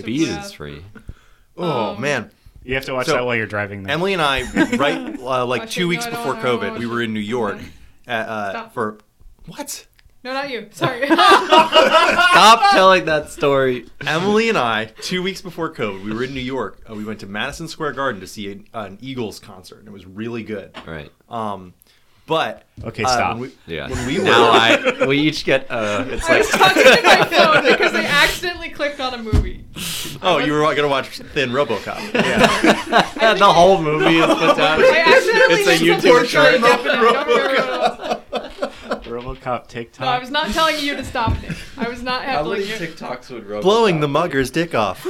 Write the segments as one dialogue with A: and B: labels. A: Speed is free.
B: Oh man,
C: You have to watch
B: So-
C: that while you're driving. Then.
B: Emily and I, right, uh, like
D: I
B: two
D: should-
B: weeks
D: no, I don't
B: before
D: wanna- I don't
B: COVID, we
D: wanna-
B: were in New York uh, uh,
D: Stop.
B: for what?
D: No, not you. Sorry.
A: Stop telling that story.
B: Emily and I, two weeks before COVID, we were in New York. Uh, we went to Madison Square Garden to see an, an Eagles concert, and it was really good.
A: All right.
B: Um, but
C: Okay,
B: uh,
C: stop.
B: When we,
A: Yeah.
B: when we
A: now
B: were-
A: I we each get uh it's
D: I
A: like
D: was talking to my phone because I accidentally clicked on a movie.
B: oh, you were gonna watch Thin RoboCop.
A: the whole movie is put down.
D: I accidentally
A: It's a
D: hit
A: YouTube
D: something
A: short.
B: portrait.
D: really definite. I don't remember
B: short.
D: what it was.
C: RoboCop TikTok.
D: No, I was not telling you to stop it. I was not heckling you.
A: TikToks would roll?
B: Blowing the mugger's dick off.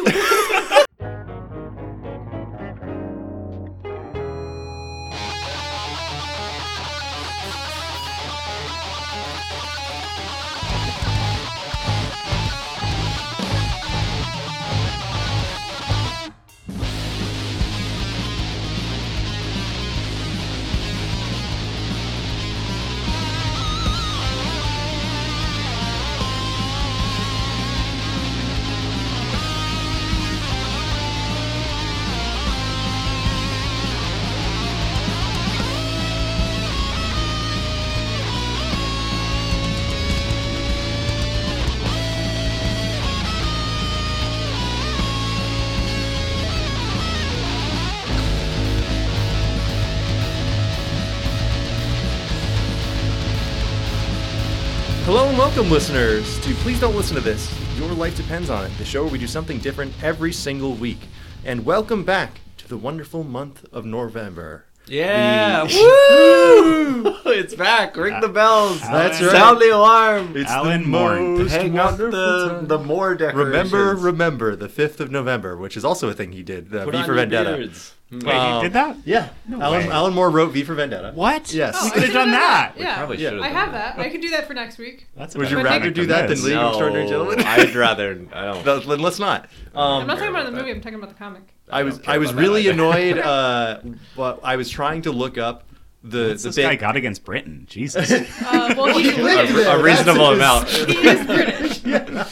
B: Hello and welcome, listeners, to Please Don't Listen to This. Your life depends on it. The show where we do something different every single week. And welcome back to the wonderful month of November.
A: Yeah.
B: The-
A: Woo! it's back. Ring the bells.
C: That's
B: right.
A: Sound the alarm.
B: It's
C: Alan
B: the
C: Moore.
B: most
A: Hang up
B: wonderful
A: the
B: time.
A: the more decorations.
B: remember, remember the fifth of November, which is also a thing he did. Uh,
A: Put
B: v
A: on
B: for
A: your
B: Vendetta.
A: beards.
C: Wait,
B: Um,
C: he did that?
B: Yeah, Alan,
C: way.
B: Alan Moore wrote V for Vendetta.
C: What?
B: Yes.
D: Oh,
B: We
D: I
C: could have
D: should've
C: done that.
D: Yeah.
A: probably should've
D: I
A: done
D: have that. I could do that for next week.
C: That's a
B: Would
C: better
B: you rather
C: topic
B: do
C: than
B: that than
C: this.
B: leave Extraordinary Gentleman?
A: I'd rather. I don't.
B: No, then let's not. Um,
D: I'm not talking about the movie. I'm talking about the comic.
B: I
A: I
B: was
A: don't care
B: I was
A: about that
B: really
A: either.
B: annoyed. Uh, but I was trying to look up the
C: What's
B: the
C: this
B: big
C: guy got against Britain? Jesus.
D: Uh, well, he,
B: lived
D: he
B: there.
A: a reasonable amount.
D: is British.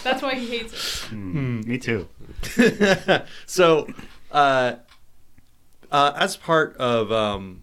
D: That's why he hates it.
C: Mm, Me too.
B: so, uh, uh, as part of um,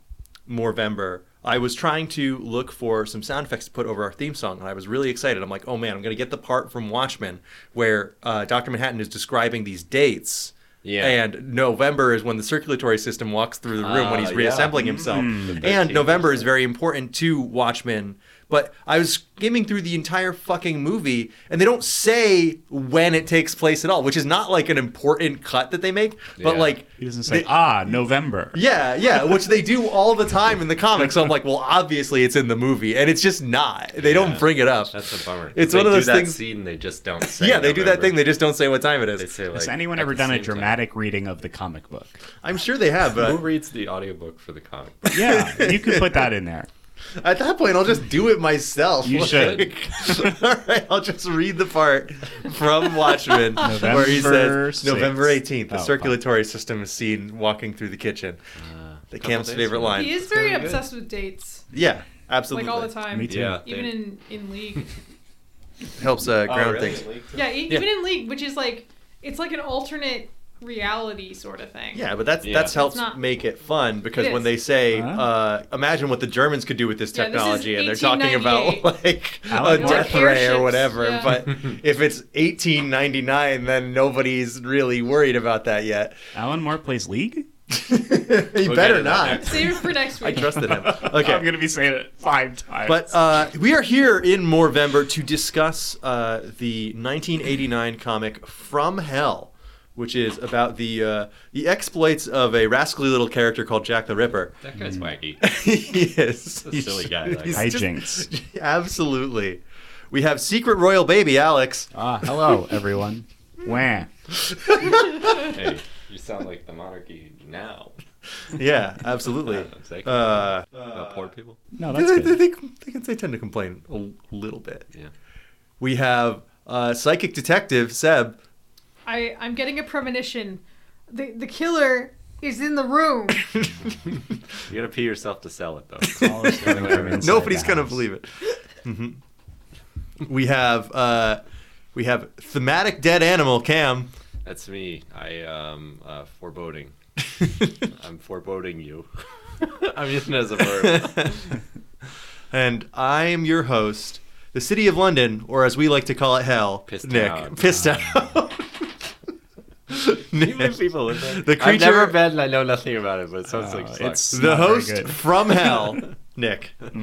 B: Movember, I was trying to look for some sound effects to put over our theme song, and I was really excited. I'm like, oh man, I'm going to get the part from Watchmen where uh, Dr. Manhattan is describing these dates.
A: Yeah.
B: And November is when the circulatory system walks through the room when he's
A: Ah, yeah.
B: reassembling himself.
A: Hmm, The
B: And
A: 13%.
B: November is very important to Watchmen. But I was skimming through the entire fucking movie, and they don't say when it takes place at all, which is not like an important cut that they make, but
A: Yeah.
B: like
C: He doesn't say,
B: they-
C: ah, November.
B: yeah, yeah, which they do all the time in the comics. So I'm like, well, obviously it's in the movie, and it's just not. They don't
A: Yeah.
B: bring it up.
A: That's a bummer.
B: It's
A: They
B: one of
A: do
B: those
A: that
B: things-
A: Scene they just don't. Say
B: yeah, they do that
A: November.
B: thing. They just don't say what time it
A: They
B: is.
A: say, like,
C: Has anyone
A: at
C: ever
A: the
C: done a
A: same time.
C: dramatic reading of the comic book?
B: I'm sure they have, uh,
A: Who
B: but
A: reads the audiobook for the comic book?
C: Yeah, you could put that in there.
B: at that point, I'll just do it myself.
C: You
B: Like-
C: should.
B: all right, I'll just read the part from Watchmen where he
C: November
B: says November
C: 6th.
B: 18th, the
C: Oh, fuck.
B: circulatory system is seen walking through the kitchen. the camp's
A: Uh, days
B: favorite
A: ago.
B: line.
D: He is very
A: very good.
D: obsessed with dates,
B: Yeah, absolutely.
D: like all the time.
C: Me too.
A: Yeah.
D: Even in in league.
B: Helps uh,
A: Oh,
C: Oh,
B: ground things.
D: Yeah, e- even in league, which is like it's like an alternate reality sort of thing.
B: Yeah, but that's
A: Yeah.
B: that's
A: It's
B: helps
D: not-
B: make it fun because
D: It
B: when
D: is.
B: they say,
C: Huh?
B: uh, "Imagine what the Germans could do with this
D: Yeah, this is
B: technology," and they're talking about
D: 1898.
B: like a
C: Alec More
B: death ray or
D: airships,
B: whatever.
D: yeah.
B: But if it's 1899, then nobody's really worried about that yet.
C: Alan Moore plays League?
B: he
A: We'll get
B: better
A: to that
B: not.
A: next.
D: Save it for next
B: I
D: week.
B: trusted him. Okay.
C: I'm going to be saying it five times.
B: But uh, we are here in Morvember to discuss uh, the 1989 comic From Hell, which is about the uh, the exploits of a rascally little character called Jack the Ripper.
A: That guy's wacky.
B: he is
A: a silly guy, that
B: He's
A: guy.
B: just-
C: Hijinks.
B: absolutely. We have Secret Royal Baby Alex.
C: Ah, hello, everyone. Wah.
A: hey, you sound like the monarchy now.
B: Yeah, absolutely.
A: I'm sick.
B: Uh,
A: About poor people.
C: No,
B: they,
C: that's
B: they, they,
C: good.
B: they- they tend to complain a little bit.
A: Yeah.
B: We have uh, psychic detective Seb.
D: I I'm getting a premonition. The the killer is in the room.
A: You gotta pee yourself to sell it though.
C: All is going from inside
B: Nobody's
C: the
B: gonna
C: house.
B: believe it. Mm-hmm. hmm We have uh, we have thematic dead animal Cam.
A: That's me. I am uh, foreboding. I'm foreboding you. I'm using it as a verb.
B: and I am your host, the City of London, or as we like to call it, hell.
A: Pissed
B: Nick,
A: out.
B: pissed out.
A: you
B: Nick,
A: make people live there.
B: The
A: I've never
B: creature-
A: been. and I know nothing about it, but it sounds like
C: Uh,
A: it
C: it's-
A: sucks.
B: the
C: Not very
B: host
C: good.
B: from hell, Nick.
A: Host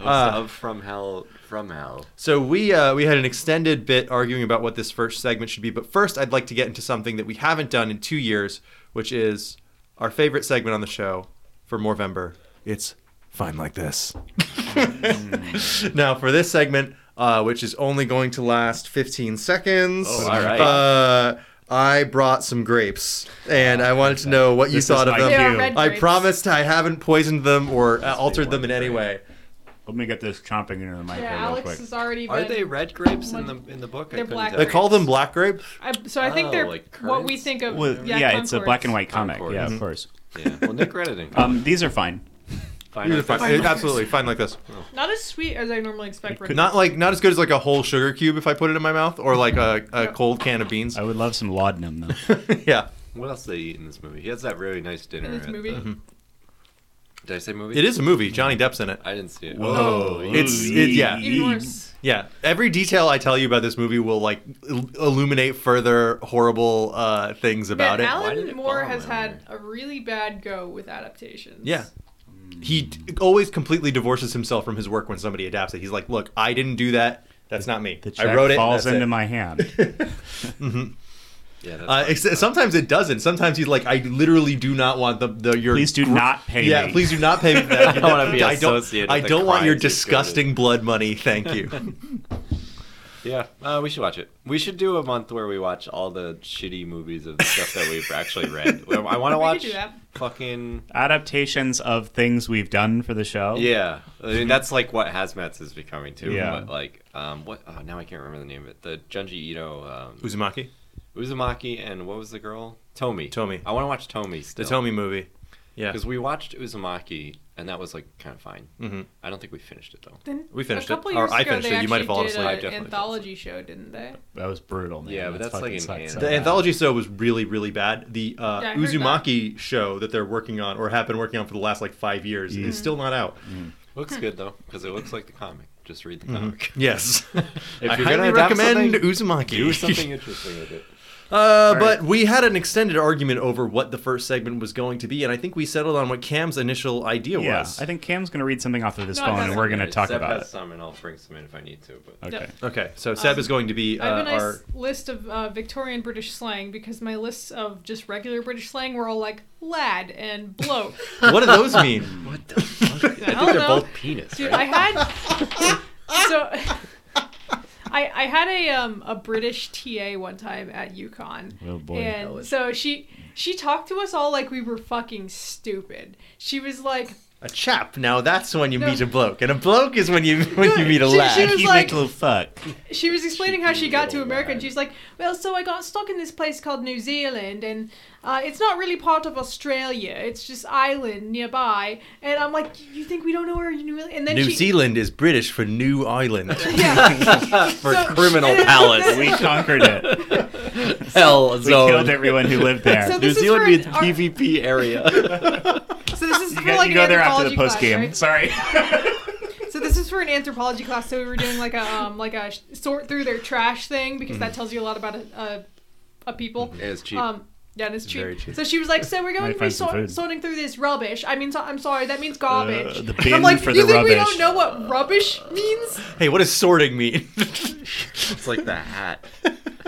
B: uh,
A: of from hell, from hell.
B: So we uh, we had an extended bit arguing about what this first segment should be, but first I'd like to get into something that we haven't done in two years, which is our favorite segment on the show for Movember. It's fine like this. now for this segment, uh, which is only going to last 15 seconds.
A: Oh, all right.
B: Uh, I brought some grapes, and I wanted to know what you
C: This is
B: thought of
C: my
B: them.
D: They are
C: you.
D: red
B: I
D: grapes.
B: promised I haven't poisoned them or uh, altered them in
A: weren't
B: any
A: great.
B: way.
C: Let me get this chomping into the mic
D: Yeah,
C: here real
D: Alex
C: quick.
D: has already been.
A: Are they red grapes in the in the book? I
D: They're
A: couldn't
D: black
A: tell.
B: They call them black grapes.
D: I, so I think
A: Oh,
D: they're
A: like
D: what we
A: currants?
D: think of.
C: Well, yeah, it's a
D: Concords.
C: black and white comic.
A: Concords.
C: Yeah,
A: Mhm.
C: of course.
A: Yeah. Well, Nick read it in.
C: Um, these are fine.
A: Fine,
B: These are
A: I
B: Uh, fine.
A: thought-
D: Fine like
B: eh, Absolutely fine like this.
D: Not as sweet as I normally expect. red
B: Not like not as good as like a whole sugar cube if I put it in my mouth, or like a, a cold can of beans.
C: I would love some laudanum though.
B: yeah,
A: What else do they eat in this movie? He has that really nice dinner.
D: In this
A: at
D: movie?
A: the-
C: Mm-hmm.
A: Did I say movie?
B: it is a movie. Johnny Depp's in it.
A: I didn't see it.
C: Whoa.
A: Oh,
B: It's it, yeah
D: Even worse.
B: yeah. Every detail I tell you about this movie will like il- illuminate further horrible uh, things about
D: Man,
B: it.
A: Why did
D: Alan
A: it
D: Moore
A: bomb
D: has
A: down
D: had a really bad go with adaptations.
B: Yeah. He d- always completely divorces himself from his work when somebody adapts it. He's like, "Look, I didn't do that. That's not me.
C: The check
B: I wrote it.
C: falls
B: that's it."
C: into my hand.
A: yeah. That's
B: Uh,
A: fine.
B: except sometimes it doesn't. Sometimes he's like, I literally do not want the, the your.
C: Please do not pay
B: yeah,
C: me.
B: please do not pay me for that.
A: I don't wanna be
B: I don't,
A: associated
B: I
A: with the
B: don't want your
A: crimes you've
B: disgusting blood money. Thank you.
A: Yeah, uh, we should watch it. We should do a month where we watch all the shitty movies of the stuff that we've actually read. I- I want to
D: We could
A: watch
D: do that.
A: fucking
C: Adaptations of things we've done for the
B: Oh.
C: show.
A: yeah. I mean that's like what Hazmat's is becoming too.
C: Yeah.
A: But like um, what? Oh, now I can't remember the name of it. The Junji Ito, um,
B: Uzumaki,
A: Uzumaki, and what was the girl? Tomi.
B: Tomi.
A: I want to watch Tomi
B: the
A: still.
B: Tomy movie. Yeah,
A: Because we watched Uzumaki, and that was like kind of fine.
B: Mhm.
A: I don't think we finished it though.
D: Then
B: We finished
D: a couple
B: it. Or
D: Years
B: I
D: ago,
B: finished
D: they
B: it. You might have fallen
D: actually
A: asleep. I
D: did
A: definitely
D: An
A: fell
D: anthology show, didn't they?
C: That was brutal, man.
A: Yeah, but
C: That
A: that's like
C: fucking
A: in
C: sucks
A: hand.
C: so
B: the
C: bad.
B: anthology show was really really bad. The uh,
D: Yeah, I heard
B: Uzumaki show that they're working on or have been working on for the last like five years
A: Mm.
B: is still not out.
A: Looks good though, because it looks like the comic. Just read the comic.
B: Yes, I
A: you're gonna
B: highly
A: adapt
B: recommend
A: something,
B: Uzumaki.
A: Do something interesting with it.
B: Uh,
C: All
B: but
C: right.
B: we had an extended argument over what the first segment was going to be, and I think we settled on what Cam's initial idea
C: Yeah,
B: was.
C: I think Cam's gonna read something off of his
D: No, it
C: phone, and
D: doesn't.
C: we're gonna talk
A: Seb
C: about
A: has
C: it.
A: some, and I'll bring some in if I need to. But
C: Okay.
B: Okay, so Seb
D: Um,
B: is going to be
D: I have
B: uh,
D: a nice
B: our.
D: list of uh, Victorian British slang because my lists of just regular British slang were all like lad and bloke.
B: What do those mean?
A: what the? Fuck? I think
D: I don't
A: they're
D: know.
A: both penis.
D: Dude, I
A: right?
D: had so I I had a um a British TA one time at UConn.
C: Oh, boy.
D: And so she she talked to us all like we were fucking stupid. She was like
B: A chap. Now that's when you
D: No.
B: meet a bloke, and a bloke is when you when you meet a
D: She- she
B: lad.
D: was
C: You
D: like-
C: little fuck.
D: she was explaining how she got to
A: little
D: America, and
A: lad.
D: she was like, "Well, so I got stuck in this place called New Zealand, and uh, it's not really part of Australia. It's just island nearby." And I'm like, "You think we don't know where New Zealand?" And then
B: New
D: she,
B: Zealand is British for New Island.
D: yeah,
B: for
D: So-
B: criminal palace.
C: We conquered it.
B: Hell
C: We killed everyone who lived there.
D: So
A: New
D: this is
A: Zealand
D: for an
A: means
D: ar-
A: PvP area.
D: so this is
C: you
D: for
C: go,
D: like
C: you
D: an
C: go there after the
D: anthropology class,
C: post game.
D: right?
C: Sorry.
D: So this is for an anthropology class. So we were doing like a um, like a sh- sort through their trash thing
C: Mm.
D: because that tells you a lot about a a, a people.
A: it's cheap.
D: Um, yeah, and it's cheap.
B: Very cheap.
D: So she was like, "So we're going
C: Might
D: to be
C: find some
D: sort-
C: food.
D: sorting through this rubbish. I mean, so- I'm sorry, that means garbage."
C: the
D: And I'm
C: bin
D: like,
C: for
D: "You
C: the
D: think we
C: rubbish."
D: don't know what rubbish means?"
B: Hey, what does sorting mean?
A: it's like the hat.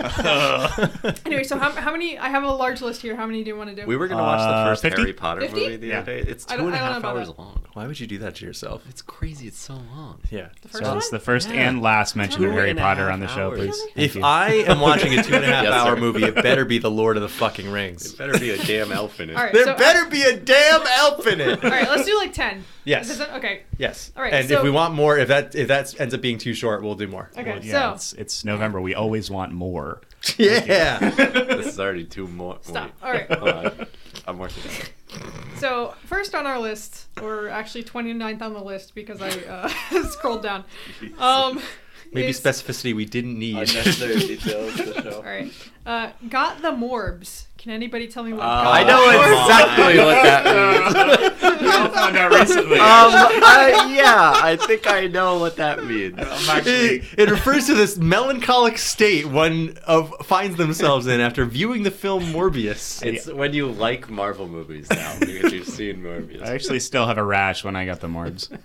B: Uh.
D: Anyway, so how, how many? I have a large list here. How many do you want to do?
A: We were gonna watch
C: Uh,
A: the first
C: 50?
A: Harry Potter
D: 50?
A: movie the other
C: Yeah.
A: day. It's two
D: I don't-
A: and a
D: I don't
A: half
D: know about
A: hours
D: that.
A: long.
B: Why would you do that to yourself?
A: It's crazy. It's so long.
B: Yeah.
D: the first
C: So
D: one.
C: it's the first
A: Yeah.
C: and last mention of
A: Two
C: Harry
A: and a
C: Potter
A: half
C: on the show,
A: hours.
C: please.
D: Really?
C: Thank
B: If
C: you.
B: I am watching a two and a half
A: Yes,
B: hour
A: sir.
B: movie, it better be the Lord of the fucking Rings.
A: It better be a damn elf in it.
D: All right.
B: There
D: so, uh,
B: better be a damn elf in it.
D: All right, let's do like ten.
B: Yes.
D: Is this- okay.
B: Yes.
D: All right,
B: And if
D: so-
B: we want more, if that if that ends up being too short, we'll do more.
D: Okay.
C: yeah,
D: so
C: it's, it's November. We always want more.
B: Yeah.
A: This is already two more.
D: stop.
A: wait.
D: All right.
A: Hold on. I'm working. on it.
D: So first on our list, or actually 29th on the list because I uh, scrolled down, um,
B: Maybe
D: is-
B: specificity we didn't need.
A: Unnecessary details of the show.
D: All right. Uh, got the morbs. Can anybody tell me what?
A: Uh,
B: I
D: got
B: know
D: the
A: Come
D: morbs?
A: on.
B: exactly what that means.
C: we all found out recently.
A: Um, uh, yeah, I think I know what that means.
D: Oh
C: I'm
B: It,
C: actually,
B: it refers to this melancholic state one of finds themselves in after viewing the film Morbius.
A: It's when you like Marvel movies now because you've seen Morbius.
C: I actually still have a rash when I got the morbs.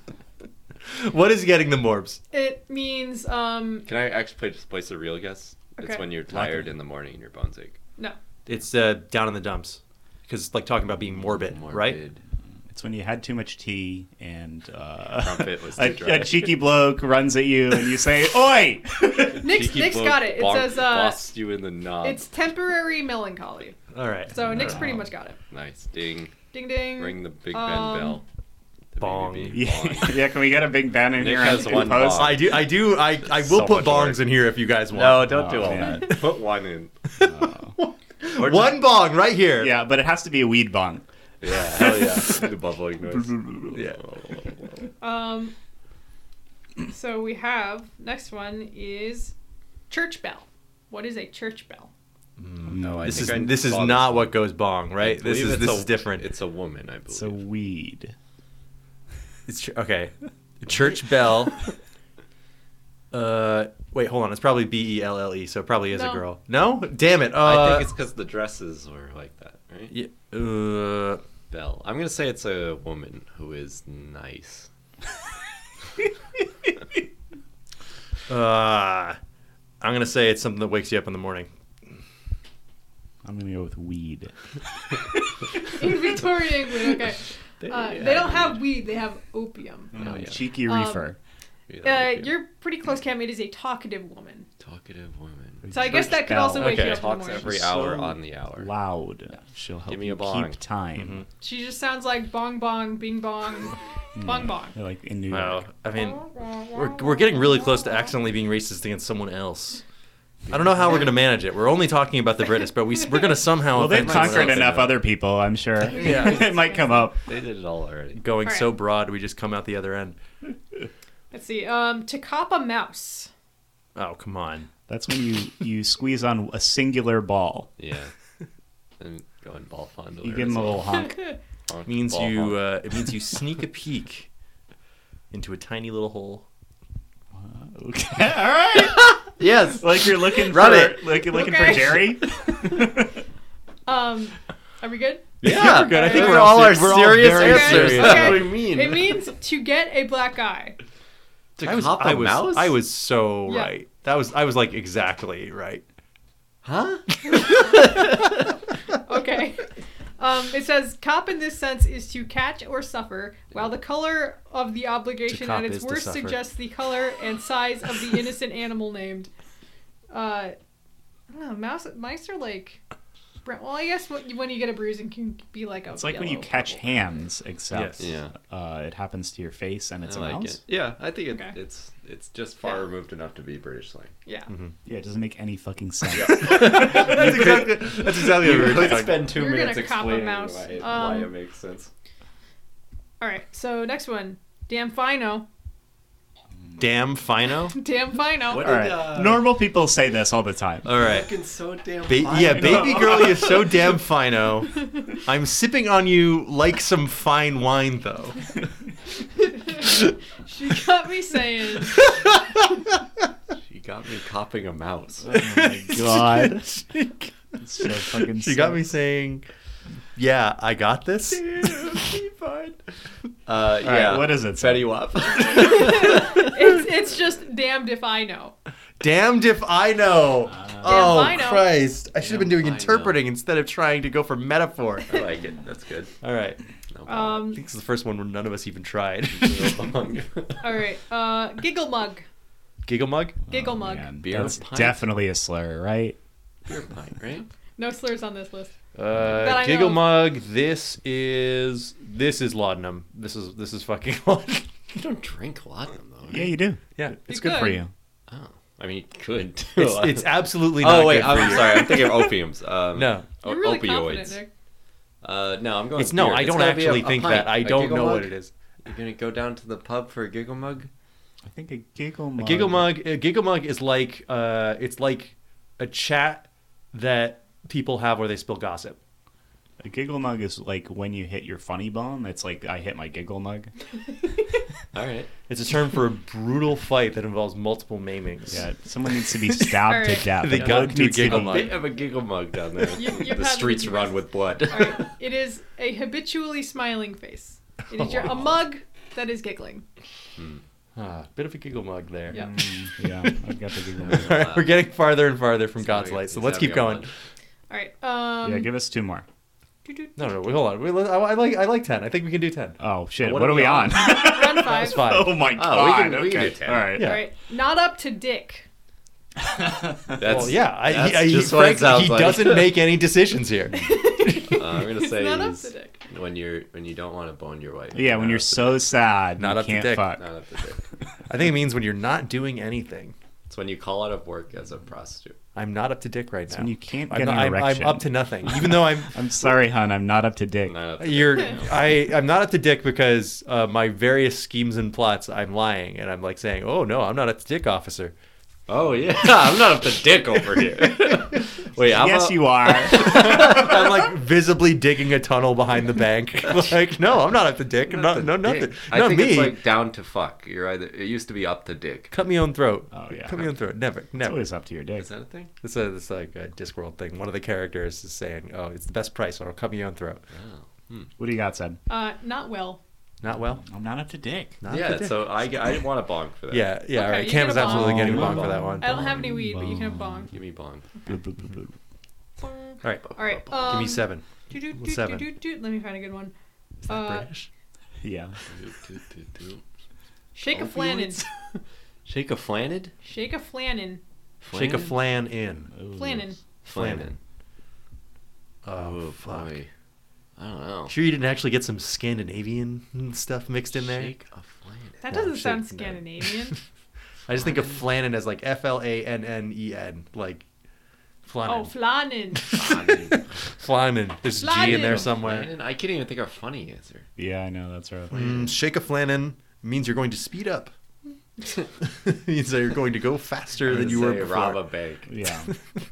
B: What is getting the morbs?
D: It means um
A: Can I actually just place a real guess?
D: Okay.
A: It's when you're tired in the morning and your bones ache.
D: no.
B: It's uh, down in the dumps because it's like talking about being morbid, right?
A: Morbid.
C: It's when you had too much tea and uh,
A: Crumpet was too
C: a,
A: dry.
C: a cheeky bloke runs at you and you say, "Oi!"
D: Nick's,
A: Cheeky
D: Nick's
A: bloke
D: got it. It
A: bonk-
D: says uh,
A: bossed you in the knob.
D: it's temporary melancholy.
B: All right.
D: So Nick's pretty much got it.
A: nice ding.
D: Ding ding.
A: Ring the Big Ben
D: Um,
A: bell. The
B: Bong.
A: BBB
C: yeah,
A: bong.
C: yeah, can we get a big ban in
A: Nick
C: here? on
A: has
C: the
A: one
C: post?
A: bong.
B: I do. I do. I, I will
A: So much
B: put bongs
A: work.
B: in here if you guys want.
A: No, don't do
C: Oh,
A: all
C: man.
A: that. Put one in. Or
B: One bong right here.
C: Yeah, but it has to be a weed bong.
A: just- yeah, hell yeah. the bubbling noise.
B: Yeah.
D: Um. So we have next one is church bell. What is a church bell?
A: No, I
B: This is
A: think I
B: this is
A: saw
B: not
A: one.
B: what goes bong,
A: I
B: right? This
A: believe
B: is
A: it's
B: this
A: a-
B: is different. It's,
A: It's a woman, I believe.
C: It's a weed.
B: it's ch- okay. Church bell. Uh, wait, hold on. It's probably B E L L E, so it probably is a
D: No.
B: girl. No, damn it. Uh,
A: I think it's because the dresses were like that, right?
B: it's. uh,
A: Bell. I'm gonna say it's a woman who is nice.
B: Uh, I'm gonna say it's something that wakes you up in the morning.
C: I'm gonna go with weed.
D: In Victoria, England. Okay. Uh, they don't have weed. They have opium.
A: Oh, yeah.
C: Cheeky
D: Um,
C: reefer.
A: Yeah,
D: Uh,
A: okay.
D: you're pretty close, Cam. It is a talkative woman.
A: talkative woman.
D: So I guess
C: Church
D: that could
C: bell.
D: also wake
B: Okay.
D: you up in the
A: Talks
D: morning.
A: every
C: So-
A: hour on the hour.
C: Loud. She'll help
A: me
C: you
A: a bong. Mm-hmm.
C: keep time.
D: She just sounds like bong bong, bing bong,
A: Hmm.
D: bong bong.
C: They're Like in New York.
B: Wow. I mean, we're we're getting really close to accidentally being racist against someone else. I don't know how we're gonna manage it. We're only talking about the British, but we s- we're gonna somehow.
C: Well, they've
B: offend someone
C: conquered
B: else.
C: enough other people, I'm sure.
B: Yeah.
C: it might come up.
A: They did it all already.
B: Going
D: All right.
B: so broad, we just come out the other end.
D: Let's see. Um, Takapa mouse.
B: Oh come on.
C: That's when you you squeeze on a singular ball.
A: Yeah. and going ball fondler.
C: You give them a little honk.
A: honk,
B: means
A: ball
B: you.
A: honk.
B: Uh, it means you sneak a peek into a tiny little hole.
C: Okay. All right.
A: yes.
C: Like you're looking
A: Run
C: for
A: it.
C: like you're looking
D: Okay.
C: for Jerry.
D: Um, are we good?
B: Yeah,
C: we're good. I
A: These
C: think
A: are
C: we're
A: all
C: all
A: our
C: se- we're all
A: serious
C: very
A: answers.
D: serious.
A: That's what
D: Okay.
A: we mean.
D: It means to get a black eye.
A: to
B: I was,
A: cop a
B: I was,
A: mouse.
B: I was so
D: Yeah.
B: right. That was I was like exactly right.
A: Huh?
D: Okay. Um, it says cop in this sense is to catch or suffer, while the color of the
B: To
D: obligation
B: cop
D: at its
B: is to
D: worst
B: suffer.
D: suggests the color and size of the innocent animal named. Uh, I don't know, mouse mice are like. br- Well, I guess when when you get a bruise and can be like a.
C: It's like when you
D: yellow
C: catch
D: purple.
C: hands, except
B: Yes.
A: Yeah.
C: uh, it happens to your face and it's
A: I
C: a
A: like
C: mouse.
A: it. Yeah, I think it,
D: Okay.
A: it's it's just far
D: Yeah.
A: removed enough to be British slang.
D: Yeah.
B: Mm-hmm.
C: Yeah, it doesn't make any fucking sense.
B: That's exactly. That's exactly what we were talking about.
A: two
D: You're minutes gonna cop a explaining mouse. why it- why Um, it
A: makes sense.
D: All right. So next one. Damn fino.
B: Damn fino.
D: Damn fino.
A: What
C: All
A: did,
C: right.
A: uh,
C: Normal people say this all the time.
B: All right.
A: Fucking so damn.
B: Ba-
A: fine.
B: yeah, baby girl, you're so damn fino. I'm sipping on you like some fine wine, though.
D: She got me saying.
A: She got me copping a mouse.
C: Oh my god.
B: she
C: It's so fucking
B: she got
C: sick.
B: me saying, "Yeah, I got this."
A: Uh,
C: All right,
A: yeah.
C: what is it?
A: Fetty Wap.
D: it's, it's just damned if I know.
B: Damned if I know. oh
D: Damn fino.
B: Christ! I should have been doing
A: fino.
B: interpreting instead of trying to go for metaphor.
A: I like it. That's good.
B: All right.
A: No problem.
B: I
D: Um,
B: think this is the first one where none of us even tried.
A: No problem.
D: all right. Uh, giggle mug.
B: Giggle mug.
D: Giggle mug.
C: Oh, Man,
A: Beer
C: that's
A: pint.
C: definitely a slur, right?
A: Beer pint, right?
D: No slurs on this list. That
B: Uh,
D: I
B: giggle
D: know.
B: mug. This is this is laudanum. This is this is fucking laudanum.
A: You don't drink laudanum though.
C: Yeah, you do.
B: Yeah,
C: It's
D: You
C: good for
D: could.
C: you.
A: Oh, I mean, you could. do
B: it's,
A: a-
B: it's absolutely not.
A: oh wait,
B: good for
A: I'm
B: you.
A: sorry. I'm thinking of opiums. Um,
B: No.
A: o-
D: You're really confident,
A: opioids.
D: Nick.
A: Uh, no, I'm going.
B: It's no.
A: beer.
B: I don't
A: gonna be a-
B: actually
A: a
B: think
A: pint,
B: that. I
A: a
B: don't
A: giggle
B: know what
A: mug.
B: it is.
A: You're gonna go down to the pub for a giggle mug?
C: I think a giggle mug.
B: A giggle mug. A giggle mug is like uh, it's like a chat that people have where they spill gossip.
C: A giggle mug is like when you hit your funny bone. It's like I hit my giggle mug.
A: All right.
B: It's a term for a brutal fight that involves multiple maimings.
C: Yeah, someone needs to be stabbed to
D: Alright.
C: death.
B: They
C: A
B: got
C: mug
B: to a
C: needs
B: giggle
C: be-
B: mug.
A: They have a giggle mug down there.
D: You- you
A: the
D: have
A: streets
D: the-
A: run with blood.
D: All right. It is a habitually smiling face. It is your,
B: Oh.
D: a mug that is giggling.
B: Ah, bit of a giggle mug there.
D: Yeah.
C: Mm, yeah, I've got the giggle
B: All
C: mug.
B: right, we're getting farther and farther from God's
A: Sorry,
B: light, so
A: it's
B: let's keep
A: having a
B: going.
A: moment.
D: All right. Um,
C: Yeah, give us two more.
D: doo-doo.
B: No, no, wait, hold on. We, I, I like I like ten. I think we can do ten.
C: Oh shit!
A: What
C: What,
A: are
C: are
A: we
C: we on?
D: Round
B: That
D: five.
B: was five.
C: oh my god!
A: can- we can
C: okay.
A: do ten.
C: All right.
B: Yeah.
D: All right. Not up to dick.
A: That's
B: Well, yeah, I,
A: that's
B: I,
A: just
B: he,
A: what it
B: frankly,
A: sounds
B: he
A: like.
B: doesn't make any decisions here.
A: Uh, I'm gonna
D: It's
A: say
D: not up
A: is
D: to dick.
A: when you're when you don't want to bone your wife.
C: Yeah, when
A: Not
C: you're
A: up to
C: so sad,
B: Not
C: you
B: up to
C: can't
B: dick.
A: dick.
C: fuck.
A: Not up to dick.
B: I think it means when you're not doing anything.
A: It's when you call out of work as a prostitute.
B: I'm not up to dick right now.
C: when you can't
B: I'm,
C: get
B: not-
C: an
B: I'm, I'm
C: erection.
B: up to nothing, even though I'm
C: I'm sorry, hon. I'm not up to dick.
A: Not up to
B: You're I I'm not up to dick because uh, my various schemes and plots I'm lying and I'm like saying oh no I'm not up to dick officer
A: Oh yeah, I'm not up to dick over here. Wait, I'm
C: yes,
A: up-
C: you are.
B: I'm like visibly digging a tunnel behind the bank like no I'm not up to dick I'm
A: not
B: not,
A: up
B: no
A: to
B: nothing
A: dick. I
B: not
A: think
B: me
A: it's like down to fuck. You're either. It used to be up to dick.
B: cut me own throat
C: Oh, yeah.
B: cut me own throat never
C: It's
B: never
C: always up to your dick.
A: Is that a thing?
B: it's a it's like a Discworld thing one of the characters is saying oh it's the best price or cut me own throat
A: Oh.
C: What do you got, Seb?
D: Uh, not well.
B: not well
C: I'm not up to dick.
B: not up to
A: yeah.
B: dick.
A: So I I didn't want a bonk for that.
B: yeah yeah
D: Okay,
B: all right
D: you
B: Cam
D: get
B: is
D: a
B: absolutely
D: bong.
B: getting a
C: Bong.
B: bong for that one
D: I don't have any weed, but you can have bong.
A: Give me bonk.
D: Bong.
B: all right
D: All right. Um,
B: give me seven
D: doo-doo,
B: What's
D: doo-doo,
B: seven?
D: doo-doo. Let me find a good one.
B: is that
D: uh,
B: British
C: Yeah.
D: Shake a flannin.
A: Shake a flannid.
D: Shake a flannin.
B: shake a flan in
D: Flannin.
A: Flannin.
B: Oh, fuck.
A: boy. I don't know.
B: Sure, you didn't actually get some Scandinavian stuff mixed in there?
A: Shake a flannin.
D: That
B: No,
D: doesn't sound
B: shake, no.
D: Scandinavian.
B: I just think of Flannan as like F L A N N E N. Like,
D: oh,
B: Flannan.
D: flannin.
B: Oh,
A: Flannin.
B: Flannan. There's a G in there
D: Flannan.
B: somewhere.
A: Flannin? I can't even think of a funny answer.
C: Yeah, I know. That's rough.
B: Mm, shake a Flannan means you're going to speed up. means that you're going to go faster than you were
A: Say
B: before.
A: rob a bank.
C: Yeah.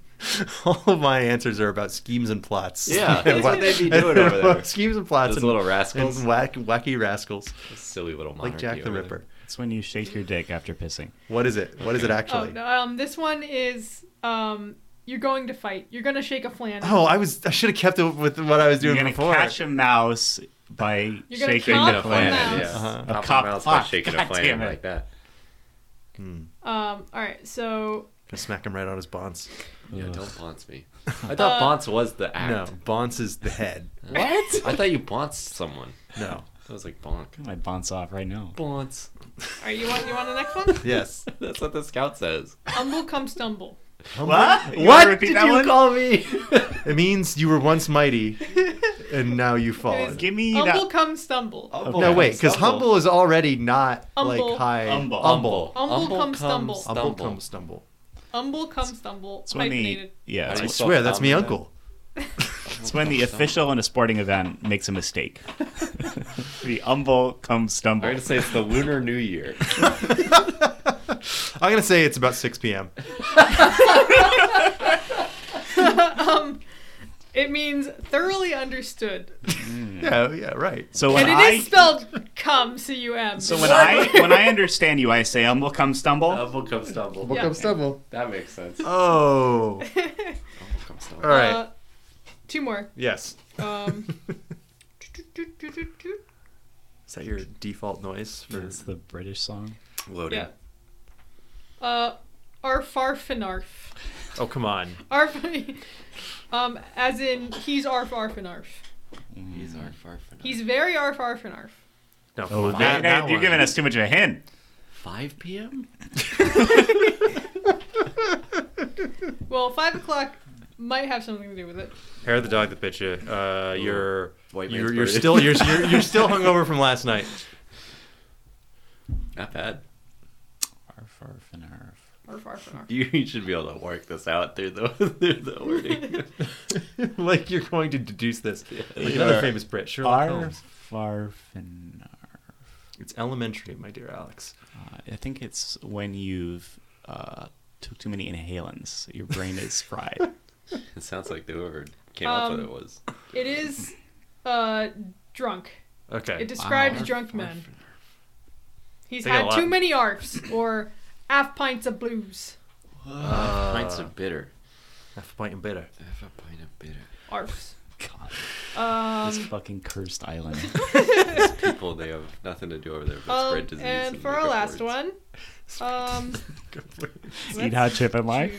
B: All of my answers are about schemes and plots.
A: Yeah, that's what they'd be
B: and
A: doing over there.
B: Schemes and plots
A: Those
B: and,
A: little
B: and
A: rascals.
B: wack, wacky rascals
A: Silly little monarchy.
B: like Jack the
A: over
B: Ripper.
C: It's when you shake your dick after pissing.
B: What is it? What is it
D: Oh,
B: actually?
D: no, um, this one is um, you're going to fight. You're going to shake a flannin.
B: Oh, I was I should have kept it with what I was
C: You're
B: doing
C: gonna
B: before.
C: catch a mouse by
D: You're gonna
C: shaking
A: there. Shaking a
D: Pop a
C: the
A: flannin,
D: mouse.
C: planet.
A: yeah.
B: Uh-huh.
C: A
A: Pop
C: cop-
A: mouse by
C: fuck,
A: shaking a
C: God damn
A: flannin
C: it.
A: like that.
D: Um, all right, so
B: Gonna smack him right on his bonce.
A: Yeah, don't bonce me. I
D: Uh,
A: thought bonce was the
B: No,
A: act.
B: bonce is the head.
A: What? I thought you bonced someone.
B: No.
A: That was like bonk.
C: I might bounce off right now.
A: Bonce.
D: all right, you want you want the next one?
B: Yes.
A: That's what the scout says.
D: Humble come stumble.
C: What?
A: what did you call me?
B: It means you were once mighty, and now you fall.
C: Give me
D: Humble
C: that. Oh.
D: come stumble.
A: Humble
B: No, wait,
A: comes
B: because
A: stumble.
B: humble is already not
D: Humble.
B: like high.
C: Humble.
B: Humble.
D: Humble come
A: come
D: stumble.
B: Humble comes stumble.
D: Humble come stumble.
C: It's when the
D: hyphenated.
C: yeah.
A: How do
C: It's,
A: you
B: I
A: spell
B: swear, that's me,
A: humble?
B: uncle.
C: it's when the official in a sporting event makes a mistake. the humble comes
A: I'm
C: stumble.
A: gonna say it's the Lunar New Year.
B: I'm gonna say it's about 6 p.m.
D: um, it means thoroughly understood,
B: Yeah, yeah, right.
C: So when
D: and it
C: I
D: is spelled cum c u m.
C: so when I when I understand you, I say humble come stumble.
A: Humble come stumble.
D: Yeah. come
B: stumble.
A: That makes sense. Humble
B: Oh.
A: come stumble.
B: All right.
D: Uh, two more.
B: yes.
D: Um,
B: Is that your default noise for?
C: It's the British song.
A: Loading.
D: yeah. Uh, arfarfinarf.
B: Oh, come on.
D: Arf. um, as in he's arfarfinarf.
A: He's our far for
D: He's very arfarfinarf.
B: No.
C: Oh,
B: that-
C: that,
B: that
C: you're
B: one.
C: giving us too much of a hint.
A: 5 p.m.
D: Well, five o'clock might have something to do with it.
B: Hair of the dog that bit you. Uh, you're
A: White man's
B: you're, you're
A: burden.
B: still you're, you're you're still hungover from last night.
A: Not bad.
C: Arf, arf, and arf.
D: Arfarfinarf.
A: You, you should be able to work this out through the through the wording.
B: like you're going to deduce this. Like
C: another
B: another famous Brit, Sherlock Holmes.
C: Arf, arf, and arf.
B: It's elementary, my dear Alex.
C: Uh, I think it's when you've uh, took too many inhalants. Your brain is fried.
A: It sounds like whoever came up with
D: Um,
A: it was.
D: It is uh, drunk.
B: Okay.
D: It describes
C: Wow.
D: drunk men. He's
B: They got a
D: had
B: lot.
D: too many arfs or half pints of blues.
B: Uh,
A: Pints of bitter.
B: half a pint and bitter.
A: Half a pint of bitter.
D: Arfs.
C: God, this
D: Um,
C: fucking cursed island.
A: People, they have nothing to do over there but
D: um,
A: spread disease.
D: and for
A: make
D: our
A: up
D: last
A: words.
D: one, um,
C: Eat hot chip and lie.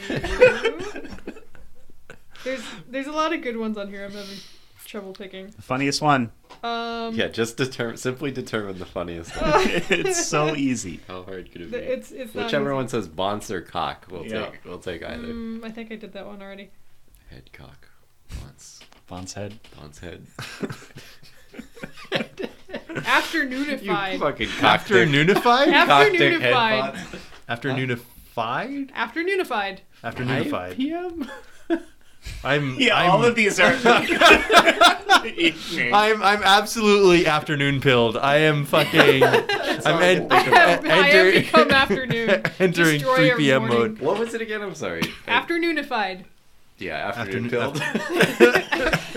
D: there's there's a lot of good ones on here. I'm having trouble picking.
C: The funniest one.
D: Um,
A: Yeah, just determine, simply determine the funniest one.
C: it's so easy.
A: How hard could it
D: th-
A: be?
D: it's it's not
A: Whichever
D: easy.
A: one says bonce or cock, we'll
C: Yeah.
A: take. We'll take either.
D: Mm, I think I did that one already.
A: Head cock, bonce,
C: Bon's head.
A: bonce head.
D: Afternoonified.
A: fucking cock
B: After
A: dick.
B: noonified?
A: Cock dick head
D: Afternoonified.
A: bonce.
B: After noonified?
D: Afternoonified.
B: After
A: 9
B: noonified.
A: PM.
B: I'm,
C: Yeah,
B: I'm,
C: all of these are.
B: I'm I'm absolutely afternoon pilled. I am fucking. I'm en-
D: I have, I have
B: entering-
D: become afternoon.
B: entering
D: Destroyer
B: 3 p.m.
D: morning.
B: mode.
A: What was it again? I'm sorry.
D: Afternoonified.
A: Yeah, afternoon
B: Afternoon-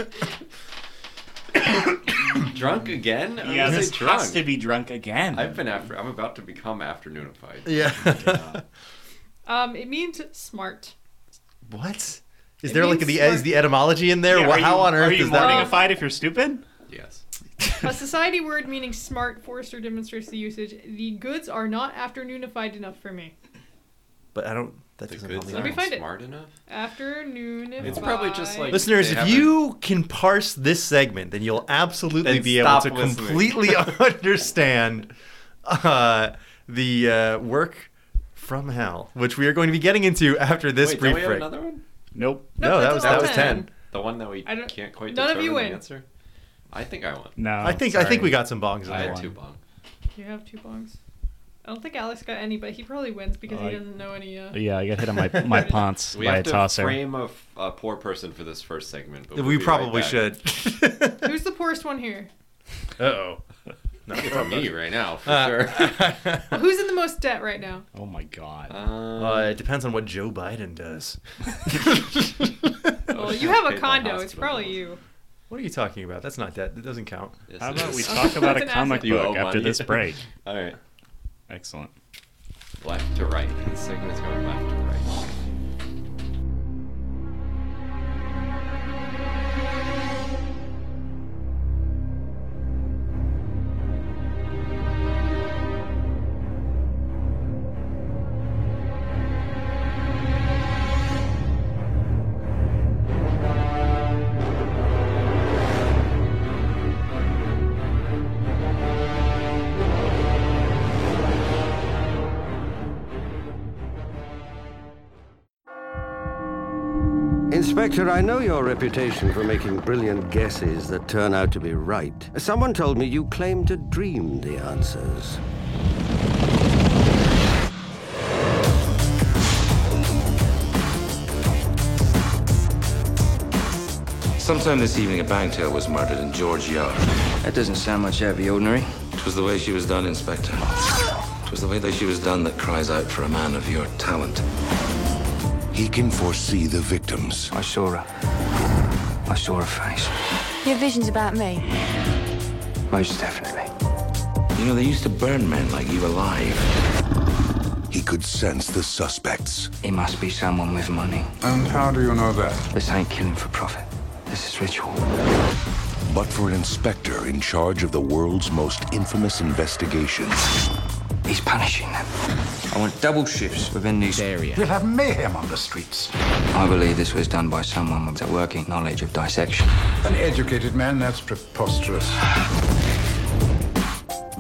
A: pilled. drunk again? I
C: yeah,
A: would say
C: this
A: drunk.
C: has to be drunk again.
A: I've been after. I'm about to become afternoonified.
B: Yeah.
D: Um, it means smart.
B: what? Is
D: It
B: there like
D: means
B: the is
D: smart.
B: the etymology in there?
C: Yeah,
B: Wha-
C: are
B: How
C: you-
B: on earth
C: Are you
B: is that?
C: morningified if you're stupid?
A: Yes.
D: A society word meaning smart. Forrester demonstrates the usage. The goods are not afternoonified enough for me.
B: But I don't. That
A: The
B: doesn't help
A: goods
B: me.
A: aren't
D: Let me find it.
A: smart enough.
D: Afternoonified.
A: It's probably just like-
B: Listeners,
A: They
B: if
A: haven't-
B: you can parse this segment, then you'll absolutely
A: Then
B: be able
A: stop
B: to
A: listening.
B: completely understand uh, the uh, work from hell, which we are going to be getting into after this
A: Wait, don't
B: brief
A: we have
B: break.
A: another one?
C: Nope.
B: No, that
D: that's
B: was
D: all
B: that was
D: ten.
B: ten.
A: The one that we
D: I don't-
A: can't quite
D: none of
A: determine
D: you
A: the
D: win.
A: answer. I think I won.
C: No.
B: I think I
C: sorry.
B: think we got some bongs in
A: I
B: there.
A: had two bong.
D: You have two bongs. I don't think Alex got any, but he probably wins because
C: I-
D: he doesn't know any. Uh...
C: Yeah, I got hit on my my ponce
A: We
C: by a
A: have to
C: tosser.
A: frame a, f- a poor person for this first segment. But we'll
B: we
A: be right
B: probably
A: back.
B: should.
D: Who's the poorest one here?
B: uh oh. No,
A: It's on me right now for
B: Uh,
A: sure.
B: sure.
D: Who's in the most debt right now?
C: Oh my god.
A: Um,
B: Uh, it depends on what Joe Biden does.
D: Well,
B: Oh,
A: okay.
D: you have a
A: Paid by
D: condo. It's
A: hospital
D: probably
A: bills.
D: you.
B: What are you talking about? That's not debt. That doesn't count.
A: Yes,
C: How
A: it
C: about we
A: is.
C: talk about a
D: That's an
C: comic
D: asset.
A: You owe
C: book after
A: money.
C: this break?
A: All right,
C: Excellent.
A: left to right. This segment's going left to right.
E: Inspector, I know your reputation for making brilliant guesses that turn out to be right. Someone told me you claim to dream the answers.
F: Sometime this evening, a bangtail was murdered in George Yard.
G: That doesn't sound much out of the ordinary.
F: It was the way she was done, Inspector. It was the way that she was done that cries out for a man of your talent.
H: He can foresee the victims.
G: I saw her. I saw her face.
I: Your vision's about me.
G: Most definitely.
F: You know, they used to burn men like you alive.
H: He could sense the suspects.
G: It must be someone with money.
J: And how do you know that?
G: This ain't killing for profit. This is ritual.
H: But for an inspector in charge of the world's most infamous investigation,
G: He's punishing them. I want double shifts within these areas.
J: We'll have mayhem on the streets.
G: I believe this was done by someone with a working knowledge of dissection.
J: An educated man, that's preposterous.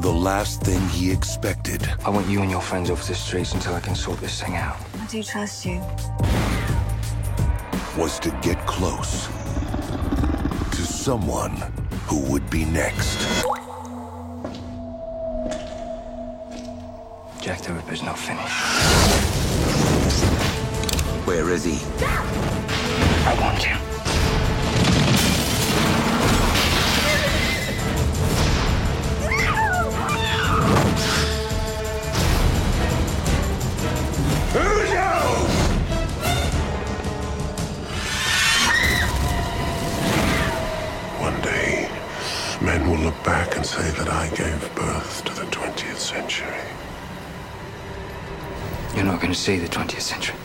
H: the last thing he expected
G: I want you and your friends off the streets until I can sort this thing out.
I: I do trust you.
H: was to get close to someone who would be next.
G: Jack the Ripper's not finished.
F: Where is he?
G: I want you.
H: Men will look back and say that I gave birth to the 20th century.
G: You're not going to see the 20th century.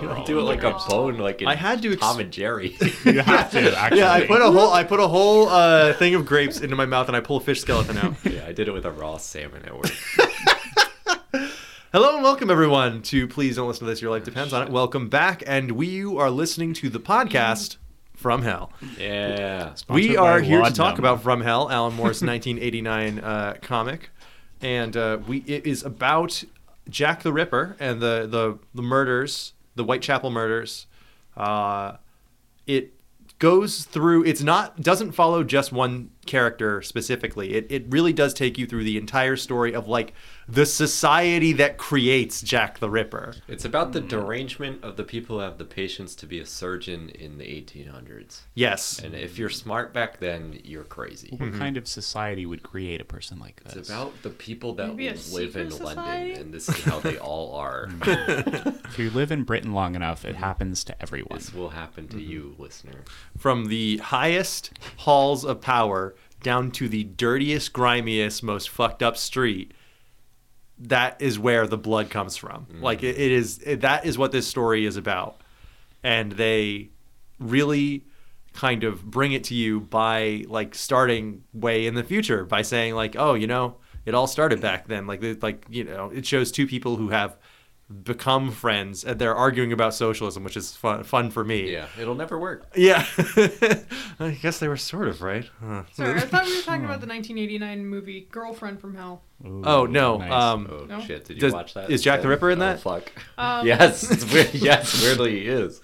A: You don't do it like a bone, like in
B: I had to ex-
A: Tom and Jerry.
C: You have to actually.
B: Yeah, I put a whole I put a whole uh, thing of grapes into my mouth and I pull a fish skeleton out.
A: yeah, I did it with a raw salmon at work.
B: Hello and welcome everyone to Please Don't Listen to This, Your Life Depends on It. Welcome back, and we you are listening to the podcast From Hell.
A: Yeah.
B: we
C: Sponsored
B: are
C: by
B: here to
C: Laudanum.
B: talk about From Hell, Alan Moore's 1989 uh, comic, and uh, we it is about Jack the Ripper and the the, the murders, the Whitechapel murders. Uh, it goes through. It's not doesn't follow just one character specifically. It it really does take you through the entire story of like the society that creates Jack the Ripper.
A: It's about the
D: Mm.
A: derangement of the people who have the patience to be a surgeon in the 1800s.
B: Yes,
A: And if you're
D: Mm.
A: smart back then, you're crazy.
C: What kind of society would create a person like this?
A: Mm-hmm. It's about the people that
D: Maybe a
A: live in
D: secret
A: London,
D: society?
A: and this is how they all are.
C: if you live in Britain long enough,
A: Mm-hmm.
C: it happens to everyone.
A: this will happen
D: Mm-hmm.
A: to you, listener.
B: from the highest halls of power down to the dirtiest, grimiest, most fucked up street. That is where the blood comes from. Like it, it is. It, that is what this story is about, and they really kind of bring it to you by like starting way in the future by saying like, oh, you know, it all started back then. Like, it- like you know, it shows two people who have become friends and they're arguing about socialism, which is fun, fun for me.
A: Yeah, it'll never work.
B: Yeah. I guess they were sort of right. Huh.
D: Sorry, I thought we were
B: Hmm.
D: talking about the 1989 movie Girlfriend from Hell.
B: Oh no.
C: nice.
A: Oh
B: Um
D: No.
A: shit! Did you
B: Does-
A: watch that?
B: is Jack
A: instead?
B: the Ripper in
A: Oh,
B: that?
A: fuck.
D: Um,
A: yes, it's weird. yes, weirdly he is.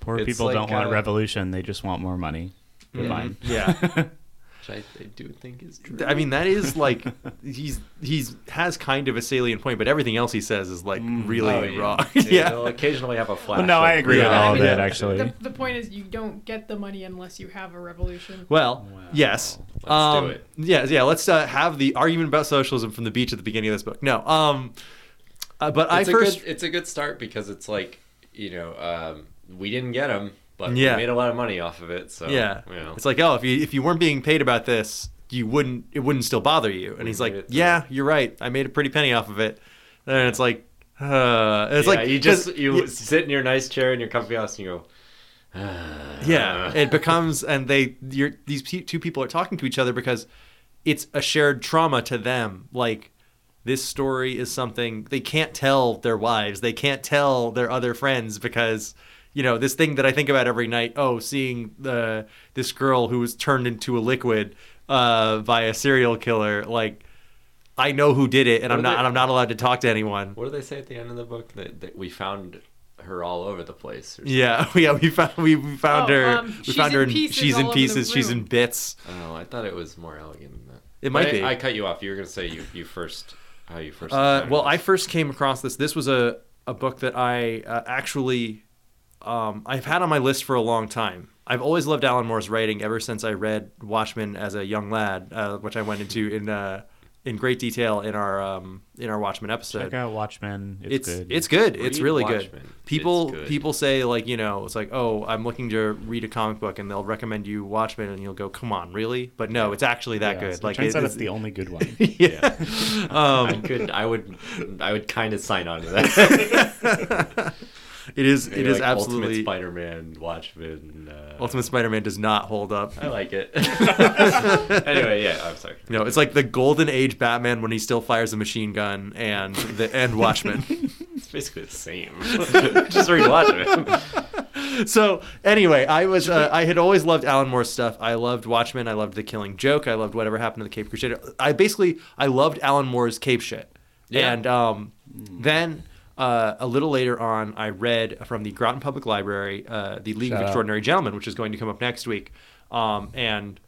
C: Poor
A: It's
C: people
A: like,
C: don't want
A: uh,
C: revolution; they just want more money. They're fine.
B: yeah.
A: Which I, I do think is true.
B: I mean that is like he's he's has kind of a salient point, but everything else he says is like really
A: Oh, yeah.
B: wrong.
A: Yeah,
B: yeah.
A: they'll occasionally have a flash.
C: But no, I
A: of-
C: agree with
B: Yeah,
C: all of
B: yeah.
C: that.
B: Yeah.
C: Actually,
D: The, the point is, you don't get the money unless you have a revolution.
B: Well, yes.
A: Let's
B: um,
A: do it.
B: Yeah, yeah. Let's uh, have the argument about socialism from the beach at the beginning of this book. No. Um uh, but
A: It's
B: I
A: a
B: first
A: good. It's a good start because it's like you know um, we didn't get him, but
B: Yeah.
A: we made a lot of money off of it. So
B: Yeah.
A: you know.
B: It's like, oh, if you if you weren't being paid about this, you wouldn't it wouldn't still bother you. And he's
A: made
B: like,
A: it through.
B: Yeah, you're right. I made a pretty penny off of it. And it's like uh, it's
A: Yeah,
B: like
A: you just
B: 'cause-
A: you
B: y-
A: sit in your nice chair in your comfy house and you go. "Ah."
D: Uh.
B: yeah it becomes and they you're these pe- two people are talking to each other because it's a shared trauma to them like this story is something they can't tell their wives they can't tell their other friends because you know this thing that i think about every night oh seeing the this girl who was turned into a liquid uh, by a serial killer like i know who did it and i'm
A: are
B: not
A: they-
B: and i'm not allowed to talk to anyone
A: What do they say at the end of the book that, that we found her all over the place? Or
B: yeah, yeah, we found we we found
D: Oh,
B: her.
D: um,
B: we
D: she's
B: found her.
D: in
B: in-
D: pieces
B: she's
D: all
B: in
D: over the
B: pieces. She's in
D: room.
B: bits.
A: something? I don't know. I thought it was more elegant than that.
B: It
A: But
B: might
A: I,
B: be.
A: I cut you off. You were gonna say you you first how you first.
B: Uh,
A: encountered
B: well, I
A: this.
B: first came across this. This was a, a book that I uh, actually um, I've had on my list for a long time. I've always loved Alan Moore's writing ever since I read Watchmen as a young lad, uh, which I went into in uh, in great detail in our um, in our Watchmen episode.
C: check out Watchmen. It's,
B: It's
C: good.
B: it's good. It's
A: Read
B: really
A: Watchmen.
B: good. People
A: It's good.
B: people say like you know it's like oh I'm looking to read a comic book and they'll recommend you Watchmen and you'll go come on really but no it's actually that
C: Yeah,
B: good
C: so
B: like
C: it turns
B: it-
C: out it's the only good one.
B: yeah.
A: I could I would I would kind of sign on to that.
B: it is it
A: Maybe
B: is
A: like
B: absolutely
A: Ultimate Spider-Man, Watchmen. Uh,
B: Ultimate Spider-Man does not hold up.
A: I like it. anyway, yeah, I'm sorry.
B: You know, it's like the golden age Batman when he still fires a machine gun and the and Watchmen.
A: It's basically the same. Just rewatch it.
B: so anyway, I was uh, I had always loved Alan Moore's stuff. I loved Watchmen. I loved The Killing Joke. I loved Whatever Happened to the Cape Crusader. I basically I loved Alan Moore's Cape shit.
A: Yeah.
B: And um, then uh, a little later on, I read from the Groton Public Library, uh, The League of
C: out.
B: Extraordinary Gentlemen, which is going to come up next week. Um, and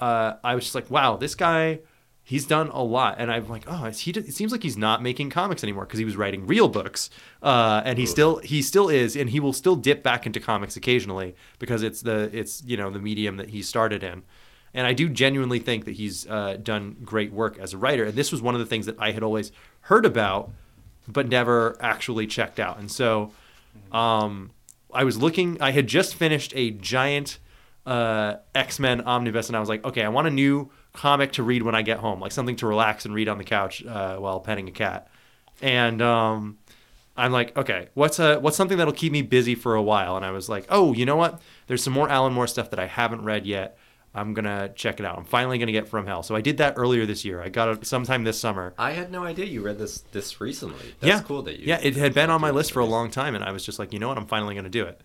B: uh, I was just like, wow, this guy, he's done a lot. And I'm like, oh, is he, it seems like he's not making comics anymore because he was writing real books. Uh, and he still he still is, and he will still dip back into comics occasionally because it's the it's you know the medium that he started in. And I do genuinely think that he's uh, done great work as a writer. And this was one of the things that I had always heard about, but never actually checked out. And so um, I was looking. I had just finished a giant uh, X Men omnibus, and I was like, okay, I want a new comic to read when I get home, like something to relax and read on the couch uh, while petting a cat. And um, I'm like, okay, what's a what's something that'll keep me busy for a while? And I was like, oh, you know what? There's some more Alan Moore stuff that I haven't read yet. I'm gonna check it out. I'm finally gonna get From Hell. So I did that earlier this year. I got it sometime this summer.
A: I had no idea you read this this recently. That's
B: yeah.
A: cool that you.
B: Yeah, it had been on my list for a long time, and I was just like, you know what, I'm finally going to do it.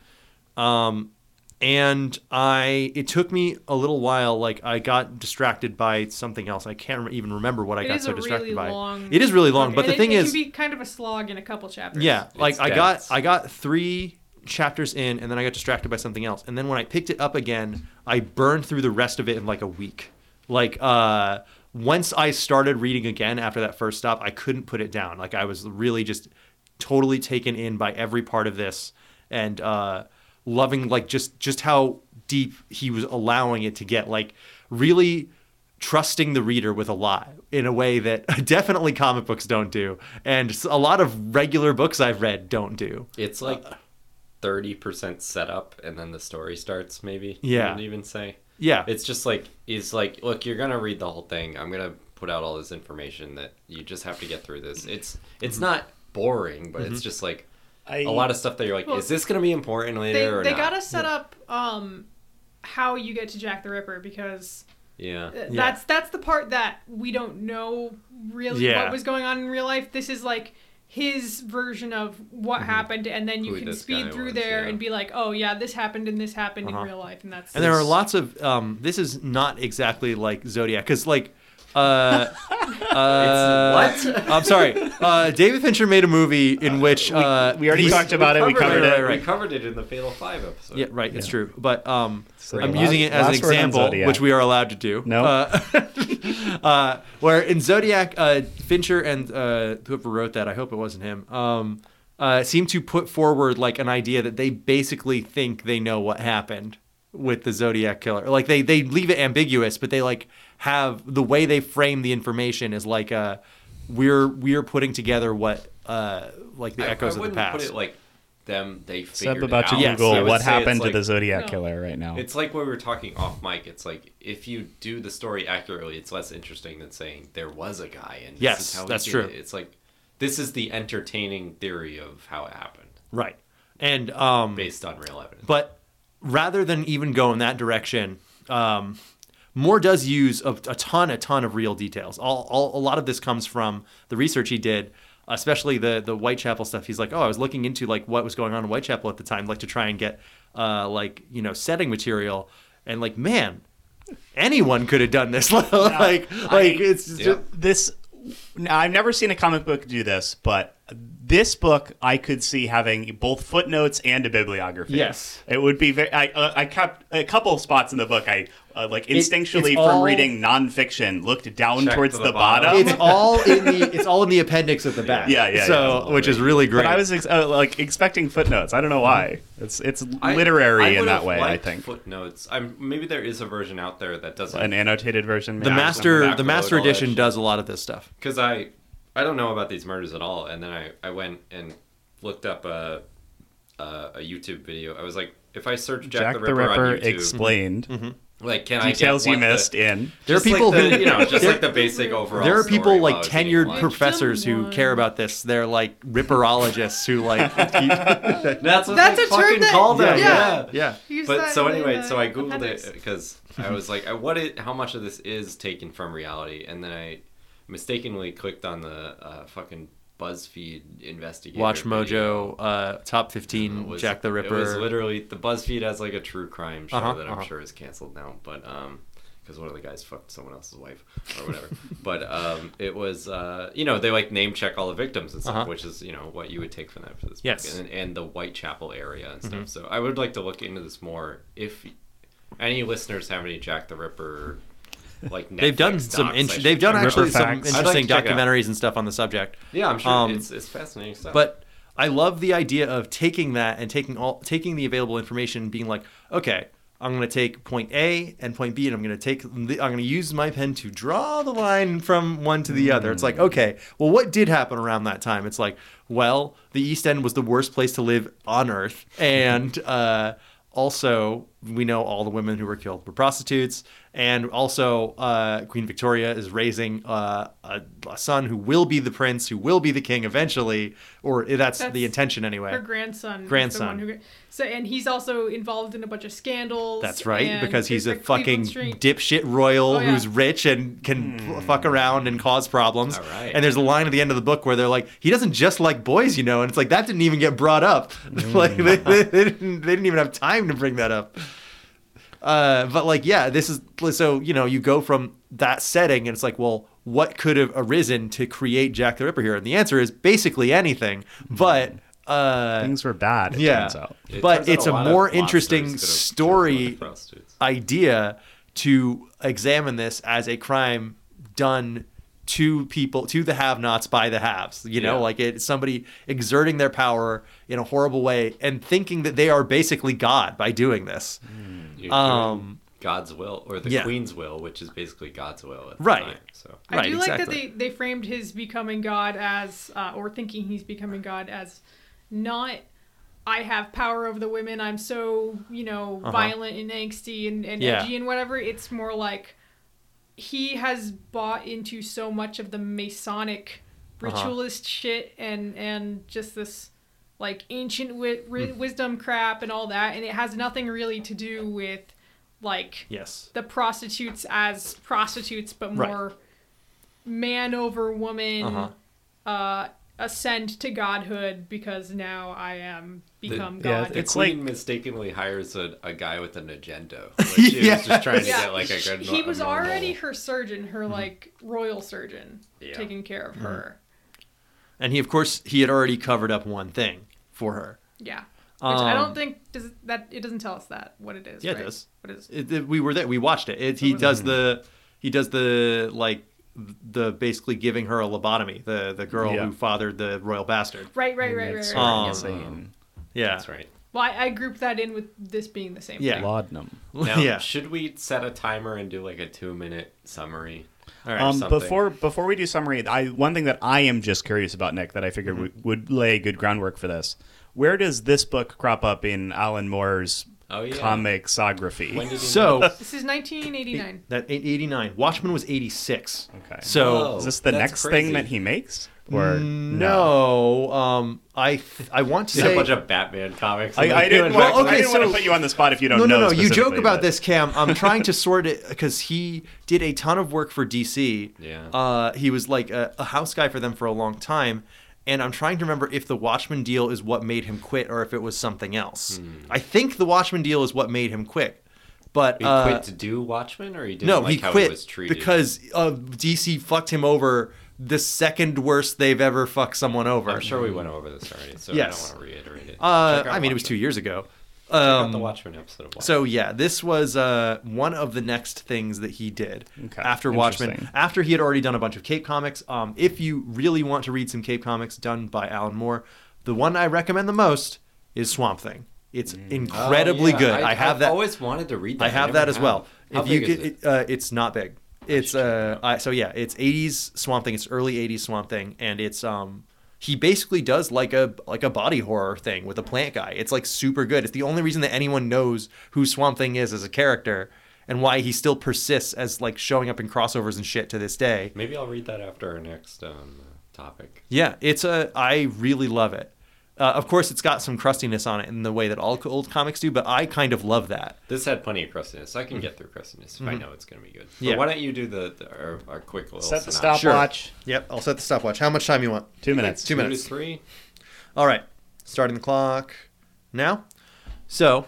B: Um, and I it took me a little while. Like I got distracted by something else. I can't rem- even remember what I
D: It
B: got
D: is
B: so
D: a
B: distracted
D: really
B: by.
D: long-
B: it is really long, but
D: And
B: the
D: it,
B: thing
D: it
B: is,
D: can be kind of a slog in a couple chapters.
B: yeah, like I got
A: dense.
B: I got three chapters in, and then I got distracted by something else, and then when I picked it up again, I burned through the rest of it in like a week. Like uh, once I started reading again after that first stop, I couldn't put it down. Like I was really just totally taken in by every part of this, and uh, loving like just just how deep he was allowing it to get. Like really trusting the reader with a lot in a way that definitely comic books don't do and s- a lot of regular books i've read don't do
A: It's like thirty percent setup, and then the story starts. Maybe.
B: Yeah.
A: I would even say.
B: yeah
A: It's just like it's like look, you're gonna read the whole thing. I'm gonna put out all this information that you just have to get through this. It's it's
B: Mm-hmm.
A: not boring, but it's just like
C: I-
A: a lot of stuff that you're like,
D: Well,
A: is this gonna be important later
D: They,
A: or
D: they
A: not?
D: gotta set up um, how you get to Jack the Ripper because
A: yeah.
D: th- that's that's the part that we don't know really
B: Yeah.
D: what was going on in real life. This is like his version of what
B: Mm-hmm.
D: happened, and then you
A: Who
D: can
A: this
D: speed
A: guy
D: through
A: was,
D: there
A: yeah.
D: and be like, oh yeah, this happened and this happened
B: Uh-huh.
D: in real life, and that's
B: and there are lots of um, this is not exactly like zodiac because like uh, uh,
A: what?
B: i'm sorry uh, david fincher made a movie in which uh,
C: we already
B: he's-
C: talked about it. We covered
B: Right,
C: it.
B: right, right.
A: We covered it in the Fatal Five episode.
B: yeah right it's true but um,
C: So
B: i'm
C: last-
B: using it as an
C: last word on
B: example
C: Zodiac.
B: which we are allowed to do
C: No.
B: uh, uh, where in Zodiac, uh, Fincher and uh, whoever wrote that, I hope it wasn't him, um, uh, seem to put forward like an idea that they basically think they know what happened with the Zodiac killer. Like they they leave it ambiguous, but they like have the way they frame the information is like uh, we're we're putting together what uh, like the
A: I,
B: echoes
A: I
B: of the
A: wouldn't
B: past.
A: put it like them they
C: Seb
A: figured
C: about
A: it
C: to
A: out.
B: Yes,
C: Google
A: I would
C: what
A: say it's
C: happened to
A: like-
C: the Zodiac
D: No.
C: killer right now.
A: It's like what we were talking off mic. It's like if you do the story accurately, it's less interesting than saying there was a guy and this
B: Yes,
A: is how he
B: that's
A: did
B: true.
A: It. It's like this is the entertaining theory of how it happened
B: right, and um,
A: based on real evidence.
B: But rather than even go in that direction, um, Moore does use a, a ton, a ton of real details. All, all, a lot of this comes from the research he did, especially the the Whitechapel stuff. He's like, oh, I was looking into like what was going on in Whitechapel at the time, like to try and get uh, like you know setting material, and like man, anyone could have done this. like like it's just,
A: Yeah.
C: this now I've never seen a comic book do this, but this book I could see having both footnotes and a bibliography.
B: Yes.
C: it would be very. I, uh, I kept a couple of spots in the book. I uh, like
B: it's
C: instinctually from
B: all-
C: reading nonfiction looked down
A: Check
C: towards
A: to
C: the,
A: the
C: bottom.
A: bottom.
B: it's all in the it's all in the appendix at the back.
C: Yeah, yeah,
B: So
C: yeah.
B: which is really great.
C: But I was ex- uh, like expecting footnotes. I don't know why. It's it's
A: I-
C: literary
A: I
C: in
A: would
C: that
A: have
C: way. I
A: liked
C: think
A: footnotes. I'm maybe there is a version out there that
C: an
A: doesn't
C: annotated version.
B: the
C: maybe.
B: master
A: back
B: the
A: row
B: master
A: knowledge.
B: edition does a lot of this stuff.
A: because I I don't know about these murders at all. And then I I went and looked up a a, a YouTube video. I was like, if I search Jack, the Ripper, on YouTube,
C: explained
A: like can
C: details
A: I
C: you
A: get what the-
C: missed in.
B: There are
A: Just like
B: people
A: the-
B: who
A: you know, just
B: there-
A: like the basic overall.
B: there are people
A: story
B: like
A: while I was eating
B: tenured
A: lunch.
B: professors who
D: Someone.
B: care about this. They're like ripperologists who like keep-
A: That's what
D: That's
A: they
D: a term
A: fucking
D: that-
A: call them.
D: yeah.
A: Yeah.
B: yeah.
D: Use
A: But
D: that
A: so
D: in
A: anyway,
D: the
A: so I googled
D: appendix.
A: it because I was like, I- what? It, how much of this is taken from reality? And then I mistakenly clicked on the uh, fucking BuzzFeed investigator.
B: Watch
A: video.
B: Mojo uh, top
A: It
B: fifteen
A: was-
B: Jack the
A: It was
B: Ripper.
A: literally the BuzzFeed has like a true crime show
B: Uh-huh,
A: that I'm
B: uh-huh.
A: sure is canceled now, but um, because one of the guys fucked someone else's wife or whatever. but um, it was uh, you know, they like name check all the victims and stuff,
B: Uh-huh.
A: which is you know what you would take from that for this book.
B: Yes. Mm-hmm.
A: and, and the Whitechapel area and stuff. So I would like to look into this more if any listeners have any Jack the Ripper like Netflix
B: they've done some
A: docs, I
B: int-
A: should
B: they've done
A: check out.
B: actually some
A: I'd like to
B: interesting
A: check out.
B: documentaries and stuff on the subject.
A: Yeah, I'm sure
B: Um,
A: it's, it's fascinating stuff.
B: But I love the idea of taking that and taking all taking the available information, and being like, okay, I'm going to take point A and point B, and I'm going to take the, I'm going to use my pen to draw the line from one to the other. It's like, okay, well, what did happen around that time? It's like, well, the East End was the worst place to live on Earth, and uh, also we know all the women who were killed were prostitutes, and also uh, Queen Victoria is raising uh, a, a son who will be the prince, who will be the king eventually, or eh, that's, the
D: That's
B: intention anyway.
D: Her grandson. is the
B: Grandson.
D: one who- so and he's also involved in a bunch of scandals.
B: That's right,
D: and
B: because he's a
D: the Cleveland
B: fucking
D: Street-
B: dipshit royal
D: Oh, yeah.
B: who's rich and can f- fuck around and cause problems.
A: Hmm. All right.
B: And there's a line at the end of the book where they're like, he doesn't just like boys, you know, and it's like that didn't even get brought up.
A: Hmm.
B: like they, they, they didn't they didn't even have time to bring that up. Uh, but like, yeah, this is so you know you go from that setting and it's like, well, what could have arisen to create Jack the Ripper here? And the answer is basically anything, but. Uh,
C: Things were bad. It
B: yeah,
C: turns out.
A: It
B: but
A: turns out
B: it's
A: a
B: a,
A: lot of
B: more
A: monsters
B: interesting
A: could have
B: story
A: killed prostitutes.
B: idea to examine this as a crime done to people to the have-nots by the haves you know
A: Yeah.
B: like it's somebody exerting their power in a horrible way and thinking that they are basically god by doing this
A: Mm-hmm. You're doing
B: um,
A: God's will or the
B: yeah.
A: Queen's will, which is basically God's will. At the
B: Right.
A: Time, so
D: I
B: Right,
D: do like
B: exactly.
D: that they, they framed his becoming God as, uh, or thinking he's becoming God as not, I have power over the women, I'm so, you know, violent and angsty and, and
B: Uh-huh. Yeah.
D: edgy and whatever. It's more like he has bought into so much of the Masonic
B: Uh-huh.
D: ritualist shit and, and just this like ancient wi-
B: Hmm.
D: ri- wisdom crap and all that. And it has nothing really to do with like
B: yes
D: the prostitutes as prostitutes, but
B: Right.
D: more man over woman uh
B: Uh-huh.
D: ascend to godhood because now I am become
C: yeah,
D: god.
A: the
C: It's
A: Queen
C: like-
A: mistakenly hires a, a guy with an agenda. Like she was just trying to
D: Yeah,
A: get like a
D: sh-
A: good.
D: he was
A: a normal-
D: already her surgeon, her
B: Mm-hmm.
D: like royal surgeon,
A: Yeah.
D: taking care of her.
B: and he of course he had already covered up one thing for her
D: Yeah, which I
B: Um,
D: don't think does that it doesn't tell us that what it is.
B: Yeah, it
D: right?
B: does.
D: What is
B: It- it- we were there. We watched it. it he does the he does the like the basically giving her a lobotomy. The the girl
C: Yeah.
B: who fathered the royal bastard.
D: right, right, right, right,
C: It's
D: right.
B: Um,
D: right.
C: insane.
B: Yeah,
A: That's right.
D: Well, I, I grouped that in with this being the same.
B: Yeah.
D: thing.
C: Laudanum.
A: Now,
B: yeah.
A: should we set a timer and do like a two-minute summary? All
C: Um, before before we do summary, I one thing that I am just curious about, Nick, that I figured
A: Mm-hmm.
C: would, would lay good groundwork for this. Where does this book crop up in Alan Moore's
A: Oh, yeah.
C: comicsography?
A: When did he
B: So
D: This is 1989.
B: that eighty nine. Watchmen was eighty six.
C: Okay.
B: So
A: Whoa.
C: is this the
A: Oh, That's
C: next
A: crazy.
C: thing that he makes? Or
B: Mm, no, um, I th- I want to
A: Did a
B: say
A: bunch of Batman comics.
C: I,
A: and,
C: I
A: like,
C: didn't,
A: doing
C: want,
B: Well, okay,
C: I didn't want
B: so-
C: to put you on the spot if you don't
B: no,
C: know.
B: no, no. You joke
C: specifically,
B: about
C: but-
B: this, Cam. I'm trying to sort it because he did a ton of work for DC.
A: Yeah.
B: Uh, he was like a, a house guy for them for a long time, and I'm trying to remember if the Watchmen deal is what made him quit or if it was something else.
A: Hmm.
B: I think the Watchmen deal is what made him quit, but
A: He
B: uh,
A: quit to do Watchmen, or he didn't
B: no,
A: like
B: he
A: how
B: quit
A: he was treated
B: because uh, DC fucked him over the second worst they've ever fucked someone over.
A: I'm sure we went over this already, so I
B: Yes.
A: don't want to reiterate it.
B: Uh,
A: Check out
B: I mean, it was
A: Watchmen.
B: two years ago.
A: Check out
B: Um,
A: the Watchmen episode. Of Watchmen.
B: So yeah, this was uh, one of the next things that he did
C: Okay,
B: after Watchmen.
C: interesting.
B: After he had already done a bunch of Cape comics. Um, if you really want to read some Cape comics done by Alan Moore, the one I recommend the most is Swamp Thing. It's incredibly
A: Oh, yeah.
B: good. I, have
A: I've
B: that.
A: always wanted to read that.
B: I have
A: never
B: that as
A: have.
B: well.
A: How
B: if you
A: big
B: get,
A: is it?
B: uh, it's not big. It's uh, I, so yeah, it's '80s Swamp Thing. It's early '80s Swamp Thing, and it's um, he basically does like a like a body horror thing with a plant guy. It's like super good. It's the only reason that anyone knows who Swamp Thing is as a character and why he still persists as like showing up in crossovers and shit to this day.
A: Maybe I'll read that after our next um, topic.
B: Yeah, it's a. I really love it. Uh, of course, it's got some crustiness on it in the way that all old comics do, but I kind of love that.
A: This had plenty of crustiness. so I can get through crustiness if I know it's going to be good. But
B: Mm-hmm. Yeah.
A: Why don't you do the, the our, our quick little
C: Set the
A: synopsis.
C: stopwatch.
B: Yep, I'll set the stopwatch. How much time you want?
C: Two minutes.
B: Two
A: Two to
B: minutes.
A: three.
B: All right, starting the clock now. So,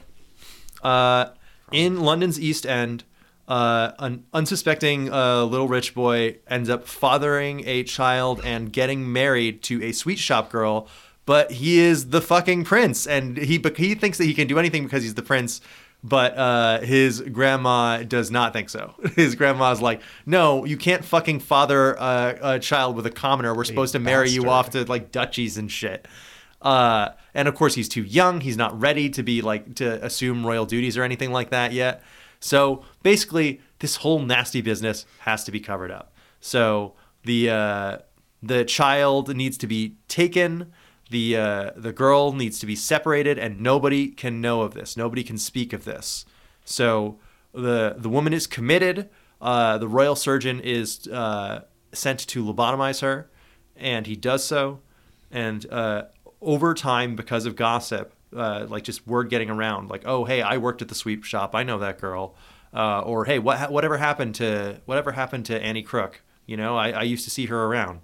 B: uh, in London's East End, uh, an unsuspecting uh, little rich boy ends up fathering a child and getting married to a sweet shop girl. But he is the fucking prince, and he but he thinks that he can do anything because he's the prince. But uh, his grandma does not think so. His grandma's like, "No, you can't fucking father a, a child with a commoner. We're supposed to marry you off to like duchies and shit." Uh, and of course, he's too young. He's not ready to be like to assume royal duties or anything like that yet. So basically, this whole nasty business has to be covered up. So the uh, the child needs to be taken. The uh, the girl needs to be separated, and nobody can know of this. Nobody can speak of this. So the the woman is committed. Uh, the royal surgeon is uh, sent to lobotomize her, and he does so. And uh, over time, because of gossip, uh, like just word getting around, like, oh hey, I worked at the sweep shop. I know that girl. Uh, or hey, what whatever happened to whatever happened to Annie Crook? You know, I, I used to see her around.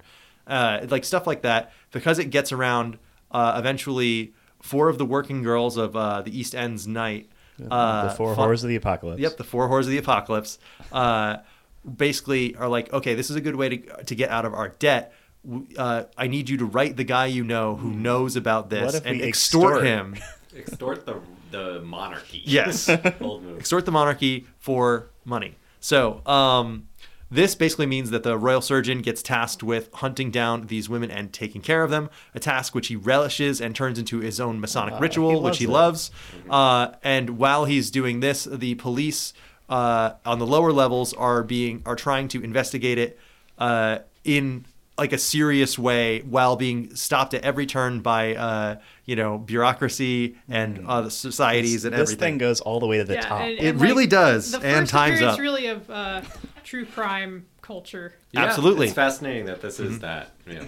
B: Uh, like stuff like that. Because it gets around, uh, eventually, four of the working girls of uh, the East End's night. Uh,
C: the four
B: fi-
C: horrors of the apocalypse.
B: Yep, the four horrors of the apocalypse. Uh, basically, are like, okay, this is a good way to to get out of our debt. W- Uh, I need you to write the guy you know who knows about this
C: Hmm. What if
B: and
C: we
B: extort
C: extort?
B: him.
A: Extort the the monarchy.
B: Yes.
A: Old move.
B: extort the monarchy for money. So, um, this basically means that the royal surgeon gets tasked with hunting down these women and taking care of them, a task which he relishes and turns into his own Masonic ritual, which
C: loves
B: he
C: it.
B: loves. Uh, and while he's doing this, the police uh, on the lower levels are being are trying to investigate it uh, in like a serious way while being stopped at every turn by uh, you know bureaucracy and uh, the societies and
C: Mm-hmm. this
B: everything.
C: thing goes all the way to the top.
B: It really does,
D: The first
B: and time's
D: appearance
B: up.
D: really of uh, true crime culture.
A: Yeah,
B: Absolutely. Mm-hmm.
A: It's fascinating that this is that. Yeah.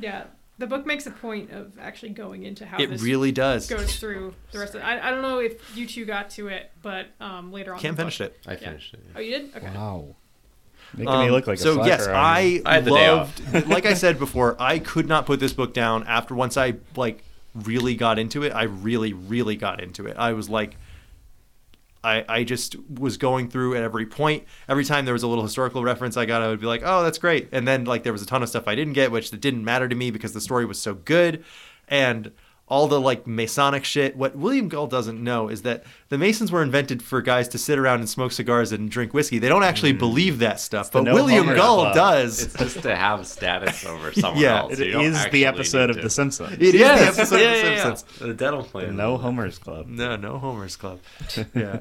D: Yeah, the book makes a point of actually going into how
B: It
D: this
B: really does.
D: goes through the rest of. I, I don't know if you two got to it, but um, later on,
B: Can't
D: in the
B: finish
D: book-
B: it.
A: I
D: Yeah.
A: finished it.
D: Oh, you did? Okay.
C: Wow. Making me
B: Um,
C: look like a
B: so yes,
C: slacker,
B: I,
K: I had the day
B: loved. like I said before, I could not put this book down after once I like really got into it. I really, really got into it. I was like, I I just was going through at every point. Every time there was a little historical reference I got, I would be like, oh, that's great. And then like there was a ton of stuff I didn't get, which that didn't matter to me because the story was so good, and. All the like Masonic shit. What William Gull doesn't know is that the Masons were invented for guys to sit around and smoke cigars and drink whiskey. They don't actually
A: Mm.
B: believe that stuff,
C: the
B: but
C: no
B: William
C: homer
B: Gull
C: club.
B: does.
A: It's just to have status over someone
B: Yeah,
A: else.
B: it
C: It
A: You don't
C: is
A: actually
C: the episode
A: need
C: of
A: to.
C: The Simpsons.
B: It is
A: Yes,
B: the episode of
A: yeah,
B: The
A: yeah, yeah.
B: Simpsons.
A: The dental plan.
C: No Homer's Club.
B: No, no Homer's Club. Yeah.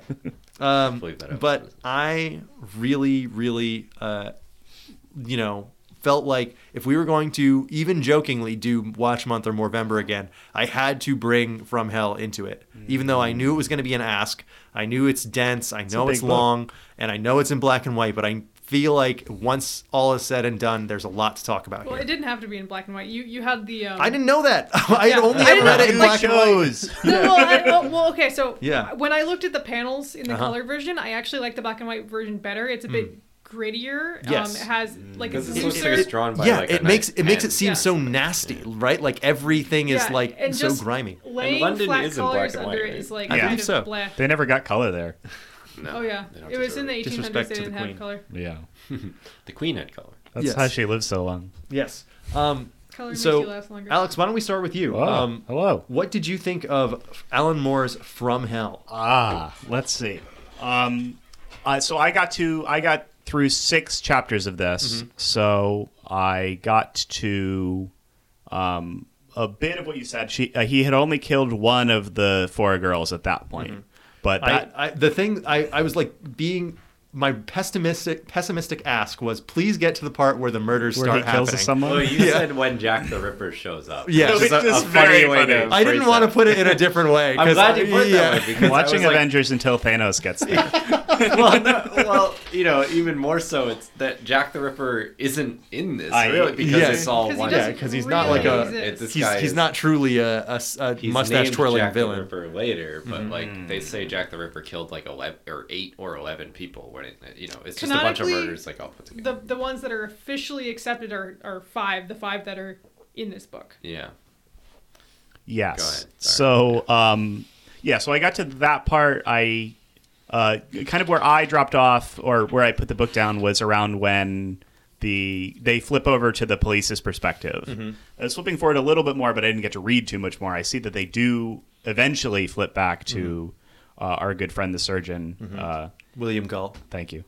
B: Um,
A: Believe that
B: but
A: episode.
B: I really, really, uh, you know, felt like if we were going to even jokingly do Watch Month or Movember again, I had to bring From Hell into it. Even though I knew it was going to be an ask, I knew it's dense, I know
C: big
B: it's
C: book.
B: long, and I know it's in black and white, but I feel like once all is said and done, there's a lot to talk about
D: Well,
B: here.
D: it didn't have to be in black and white. You you had the. Um,
B: I didn't know that. I had
D: Yeah.
B: only
D: I
B: ever
D: didn't
B: read
D: know
B: it in
D: you
B: black and white.
D: No, well, I, well, well, okay, so
B: Yeah.
D: when I looked at the panels in the
B: Uh-huh. Hmm.
D: color version, I actually like the black and white version better. It's a bit grittier.
B: Yes.
D: Um, it has
B: Hmm.
D: like a
A: Because it looks like
D: looser.
A: it's drawn by
B: yeah,
A: like a
B: it makes
A: nice
B: it makes
A: pen.
B: it seem
D: Yeah.
B: so nasty, right? Like everything is
D: Yeah,
B: like
D: and
B: so
D: just
B: grimy.
D: Laying
A: London
D: flat
A: is in black
D: colors
A: and white,
D: under it
A: right?
D: is like
B: I
D: kind
B: think
D: of
B: so.
D: bleh.
C: They never got color there.
A: No,
D: Oh yeah,
A: they don't
D: it was in
A: deserve
D: the 1800s. They
B: Disrespect to the
D: didn't have
B: queen.
D: color.
C: Yeah.
A: The queen had color.
C: That's
B: Yes.
C: how she lived so long.
B: Yes. Um,
D: Color makes you
B: so
D: last longer.
B: Alex, why don't we start with you?
C: Oh,
B: Um,
C: hello.
B: What did you think of Alan Moore's From Hell?
C: Ah, let's see. Um, uh, so I got to I got through six chapters of this. So I got to um, a bit of what you said. She uh, he had only killed one of the four girls at that point, but that
B: I, I the thing I, I was like being my pessimistic pessimistic ask was please get to the part where the murders
C: where
B: start
C: he kills
B: happening.
C: someone.
A: Well, you said when Jack the Ripper shows up.
B: Yeah.
A: which is
C: Which
A: a,
C: is
A: a
C: very
A: funny way to.
C: funny.
B: I didn't
A: phrase
B: want to
A: that.
B: put it in a different way.
A: I'm
B: 'cause
A: glad
B: I-
A: you put it
B: yeah.
A: that way because I
C: Watching
A: was like,
C: Avengers until Thanos gets there.
A: well, no, well, you know, even more so, it's that Jack the Ripper isn't in this
C: I-
A: really because
B: yeah.
A: it's all
D: 'Cause he
A: one.
B: Yeah,
D: doesn't
B: because he's not like
D: really
B: a
A: Yeah,
D: exist.
A: it's- this
B: he's,
A: guy
B: he's
A: is-
B: not truly a, a, a
A: He's
B: mustache
A: named
B: twirling
A: Jack
B: villain.
A: the Ripper later, but like they say, Jack the Ripper killed like eleven or eight or eleven people. When it, you know, it's just a bunch of
D: Canonically,
A: murders like all put together.
D: The the ones that are officially accepted are are five. The five that are in this book.
A: Yeah,
C: Yes.
A: Go ahead. Sorry.
C: So, um, yeah, so I got to that part. I uh, kind of where I dropped off or where I put the book down was around when the they flip over to the police's perspective.
A: Mm-hmm.
C: I was flipping forward a
A: Mm-hmm.
C: little bit more, but I didn't get to read too much more. I see that they do eventually flip back to uh, our good friend the surgeon. Uh,
B: William Gull.
C: thank you.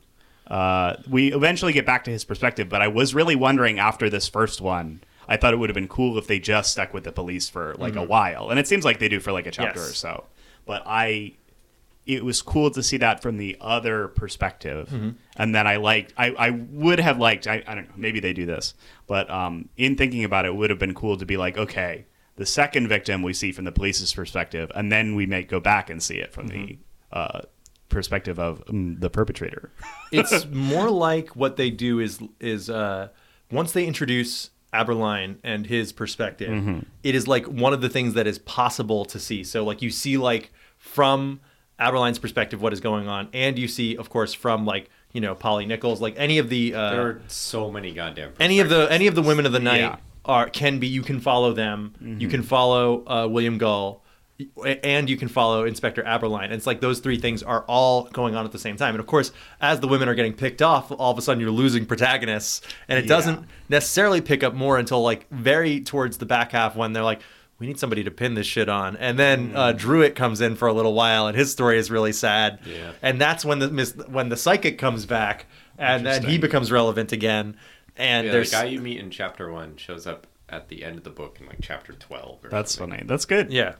C: Uh, we eventually get back to his perspective, but I was really wondering after this first one. I thought it would have been cool if they just stuck with the police for like a while, and it seems like they do for like a chapter
B: Yes.
C: or so. But I, it was cool to see that from the other perspective, and then I liked. I, I would have liked. I, I don't know. Maybe they do this, but um, in thinking about it, it would have been cool to be like, okay, the second victim we see from the police's perspective, and then we may go back and see it from the uh, perspective of mm, the perpetrator.
B: it's more like what they do is is uh, once they introduce Aberline and his perspective, it is like one of the things that is possible to see. So like you see like from Aberline's perspective what is going on, and you see of course from like you know Polly Nichols, like any of the uh,
A: There are so many goddamn.
B: any of the any of the women of the night
C: Yeah.
B: are can be you can follow them you can follow uh, william gull a- and you can follow inspector aberline and it's like those three things are all going on at the same time and of course as the women are getting picked off all of a sudden you're losing protagonists and it doesn't necessarily pick up more until like very towards the back half when they're like we need somebody to pin this shit on and then uh, druitt comes in for a little while and his story is really sad
A: Yeah.
B: and that's when the mis- when the psychic comes back and then he becomes relevant again and
A: Yeah, the
B: there's
A: guy you meet in chapter one shows up at the end of the book in like chapter twelve. Or
C: That's
A: something.
C: funny. That's good.
B: Yeah.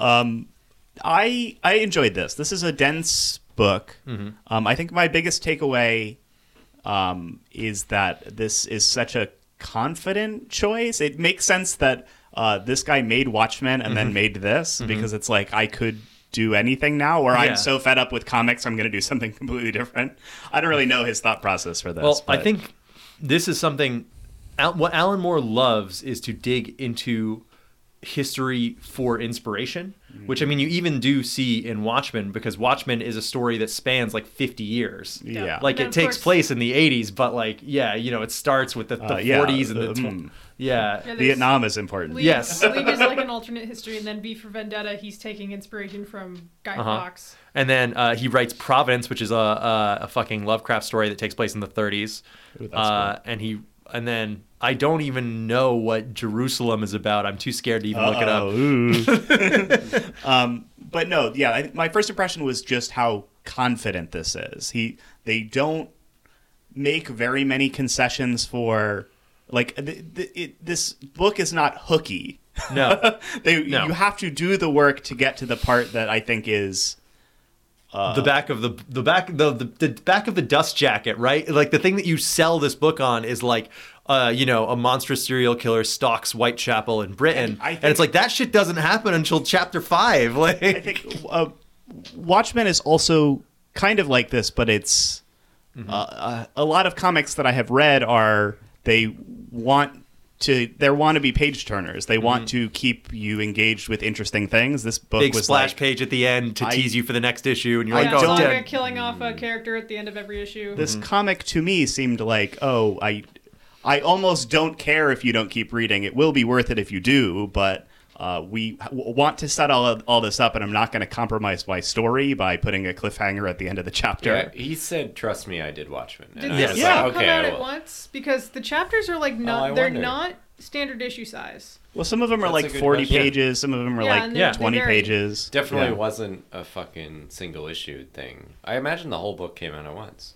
C: I I enjoyed this. This is a dense book.
B: Mm-hmm.
C: Um, I think my biggest takeaway um, is that this is such a confident choice. It makes sense that uh, this guy made Watchmen and
B: Mm-hmm.
C: then made this because it's like I could do anything now, or
B: Yeah.
C: I'm so fed up with comics, I'm going to do something completely different. I don't really know his thought process for this.
B: Well, I
C: but-
B: think this is something Al- what Alan Moore loves is to dig into history for inspiration, which I mean you even do see in Watchmen because Watchmen is a story that spans like 50 years.
C: Yeah.
B: Like
D: And
B: it
D: of
B: takes
D: course-
B: place in the 80s, but like yeah, you know, it starts with the, the
C: Uh, yeah,
B: 40s and the
C: the-
B: tw-
C: mm.
B: yeah.
D: Yeah, there's
C: Vietnam is important.
D: League,
B: Yes.
D: League is like an alternate history, and then V for Vendetta, he's taking inspiration from Guy
B: Uh-huh.
D: Fawkes.
B: And then uh, he writes Providence, which is a, a a fucking Lovecraft story that takes place in the 30s. uh, And he and then I don't even know what Jerusalem is about. I'm too scared to even look it up.
C: but no, yeah, I, my first impression was just how confident this is. He they don't make very many concessions for like th- th- it, this book is not hooky.
B: No,
C: They
B: No.
C: you have to do the work to get to the part that I think is
B: the back of the the back the, the the back of the dust jacket, right? Like the thing that you sell this book on is like, uh, you know, a monstrous serial killer stalks Whitechapel in Britain,
C: And I
B: and it's
C: think-
B: like that shit doesn't happen until chapter five. Like,
C: I think uh, Watchmen is also kind of like this, but it's
B: Mm-hmm.
C: uh, uh, a lot of comics that I have read are they want to they want to be page turners. They want to keep you engaged with interesting things. This book
B: Mm-hmm. big
C: was
B: splash
C: like,
B: page at the end to
C: I-
B: tease you for the next issue, and you're
D: Yeah,
B: like, oh,
D: it's like
B: damn.
D: a killing off a character at the end of every issue.
C: This comic to me seemed like oh I I almost don't care if you don't keep reading. It will be worth it if you do, but. Uh, we w- want to set all, all this up, and I'm not going to compromise my story by putting a cliffhanger at the end of the chapter.
A: Yeah, he said, "Trust me, I did Watchmen." And
D: Did
A: I
D: this
A: was
D: all
A: like,
D: come
A: okay,
D: out
A: I
D: at
A: will.
D: once? Because the chapters are like
A: Oh,
D: not,
A: I
D: they're
A: wonder.
D: not standard issue size.
C: Well, some of them are
A: That's a
C: like
A: good
C: 40
A: question.
C: pages, some of them are
D: Yeah,
C: like
D: and they're- they
C: 20
D: vary.
C: pages.
A: Definitely
C: Yeah.
A: wasn't a fucking single issue thing. I imagine the whole book came out at once.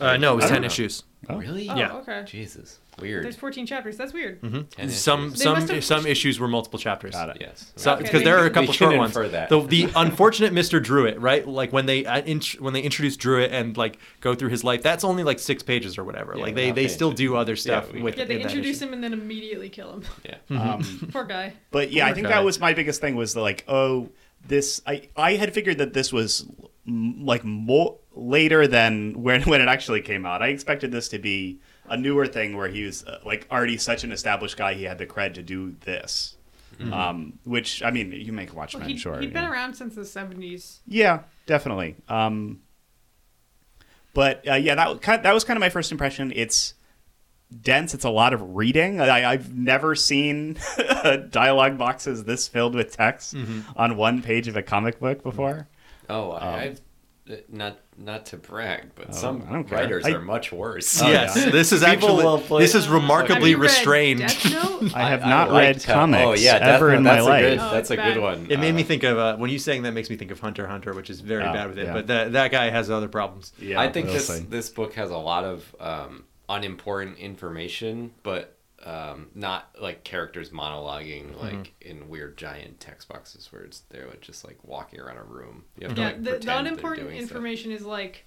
B: Uh, no, it was
A: I don't
B: ten
A: know.
B: issues.
A: Really?
D: Oh, Yeah. okay.
A: Jesus, weird.
D: There's 14 chapters. That's weird.
A: Ten
B: Some
A: issues.
D: They
B: some
D: must have-
B: some issues were multiple chapters.
C: Got it.
A: Yes.
B: So,
A: Okay.
B: because there are a
A: we
B: couple
A: can
B: short ones.
A: infer that.
B: The, the unfortunate Mr. Druitt, right? Like when they uh, int- when they introduce Druitt and like go through his life, that's only like six pages or whatever. like they,
A: without
B: they
A: the
B: still do other stuff
A: we-
B: with
D: Yeah, they
B: in that
D: introduce
B: issue.
D: him and then immediately kill him.
A: Yeah.
C: mm-hmm.
D: Poor guy.
C: But yeah, I think
B: God.
C: that was my biggest thing was the, like, oh, this. I, I had figured that this was m- like more later than when, when it actually came out. I expected this to be a newer thing where he was uh, like already such an established guy, he had the cred to do this. Um, which, I mean, you make Watchmen,
D: Mm-hmm. he
C: sure.
D: had
C: you
D: been
C: know.
D: around since the 70s.
C: Yeah, definitely. Um, but uh, yeah, that kind that was kind of my first impression. It's dense. It's a lot of reading. I, I've never seen dialogue boxes this filled with text on one page of a comic book before.
A: Oh, I, I've not not to brag, but
C: Um, Oh, I
A: some
C: don't care.
A: writers
C: I-
A: are much worse.
C: Oh,
B: yes,
C: yeah.
B: this is
A: People will
B: actually
A: play-
B: this is
A: Have
B: remarkably
D: Have you read
B: restrained.
D: Death Note?
C: I have
A: I
C: not
A: liked
C: read
A: how-
C: comics
A: oh, yeah, Death
C: ever
A: Note,
C: in my
A: that's A
C: life.
A: good,
D: Oh,
A: that's a
D: it's
A: good
D: bad.
A: one.
B: It made me
A: Uh,
B: think of uh, when you saying that makes me think of Hunter x Hunter, which is very
C: Oh,
B: bad with it.
C: yeah.
B: But that that guy has other problems.
C: Yeah,
A: I think
C: we'll
A: this
C: see.
A: this book has a lot of um, unimportant information, but um, not like characters
C: Mm-hmm.
A: monologuing like in weird giant text boxes where it's they're like, just like walking around a room. You have to,
D: Yeah,
A: like,
D: the,
A: pretend
D: the
A: they're
D: unimportant
A: doing stuff.
D: information is like,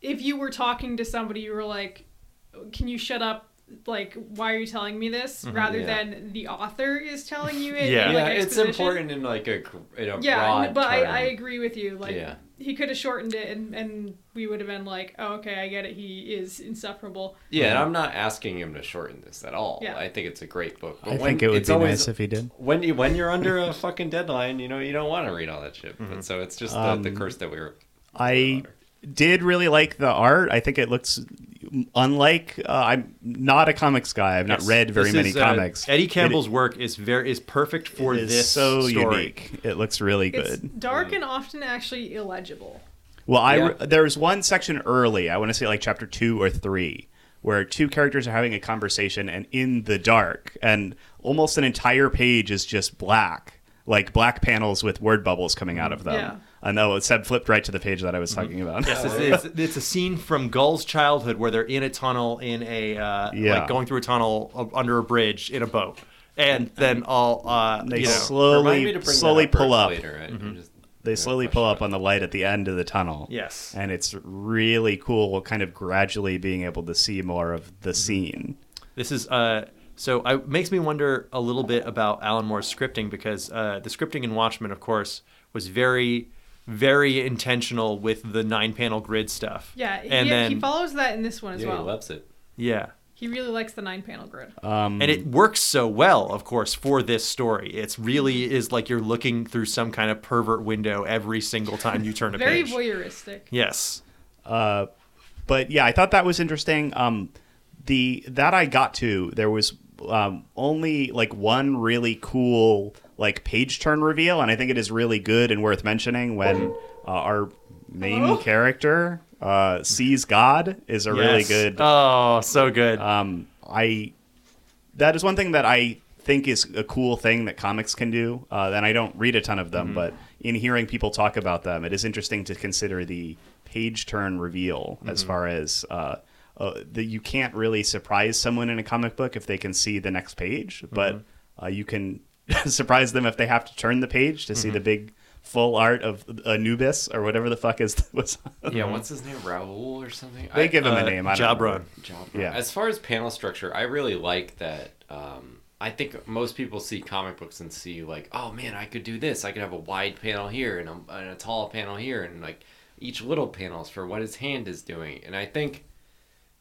D: if you were talking to somebody, you were like, "Can you shut up?" Like, why are you telling me this? Rather
A: yeah.
D: than the author is telling you it.
B: Yeah.
D: in,
A: Yeah,
D: like,
A: it's
D: exposition.
A: important in like a gr- in a
D: Yeah,
A: broad
D: n- but I,
A: term.
D: I agree with you. Like,
A: Yeah.
D: he could have shortened it, and and we would have been like, "Oh, okay, I get it. He is insufferable."
A: Yeah, and I'm not asking him to shorten this at all.
D: Yeah.
A: I think it's a great book. But
C: I
A: when,
C: think it would
A: it's
C: be
A: always, Oh,
C: nice if he did.
A: when you when you're under a fucking deadline, you know you don't want to read all that shit.
C: Mm-hmm.
A: But so it's just the,
C: Um,
A: the curse that we were.
C: I did really like the art. I think it looks unlike. Uh, I'm not a comics guy. I've not read very
B: This
C: many
B: is, uh,
C: comics.
B: Eddie Campbell's work is very is perfect for
C: it is
B: this
C: so
B: story.
C: unique. It looks really good.
D: It's dark and often actually illegible.
C: Well, I
A: Yeah.
C: there's one section early. I want to say like chapter two or three, where two characters are having a conversation and in the dark, and almost an entire page is just black, like black panels with word bubbles coming out of them.
D: Yeah.
C: And though Seb flipped right to the page that I
B: Mm-hmm.
C: was talking about.
B: It's, it's, it's a scene from Gull's childhood where they're in a tunnel in a uh,
C: Yeah.
B: like going through a tunnel uh, under a bridge in a boat, and then all uh,
C: they
B: you know,
A: Remind me
C: slowly
A: to bring
C: slowly
A: that up Mm-hmm.
C: pull up.
A: later. I- I'm just-
C: They slowly pull up on the light at the end of the tunnel.
B: Yes.
C: And it's really cool, kind of gradually being able to see more of
B: Mm-hmm.
C: the scene.
B: This is uh, so I makes me wonder a little bit about Alan Moore's scripting because uh, the scripting in Watchmen, of course, was very, very intentional with the nine-panel grid stuff.
D: Yeah, he,
B: and then
D: he follows that in this one as
A: Yeah,
D: well.
A: he loves it.
B: yeah,
D: He really likes the nine panel grid.
C: Um,
B: and it works so well, of course, for this story. It's really is like you're looking through some kind of pervert window every single time you turn a
D: Very
B: page.
D: voyeuristic.
B: yes.
C: but yeah, I thought that was interesting. Um, the that I got to there was um, only like one really cool like page turn reveal, and I think it is really good and worth mentioning when uh, our main
D: Hello?
C: character uh, sees God is a really
B: Yes.
C: good.
B: Oh, so good.
C: Um, I that is one thing that I think is a cool thing that comics can do. Uh, and I don't read a ton of
A: Mm-hmm.
C: them, but in hearing people talk about them, it is interesting to consider the page turn reveal
A: Mm-hmm.
C: as far as uh, uh, that you can't really surprise someone in a comic book if they can see the next page,
A: Mm-hmm.
C: but uh, you can surprise them if they have to turn the page to
A: Mm-hmm.
C: see the big full art of Anubis or whatever the fuck is was.
A: Yeah, what's his name? Raoul or something?
C: they
A: I-
C: give him
B: Uh,
C: a name. I don't
B: Jabron.
C: remember.
A: job.
C: Yeah.
A: As far as panel structure, I really like that. Um, I think most people see comic books and see like, oh man, I could do this. I could have a wide panel here and a, and a tall panel here, and like each little panel is for what his hand is doing. And I think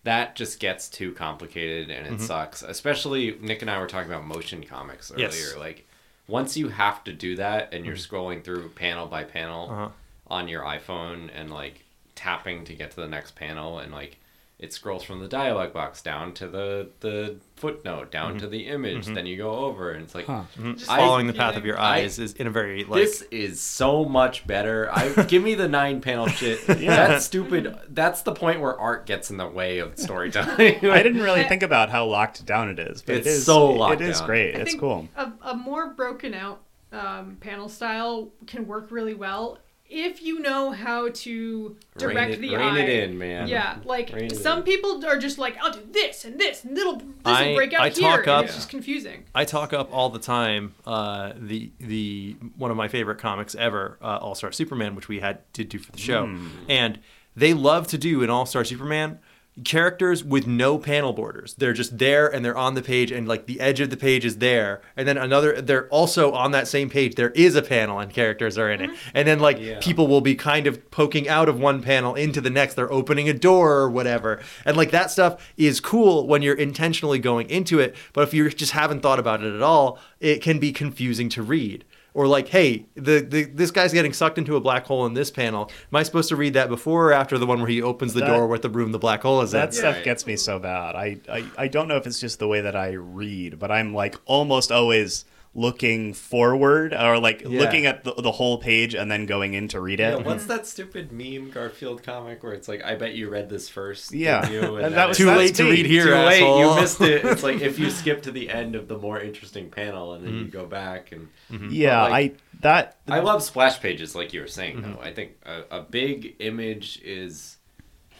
A: that just gets too complicated and it
B: Mm-hmm.
A: sucks. Especially Nick and I were talking about motion comics earlier.
B: Yes. Mm-hmm.
A: Like once you have to do that and you're scrolling through panel by panel
B: Uh-huh.
A: on your iPhone and like tapping to get to the next panel and like it scrolls from the dialog box down to the the footnote down to the image then you go over and it's like
D: Just
A: I-
B: Mm-hmm. Following the path of your
A: I-
B: eyes is in a very like
A: this is so much better. I give me the nine panel shit. That's stupid. That's the point where art gets in the way of storytelling.
C: I didn't really think about how locked down it is, but
A: It's
C: it is
A: so locked
C: It is
A: down.
C: great.
D: I
C: it's
D: think
C: cool.
D: A, a more broken out um, panel style can work really well if you know how to direct
A: rein it,
D: the
A: rein
D: eye.
A: it in, man.
D: Yeah, like
A: Rein it
D: some
A: in.
D: people are just like, I'll do this and this, and it'll this
B: I-
D: will break out
B: I
D: here,
B: talk
D: and
B: up-
D: it's just confusing.
B: I talk up all the time. Uh, the the one of my favorite comics ever, uh, All Star Superman, which we had did do for the show,
C: Hmm.
B: and they love to do in All Star Superman characters with no panel borders. They're just there and they're on the page, and like the edge of the page is there, and then another. They're also on that same page. There is a panel and characters are in it, and then like people will be kind of poking out of one panel into the next. They're opening a door or whatever, and like that stuff is cool when you're intentionally going into it. But if you just haven't thought about it at all, it can be confusing to read. Or like, hey, the, the this guy's getting sucked into a black hole in this panel. Am I supposed to read that before or after the one where he opens the
C: That-
B: door with the room the black hole is in?
C: That stuff
A: Right.
C: gets me so bad. I, I I don't know if it's just the way that I read, but I'm like almost always looking forward or like
A: Yeah.
C: looking at the, the whole page and then going in to read it.
A: Yeah, what's that stupid meme Garfield comic where it's like, I bet you read this first. didn't
C: Yeah.
A: you?"
C: And that
A: then
C: was-
A: it's-
C: Too late to read
B: here,
A: Too late.
B: asshole.
A: You missed it. It's like if you skip to the end of the more interesting panel and then
C: Mm.
A: you go back and
C: Yeah,
A: But, like,
C: I that
A: I love splash pages, like you were saying.
C: Mm-hmm.
A: Though I think a, a big image is,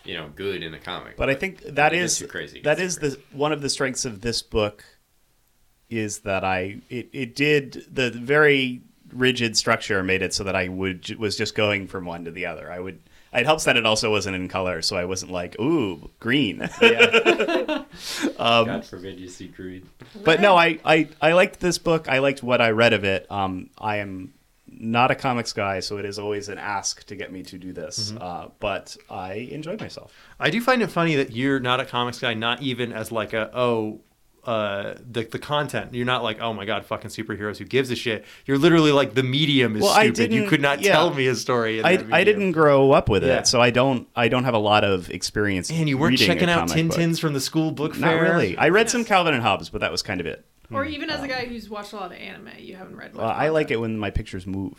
A: you know, good in a comic.
C: But I think that
A: it
C: is
A: too crazy.
C: That
A: It's
C: is the one of the strengths of this book is that I it, it did the very rigid structure made it so that I would was just going from one to the other. I would it helps that it also wasn't in color, so I wasn't like ooh green. um,
A: God forbid you see greed.
C: but no, I, I I liked this book. I liked what I read of it. Um, I am not a comics guy, so it is always an ask to get me to do this.
A: Mm-hmm.
C: Uh, but I enjoyed myself.
B: I do find it funny that you're not a comics guy, not even as like a oh uh the the content. You're not like, oh my god, fucking superheroes, who gives a shit? You're literally like the medium is
C: Well, I
B: stupid. You
C: didn't-
B: could not
C: yeah.
B: tell me a story. In
C: I,
B: that
C: I
B: medium.
C: didn't grow up with
B: Yeah.
C: it, so I don't I don't have a lot of experience.
B: And you weren't
C: reading a
B: checking out
C: comic book.
B: Tintins from the school book
C: Not
B: fair.
C: really. I read some Calvin and Hobbes, but that was kind of it.
D: Or even as a guy who's watched a lot of anime, you haven't read.
C: Uh, I like it when my pictures move.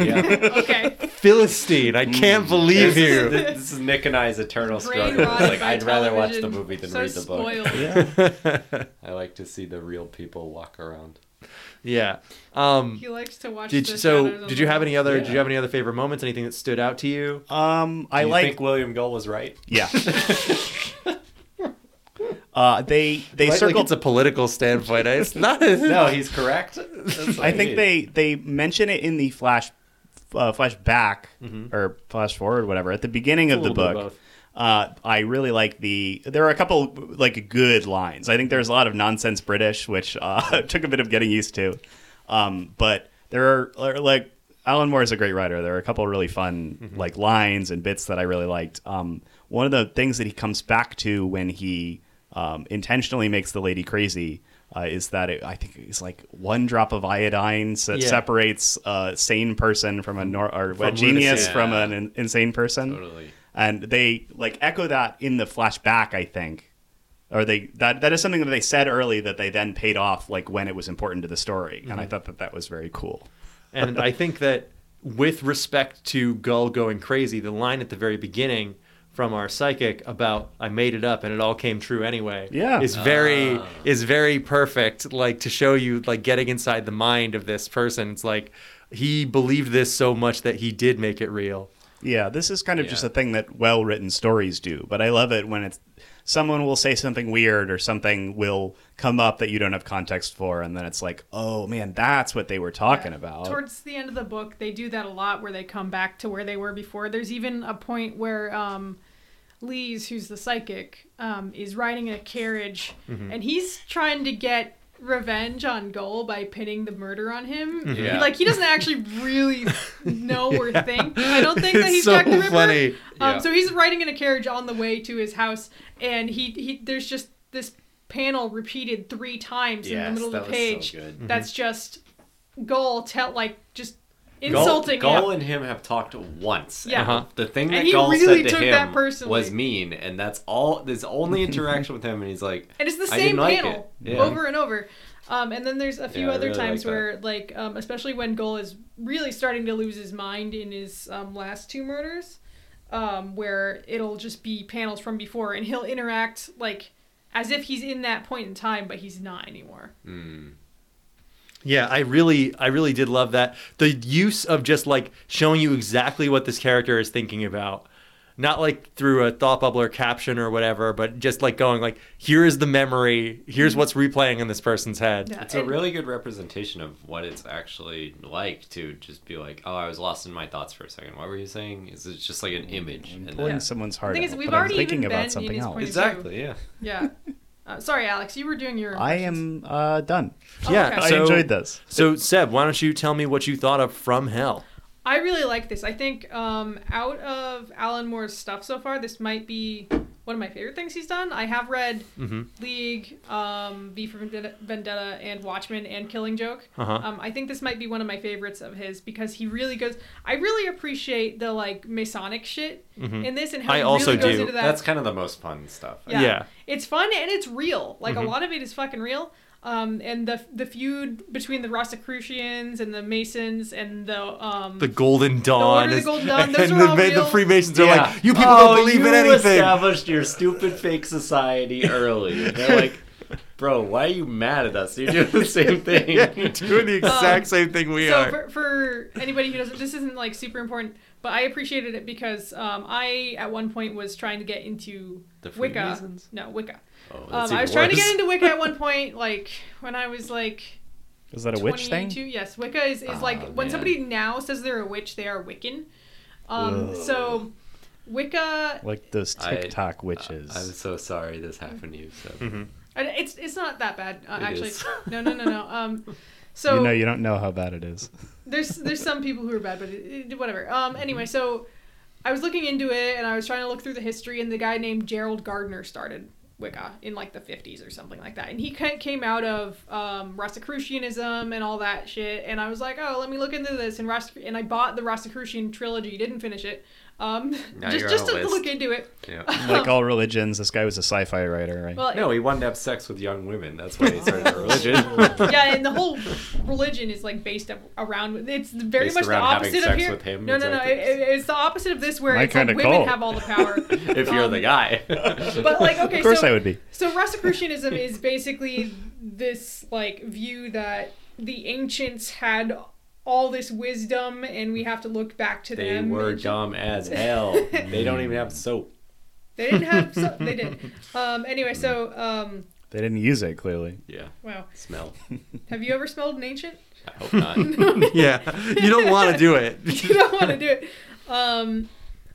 A: Yeah,
D: Okay.
B: Philistine, I
C: Mm.
B: can't
A: this,
B: believe
A: is,
B: you.
A: this, this is Nick and I's eternal
D: Brain
A: struggle. It's
D: rotted
A: Like
D: by
A: I'd rather watch the
D: television.
A: movie than
D: so
A: read the book.
D: spoiled.
A: I like to see the real people walk around.
B: Yeah. Um
D: He likes to watch.
B: did
D: the
B: you, so
D: shadows
B: did
D: on
B: you
D: the
B: have any other did
A: Yeah.
B: you have any other favorite moments? Anything that stood out to you?
C: Um, I
A: you
C: like
A: think William Gull was right?
C: yeah. uh, they they
B: Like- like
C: circled.
B: it's a political standpoint. eh? It's not a,
A: No, he's correct. That's what
C: I think
A: mean.
C: they they mention it in the flash uh, flashback or flash forward, whatever, at the beginning of
A: A
C: the
A: little bit
C: book.
A: of both.
C: Uh, I really like the. There are a couple like good lines. I think there's a lot of nonsense British, which uh, took a bit of getting used to. Um, but there are, are like Alan Moore is a great writer. There are a couple really fun
B: Mm-hmm.
C: like lines and bits that I really liked. Um, one of the things that he comes back to when he um, intentionally makes the lady crazy uh, is that it, I think it's like one drop of iodine se-
B: Yeah.
C: separates a sane person from a nor- or a
B: From
C: genius
B: lunacy.
C: from an in- insane person
A: Totally.
C: and they like echo that in the flashback i think or they that that is something that they said early that they then paid off like when it was important to the story and
D: Mm-hmm.
C: i thought that that was very cool
B: and I think that with respect to Gull going crazy, the line at the very beginning from our psychic about I made it up and it all came true anyway.
C: Yeah.
B: Is very is very perfect, like to show you like getting inside the mind of this person. It's like he believed this so much that he did make it real.
C: yeah this is kind of just
A: Yeah.
C: a thing that well written stories do but i love it when it's someone will say something weird or something will come up that you don't have context for and then it's like oh man that's what they were talking about
D: towards the end of the book they do that a lot where they come back to where they were before there's even a point where um lee's who's the psychic um is riding in a carriage
A: Mm-hmm.
D: and he's trying to get revenge on goal by pinning the murder on him He-
A: Mm-hmm. Yeah.
D: like he doesn't actually really know or think i don't think that
B: It's
D: he's
B: so
D: Jack the Ripper.
B: funny.
D: Um,
A: Yeah.
D: so he's riding in a carriage on the way to his house and he, he there's just this panel repeated three times in the
A: Yes,
D: middle of
A: that
D: the
A: was so
D: page
A: good. Mm-hmm.
D: that's just Goal tell like just
A: Gull-
D: insulting
A: Gull,
D: him.
A: and him have talked once.
D: Yeah.
A: And
D: Uh-huh.
A: The thing
D: And
A: that
D: he
A: Gull
D: really
A: said to
D: took
A: him
D: that personally.
A: was mean, and that's all. This only interaction with him, and he's like,
D: And it's the
A: "I
D: same
A: didn't like
D: panel
A: it." Yeah.
D: over and over. Um, and then there's a few
A: Yeah, I
D: other
A: really
D: times
A: like that.
D: where like um, especially when Goal is really starting to lose his mind in his um, last two murders, um, where it'll just be panels from before and he'll interact like as if he's in that point in time, but he's not anymore.
A: Mm.
B: Yeah, I really, I really did love that. The use of just like showing you exactly what this character is thinking about, not like through a thought bubble or caption or whatever, but just like going like, here is the memory, here's what's replaying in this person's head.
D: Mm-hmm. Yeah,
A: It's a
D: and-
A: really good representation of what it's actually like to just be like, "Oh, I was lost in my thoughts for a second. What were you saying?" Is it's just like an image? And
C: Mm-hmm. pulling
A: then,
C: someone's
D: The
C: heart
D: thing
C: out,
D: is, we've
C: but I'm
D: already
C: thinking
D: even
C: about
D: been
C: something
D: in his
C: else
D: point of
A: exactly. Yeah.
D: Yeah. Uh, sorry, Alex, you were doing your.
C: i
D: impressions.
C: am uh, done
B: Yeah,
D: okay.
C: i
B: so-
C: enjoyed this
B: So Seb, why don't you tell me what you thought of From Hell?
D: I really like this. I think um, out of Alan Moore's stuff so far, this might be one of my favorite things he's done. I have read
B: Mm-hmm.
D: League, um, V for Vendetta, Vendetta, and Watchmen and Killing Joke.
B: Uh-huh.
D: Um, I think this might be one of my favorites of his because he really goes. I really appreciate the like Masonic shit in this and how
B: Mm-hmm. I
D: he
B: also
D: really goes
B: do.
D: into that.
A: That's kind of the most fun stuff.
B: Yeah. Mm-hmm.
D: It's fun and it's real. Like a lot of it is fucking real. Um, and the the feud between the Rosicrucians and the Masons and the um,
B: The Golden
D: Order
B: Dawn.
D: of the
B: is-
D: Golden Dawn, those
B: and
D: are
B: the,
D: all
B: ma- the
D: real.
B: Freemasons are
A: Yeah.
B: like, you people
A: Oh,
B: don't believe in
A: you
B: anything.
A: established your stupid fake society early. And They're like, bro, why are you mad at us? You're doing the same thing.
B: Yeah, you're doing the exact
D: Um,
B: same thing we
D: so
B: are.
D: For, for anybody who doesn't, this isn't like super important, but I appreciated it because um, I at one point was trying to get into
A: The
D: Wicca.
A: Freemasons?
D: No, Wicca.
A: Oh, that's
D: um, I
A: even
D: was trying to
A: worse.
D: get into Wicca at one point, like when I was like
C: Is that a witch thing?
D: 22. Yes, Wicca is, is like when
A: Ah, man.
D: somebody now says they're a witch, they are Wiccan. Um, so Wicca
C: Like those
A: I-
B: uh,
C: TikTok witches.
A: I'm so sorry this happened to you. So.
D: And it's it's not that bad uh,
A: It
D: actually.
A: is.
D: No, no, no, no. Um, so
C: you know, you don't know how bad it is.
D: there's there's some people who are bad, but it, it- whatever.
A: Mm-hmm.
D: Um, anyway, so I was looking into it and I was trying to look through the history, and the guy named Gerald Gardner started Wicca in like the 50s or something like that, and he kind of came out of um, Rosicrucianism and all that shit. And I was like, oh, let me look into this, and Rosic- and I bought the Rosicrucian trilogy, didn't finish it. Um,
A: Now
D: just
A: you're
D: just
A: on a
D: to
A: list.
D: look into it.
A: Yeah.
C: Like all religions, this guy was a sci-fi writer, right?
D: Well,
A: No, he wanted to have sex with young women. That's why he started a religion.
D: yeah, and the whole religion is like based up around. It's very
A: Based
D: much the
A: around having
D: opposite of
A: sex
D: here.
A: with him,
D: no,
A: it's
D: no, no.
A: like
D: it-
A: this.
D: it- it's the opposite of this, where
C: My
D: it's like
C: kinda
D: women
C: cult.
D: have all the power.
A: if you're the guy.
D: but like, okay,
C: Of course
D: so,
C: I would be.
D: So Rosicrucianism is basically this like view that the ancients had all this wisdom, and we have to look back to
A: they
D: them.
A: were
D: and ju-
A: dumb as hell. They don't even have soap.
D: They didn't have. So, they did. Um, anyway, so um,
C: They didn't use it clearly.
A: Yeah.
D: wow.
A: Smell.
D: Have you ever smelled an ancient?
A: I hope not.
B: yeah, you don't want to do it.
D: you don't want to do it. Um,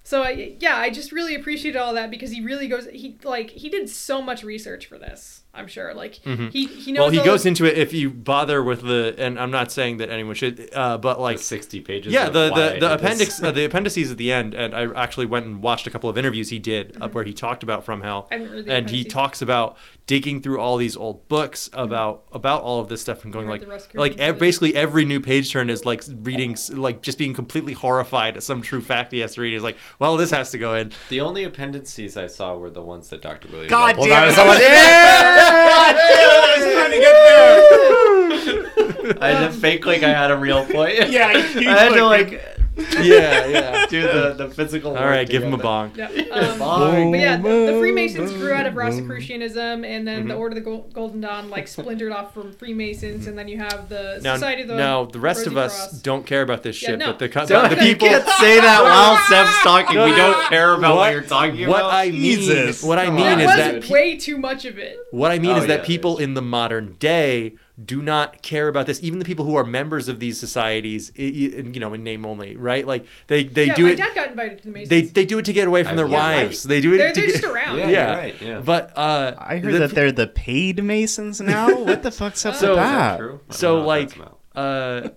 D: so I, yeah, I just really appreciated all that because he really goes. He like he did so much research for this. I'm sure. Like he he knows.
B: Mm-hmm. Well, he
D: all
B: goes
D: the-
B: into it if you bother with the, and I'm not saying that anyone should, uh, but
A: Like
B: like
A: 60 pages.
B: yeah
A: of
B: the
A: why I
B: the,
A: did
B: the
A: this.
B: appendix uh, the appendices at the end and i actually went and watched a couple of interviews he did uh, where he talked about from hell
D: Mm-hmm. I haven't read the
B: and he
D: appendices. Mm-hmm.
B: talks about digging through all these old books about about all of this stuff and going
D: read
B: like
D: the Rosicrucian
B: like ev-
D: trilogy.
B: basically every new page turn is like reading s- like just being completely horrified at some true fact he has to read he's like well this has to go in
A: The only appendices I saw were the ones that Dr. Williams.
C: God
A: Well, that
C: damn it!
A: was-
C: I was- I was trying to get there.
A: I had to fake like I had a real point.
C: Yeah, you- you
A: I had to
C: look-
A: like
B: yeah yeah
A: do the, the physical.
B: all right give him a Oh. bong
D: Yeah, um,
A: Bong.
D: but yeah, the, the Freemasons grew out of
B: Mm-hmm.
D: Rosicrucianism, and then the Order of the Gol- Golden Dawn like splintered off from Freemasons, and then you have the
B: Mm-hmm. now,
D: Society of the
B: now the rest
D: Rosy
B: of us
D: Cross.
B: don't care about this
D: Yeah,
B: shit
D: no.
B: but the, co-
A: Don't,
B: the
A: you
B: people
A: can't say that while Seb's talking. We don't care about what, you're talking
B: what
A: about.
B: I mean,
C: Jesus.
B: what I
A: Come
B: mean
A: on.
D: That
B: is
D: was
B: that pe-
D: way too much of it.
B: what I mean
A: Oh,
B: is that
A: yeah,
B: people
A: there's-
B: in the modern day do not care about this. Even the people who are members of these societies, i- i- in, you know, in name only, right? Like they they
D: yeah,
B: do
D: my
B: it.
D: dad got invited to the Masons.
B: They they do it to get away from
A: I
B: their
A: would like-
B: wives. They do it
D: they're,
B: to
D: they're
B: get.
D: just around.
A: Yeah.
B: yeah,
A: you're right, yeah.
B: But uh,
C: I heard
B: the-
C: that they're the paid Masons now. What the fuck's up
B: So-
C: with
B: Is
C: that?
A: True? I don't
B: so
A: know if
B: like
A: that's about-
B: uh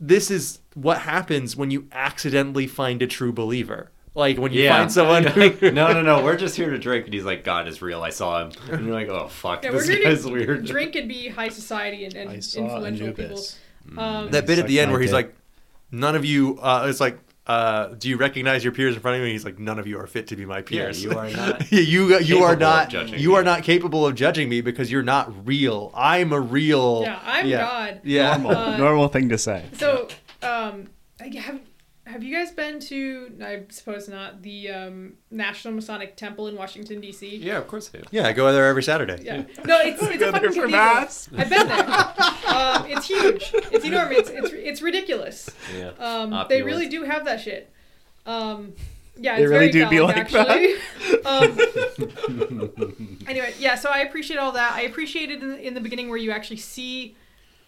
B: this is what happens when you accidentally find a true believer. Like when you
A: Yeah.
B: find someone who
A: no, no, no. We're just here to drink, and he's like, "God is real. I saw him." And you're like, "Oh fuck,
D: Yeah,
A: this
D: we're here
A: guy's
D: to
A: weird."
D: drink and be high society and, and influential people. Um,
B: that bit at
C: Suck
B: the end
C: my
B: where he's
C: dick.
B: like, "None of you." Uh, it's like, uh, "Do you recognize your peers in front of me?" He's like, "None of you are fit to be my peers.
A: you are not
B: Yeah, you you
A: capable
B: are
A: of
B: not.
A: judging
B: You
A: me."
B: are not capable of judging me because you're not real. I'm a real.
D: Yeah, I'm God.
B: Yeah.
C: normal, normal thing to say.
D: Uh, so, um, I have have you guys been to? I suppose not. The um, National Masonic Temple in Washington D.C.
A: yeah, of course I do.
B: Yeah, I go there every Saturday.
D: Yeah. No, it's it's a fucking cathedral. I've been there. um, it's huge. It's enormous. It's it's, it's ridiculous.
A: Yeah.
D: Um, they
A: Opulent.
D: really do have that shit. Um, yeah,
C: They
D: it's
C: really
D: very
C: do be
D: phallic,
C: like that.
D: actually. um, anyway, yeah. So I appreciate all that. I appreciated in, in the beginning where you actually see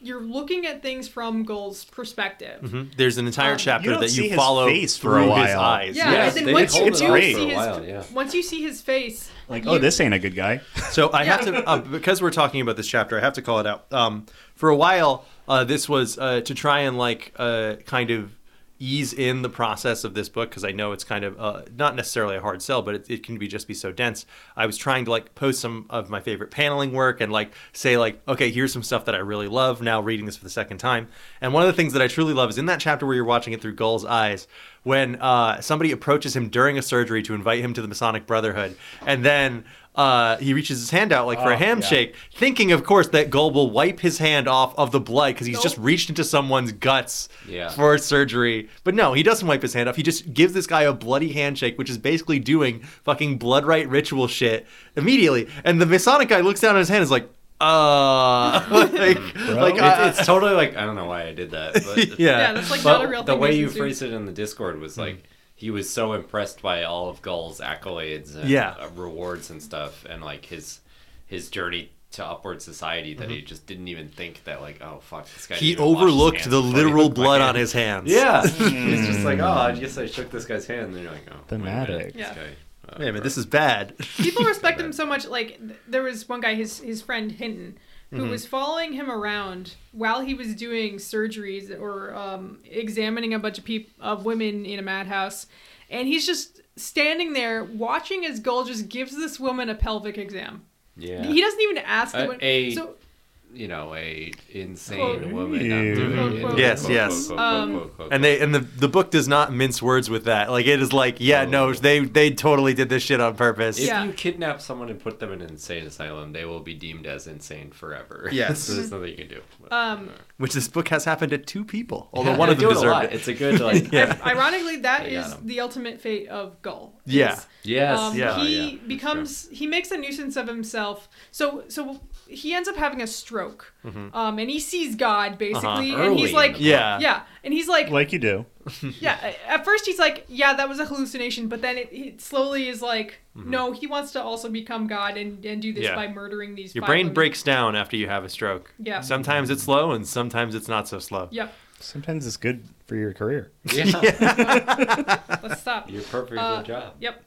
D: you're looking at things from Gold's perspective.
C: Mm-hmm.
B: There's an entire
D: Um,
B: chapter
C: you don't
B: that
C: see
B: you
C: his
B: follow
C: face for
B: through
C: a
B: his
C: while.
B: eyes.
D: Yeah,
A: Yes,
D: and
A: they
D: then once you
A: hold
D: do
A: it
D: see
A: on
D: his
A: for a while, yeah.
D: once you see his face,
C: Like,
D: you-
C: oh, this ain't a good guy.
B: So I have to, uh, because we're talking about this chapter, I have to call it out. Um, for a while, uh, this was uh, to try and like uh, kind of ease in the process of this book because I know it's kind of uh, not necessarily a hard sell, but it, it can be just be so dense. I was trying to like post some of my favorite paneling work and like say like, okay, here's some stuff that I really love. Now reading this for the second time, and one of the things that I truly love is in that chapter where you're watching it through Gull's eyes, when uh, somebody approaches him during a surgery to invite him to the Masonic Brotherhood, and then uh, he reaches his hand out like for
C: Oh,
B: a
C: yeah.
B: handshake, thinking, of course, that Gull will wipe his hand off of the blood because he's just
D: Nope.
B: reached into someone's guts
A: Yeah.
B: for surgery. But no, he doesn't wipe his hand off. He just gives this guy a bloody handshake, which is basically doing fucking blood right ritual shit immediately. And the Masonic guy looks down at his hand and is like, uh, like, like I-
A: it's, it's totally like I don't know why I did that, but
B: yeah.
D: Yeah, that's like
A: But
D: not a real
A: the
D: thing.
A: way
D: Mason
A: you
D: Sue.
A: phrased it in the Discord was like he was so impressed by all of Gull's accolades and
B: Yeah.
A: uh, rewards and stuff, and like his his journey to upward society that he just didn't even think that like oh fuck this guy.
B: he
A: didn't even wash his
B: overlooked
A: hands
B: the
A: before he
B: literal
A: licked my
B: blood
A: hand.
B: on his hands.
A: Yeah, he's just like oh I guess I shook this guy's hand. And then you're like oh wait a minute,
C: Thematic.
A: this
D: Yeah.
A: guy, uh,
B: Wait a minute, this is bad.
D: people respect him so much. Like th- there was one guy, his his friend Hinton, who
A: Mm-hmm.
D: was following him around while he was doing surgeries or um, examining a bunch of peop- of women in a madhouse, and he's just standing there watching as Gull just gives this woman a pelvic exam.
A: yeah.
D: He doesn't even ask. the
A: A-
D: wo-
A: a-
D: so
A: you know, a insane
D: Quote.
A: woman. I'm doing it.
D: Quote,
B: Yes,
A: Quote,
B: yes.
A: quote, quote,
D: Um,
A: quote, quote,
B: And they and the the book does not mince words with that. Like it is like, yeah, no, they they totally did this shit on purpose.
A: If
D: Yeah.
A: you kidnap someone and put them in an insane asylum, they will be deemed as insane forever.
B: Yes.
A: so there's nothing you can do.
D: Um,
B: Which this book has happened to two people, although one of
A: They do it
B: them
A: a
B: deserved
A: lot.
B: it.
A: It's a good like.
B: Yeah.
D: ironically, that
A: They got
D: is
A: him.
D: the ultimate fate of Gull. is
B: Yeah.
A: Yes.
D: um,
B: yeah.
D: he
A: yeah,
D: becomes he makes a nuisance of himself so so he ends up having a stroke um, and he sees god basically and
A: Early
D: he's
A: in
D: like
A: the
B: book. Mm-hmm. Uh-huh, Yeah.
D: yeah and he's like,
C: like you do.
D: yeah at first he's like yeah that was a hallucination but then it, it slowly is like no he wants to also become god and and do this
B: Mm-hmm. Yeah.
D: by murdering these
B: Your
D: five
B: brain
D: women.
B: breaks down after you have a stroke.
D: Yeah.
B: Sometimes it's slow and sometimes it's not so slow.
D: yep
C: Sometimes it's good for your career.
A: Yeah.
D: let's stop
A: You're perfect for
D: Uh,
A: the job.
D: Yep.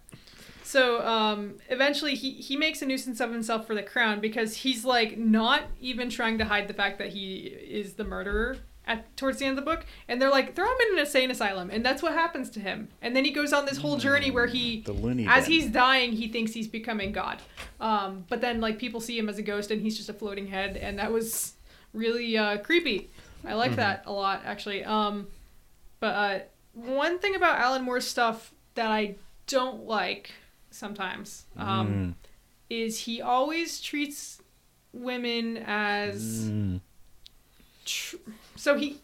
D: So um, eventually, he he makes a nuisance of himself for the crown because he's like not even trying to hide the fact that he is the murderer at towards the end of the book, and they're like throw him in an insane asylum, and that's what happens to him. And then he goes on this whole journey where he,
C: Mm, The loony
D: as
C: bin.
D: he's dying, he thinks he's becoming God, um, but then like people see him as a ghost, and he's just a floating head, and that was really uh, creepy. I like
C: Mm-hmm.
D: that a lot actually. Um, but uh, one thing about Alan Moore's stuff that I don't like sometimes
C: Mm.
D: um, is he always treats women as.
C: Mm.
D: Tr- so he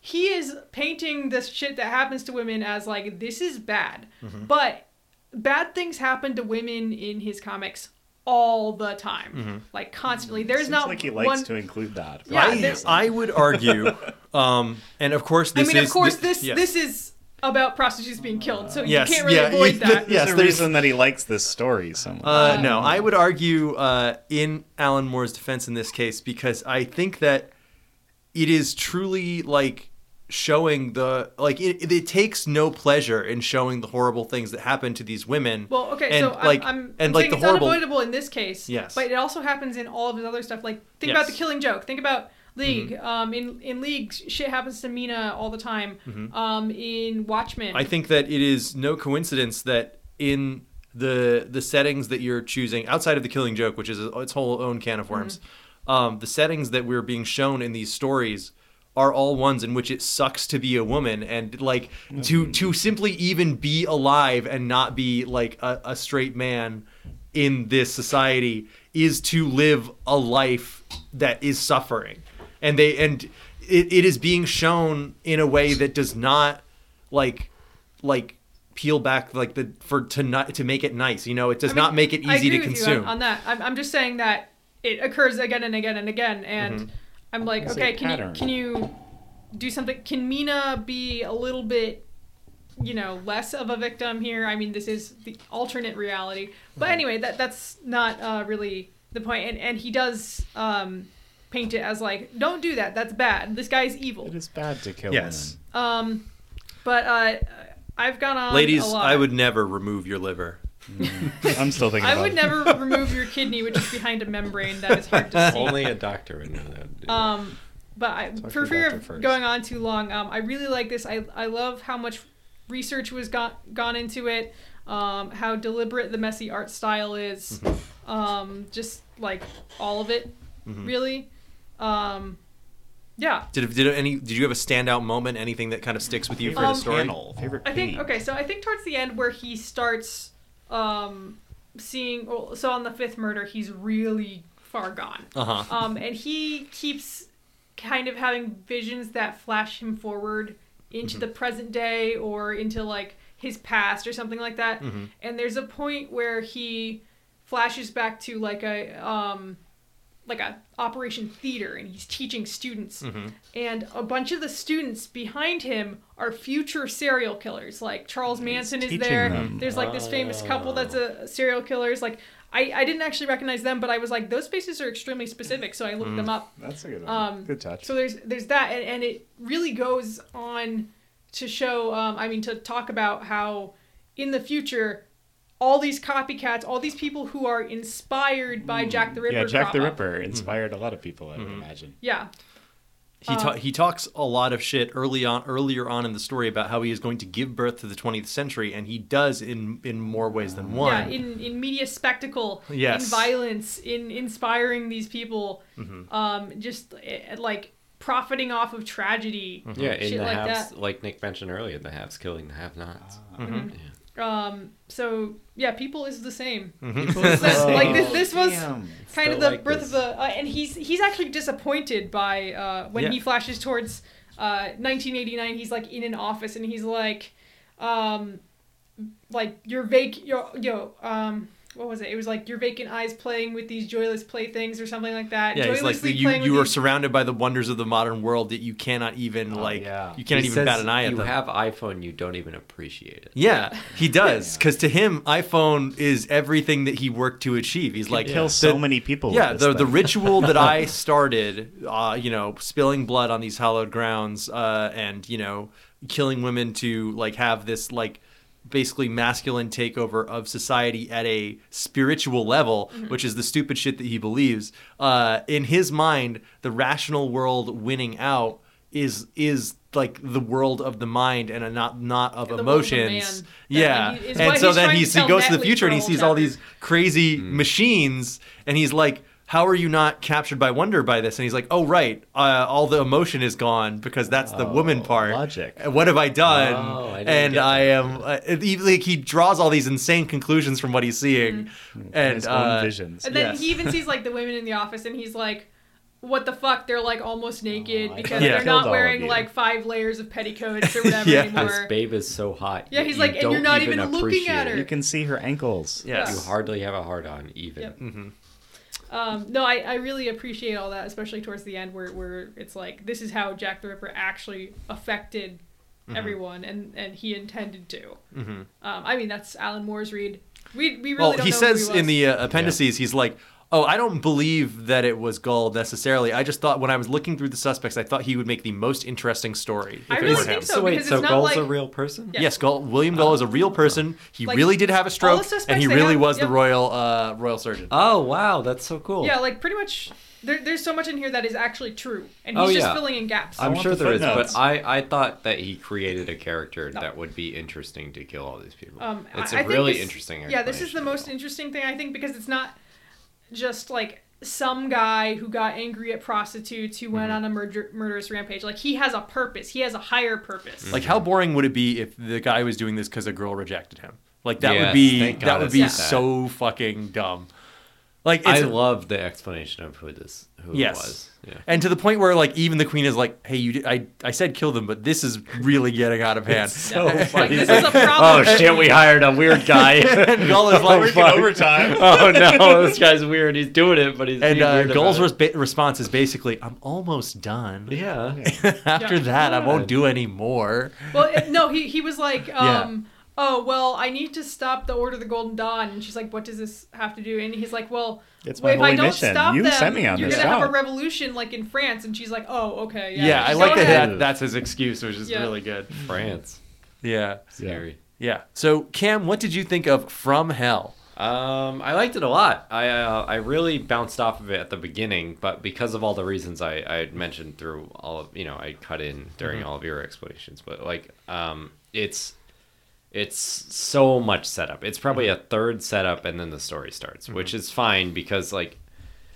D: he is painting this shit that happens to women as like this is bad,
C: Mm-hmm.
D: but bad things happen to women in his comics all the time, like constantly. There's
C: Mm-hmm. Seems
D: not
C: like he likes
D: one.
C: to include that.
D: yeah,
B: I,
D: there's-
B: I would argue, um, and of course
D: I
B: this
D: mean,
B: is
D: of course,
B: thi-
D: this
B: yes.
D: this is about prostitutes being killed, so
B: Yes,
D: you can't really
B: yeah,
D: avoid
B: yeah,
D: that.
B: yes,
C: There's a
B: there's-
C: reason that he likes this story so much.
B: Uh, no,
D: Um,
B: I would argue uh, in Alan Moore's defense in this case because I think that it is truly like showing the like it, it takes no pleasure in showing the horrible things that happen to these women.
D: Well, okay,
B: and,
D: so I'm,
B: like
D: I'm,
B: and
D: I'm
B: like
D: saying
B: the
D: it's
B: horrible.
D: unavoidable in this case.
B: Yes.
D: But it also happens in all of his other stuff. Like, think about
B: Yes. Mm-hmm.
D: the Killing Joke. Think about League. Um, in in League, sh- shit happens to Mina all the time. Um, in Watchmen.
B: Mm-hmm. I think that it is no coincidence that in the the settings that you're choosing outside of the Killing Joke, which is its whole own can of worms, um, the settings that we're being shown in these stories are all ones in which it sucks to be a woman and like to to simply even be alive and not be like a, a straight man in this society is to live a life that is suffering and they and it, it is being shown in a way that does not like like peel back like the for to not to make it nice you know it does
D: I mean,
B: not make it
D: I
B: easy to
D: agree with you on-
B: consume
D: on, that, I'm, I'm just saying that it occurs again and again and again, and
B: Mm-hmm.
D: I'm like,
C: It's a
D: okay, can you,
C: pattern.
D: can you do something? Can Mina be a little bit, you know, less of a victim here? I mean, this is the alternate reality, but
B: Mm-hmm.
D: anyway, that that's not uh, really the point. And and he does um, paint it as like, don't do that. That's bad. This guy's evil.
C: It is bad to kill
B: Yes.
C: women.
D: But uh, I've gone on.
B: ladies
D: a lot.
B: i would never remove your liver
C: I'm still thinking
D: I
C: about
D: would
C: it.
D: never remove your kidney, which is behind a membrane that is hard to see.
A: Only a doctor would know that.
D: Um, but I, for
C: your
D: fear
C: doctor
D: of
C: first.
D: going on too long, um, I really like this. I, I love how much research was gone gone into it, um, how deliberate the messy art style is, um, just like all of it, really. Um, Yeah.
B: Did did any did you have a standout moment? Anything that kind of sticks with you for
D: Um,
B: the story?
D: Panel,
C: favorite
D: I think okay, so I think towards the end where he starts um seeing well, so on the fifth murder he's really far gone.
B: Uh-huh.
D: Um and he keeps kind of having visions that flash him forward into
K: Mm-hmm.
D: the present day or into like his past or something like that.
K: Mhm.
D: And there's a point where he flashes back to like a um like a operation theater and he's teaching students
K: Mhm.
D: and a bunch of the students behind him are future serial killers like charles manson is
K: teaching
D: there
K: them. Oh.
D: there's like this famous couple that's a serial killers like I, I didn't actually recognize them but i was like those faces are extremely specific so i looked
C: Mm.
D: them up
C: That's a good one.
D: um,
C: Good touch.
D: so there's there's that and, and it really goes on to show um, i mean to talk about how in the future all these copycats all these people who are inspired by jack the ripper
C: Mm. yeah, Jack the
D: crop up.
C: Ripper inspired a lot of people, I would imagine.
D: yeah
B: He,
D: Um,
B: ta- he talks a lot of shit early on earlier on in the story about how he is going to give birth to the 20th century and he does in in more ways than one.
D: Yeah, in, in media spectacle,
B: Yes.
D: in violence, in inspiring these people,
C: Mm-hmm.
A: Mhm.
D: um, just eh, like profiting off of tragedy,
C: Mm-hmm.
A: Yeah, in
D: shit
A: the
D: like
A: haves,
D: that.
A: like Nick mentioned earlier, the haves killing the have-nots.
D: Mhm. Um, so yeah, people is the same.
A: Mhm.
D: People is
C: Oh,
D: the same. like this, this was
A: Damn.
D: kind
A: Felt
D: of the
A: like
D: birth
A: this.
D: of the, uh, and he's he's actually disappointed by uh, when
K: Yeah.
D: he flashes towards uh, 1989. He's like in an office and he's like, um, like your vac, your yo, um, what was it? It was like your vacant eyes playing with these joyless playthings or something like that.
B: Yeah, he's like
D: Joylessly
B: the, you,
D: playing with
B: you are
D: these-
B: surrounded by the wonders of the modern world that you cannot even like you can't
A: He
B: even bat
A: says
B: an eye at
A: You
B: them.
A: have iPhone, you don't even appreciate it.
B: Yeah, he does. Because to him, iPhone is everything that he worked to achieve. He's
C: could
B: like
C: kill
B: the-
C: so many people with
B: Yeah,
C: this
B: the the
C: thing.
B: ritual that I started, uh, you know, spilling blood on these hallowed grounds, uh, and you know, killing women to like have this like basically masculine takeover of society at a spiritual level
K: Mhm.
B: which is the stupid shit that he believes uh, in his mind the rational world winning out is is like the world of the mind and a not not of
K: The world of
B: emotions.
K: man.
B: yeah,
K: That- is
B: and
K: what
B: so
K: he's
B: then
K: trying
B: he,
K: to
B: he
K: tell
B: goes to the
K: Natalie
B: future and he
K: for a
B: sees
K: whole
B: all these crazy
A: Hmm.
B: machines, and he's like, "How are you not captured by wonder by this?" And he's like, "Oh right, uh, all the emotion is gone because that's the woman part. Logic. What have I done?
A: Oh, I didn't
B: and
A: get
B: I am uh, he- like he draws all these insane conclusions from what
D: Mm-hmm.
B: he's seeing,
A: Hmm.
B: and
C: His own
B: uh,
C: visions.
D: And then he even sees like the women in the office, and he's like, "What the fuck? They're like almost naked because
A: thought I
D: they're
A: killed all
D: not
A: of
D: wearing
A: you."
D: like five layers of petticoats or whatever
B: Yeah.
D: anymore."
A: This babe is so hot.
D: Yeah, he's
A: you
D: like, and you're
A: don't
D: not even looking
A: appreciate
D: at
A: it.
D: her. You
C: can see her ankles.
A: You hardly have a heart on even.
D: Yep.
B: Mm-hmm.
D: Um, no, I, I really appreciate all that, especially towards the end where, where it's like this is how Jack the Ripper actually affected
A: Mm-hmm.
B: Mhm.
D: everyone, and, and he intended to.
B: Mhm.
D: Um, I mean, that's Alan Moore's read. We we really
B: well,
D: don't
B: he
D: know
B: says
D: who he was.
B: in the uh, appendices, he's like, "Oh, I don't believe that it was Gull necessarily. I just thought when I was looking through the suspects, I thought he would make the most interesting story.
D: I
B: if it
D: really
B: were
D: think
B: him."
D: so, So wait, because it's so not Gull's a like- real
A: person?
D: Yeah.
B: Yes, Gull, William Gull is a real person. He
D: Like,
B: really did have
D: all
B: a
D: the
B: stroke, and
D: suspects
B: he
D: they
B: really
D: have-
B: was
D: yep.
B: the royal uh, royal surgeon.
A: Oh wow, that's so cool.
D: yeah, like pretty much there, there's so much in here that is actually true, and he's
A: oh,
D: just
A: yeah.
D: filling in gaps.
A: I'm sure there is,
C: footnotes.
A: but I, I thought that he created a character that would be interesting to kill all these people.
D: Um,
A: it's
D: I-
A: a
D: I think
A: really
D: this-
A: interesting.
D: Yeah, this is the most interesting thing I think because it's not just like some guy who got angry at prostitutes who went
A: Mm-hmm.
D: on a murder- murderous rampage. Like he has a purpose. He has a higher purpose.
B: Like, how boring would it be if the guy was doing this because a girl rejected him? Like that
A: Yes,
B: would be
A: thank God
B: that would
A: it's
B: be
A: not that.
B: so fucking dumb. Like
A: I
B: it's,
A: love the explanation of who this who
B: yes,
A: it was. Yeah.
B: and to the point where like even the queen is like, "Hey, you, did, I I said kill them, but this is really getting out of hand."
A: so funny.
K: This is a problem.
A: Oh shit, we hired a weird guy.
B: And Gull is like-
A: Oh, fuck.
B: Overtime.
A: oh no, this guy's weird. He's doing it, but he's
B: and
A: being
B: uh,
A: weird
B: Gull's
A: about it.
B: resp- response is basically, "I'm almost done.
A: Yeah.
B: After
D: Yeah.
B: that, I won't do any more."
D: well, it- no, he he was like,
B: Yeah.
D: um, oh well, I need to stop the Order of the Golden Dawn, and she's like, what does this have to do? And he's like, well,
C: It's
D: well,
C: my
D: if I
C: holy
D: don't
C: mission.
D: stop
C: You
D: them,
C: sent me on
D: you're
C: this
D: gonna have
C: job."
D: a revolution like in France, and she's like, oh okay,
B: Yeah,
D: yeah.
B: I
D: go
B: like that,
D: ahead.
B: that. That's his excuse, which is
D: Yeah.
B: really good.
A: France.
B: Yeah.
A: Scary.
B: Yeah. So, Cam, what did you think of From Hell?
A: Um, I liked it a lot. I uh, I really bounced off of it at the beginning, but because of all the reasons I, I had mentioned through all of you know I cut in during
B: Mhm.
A: all of your explanations, but like um, it's it's so much setup. It's
B: Mm-hmm.
A: probably a third setup, and then the story starts, which is fine because like,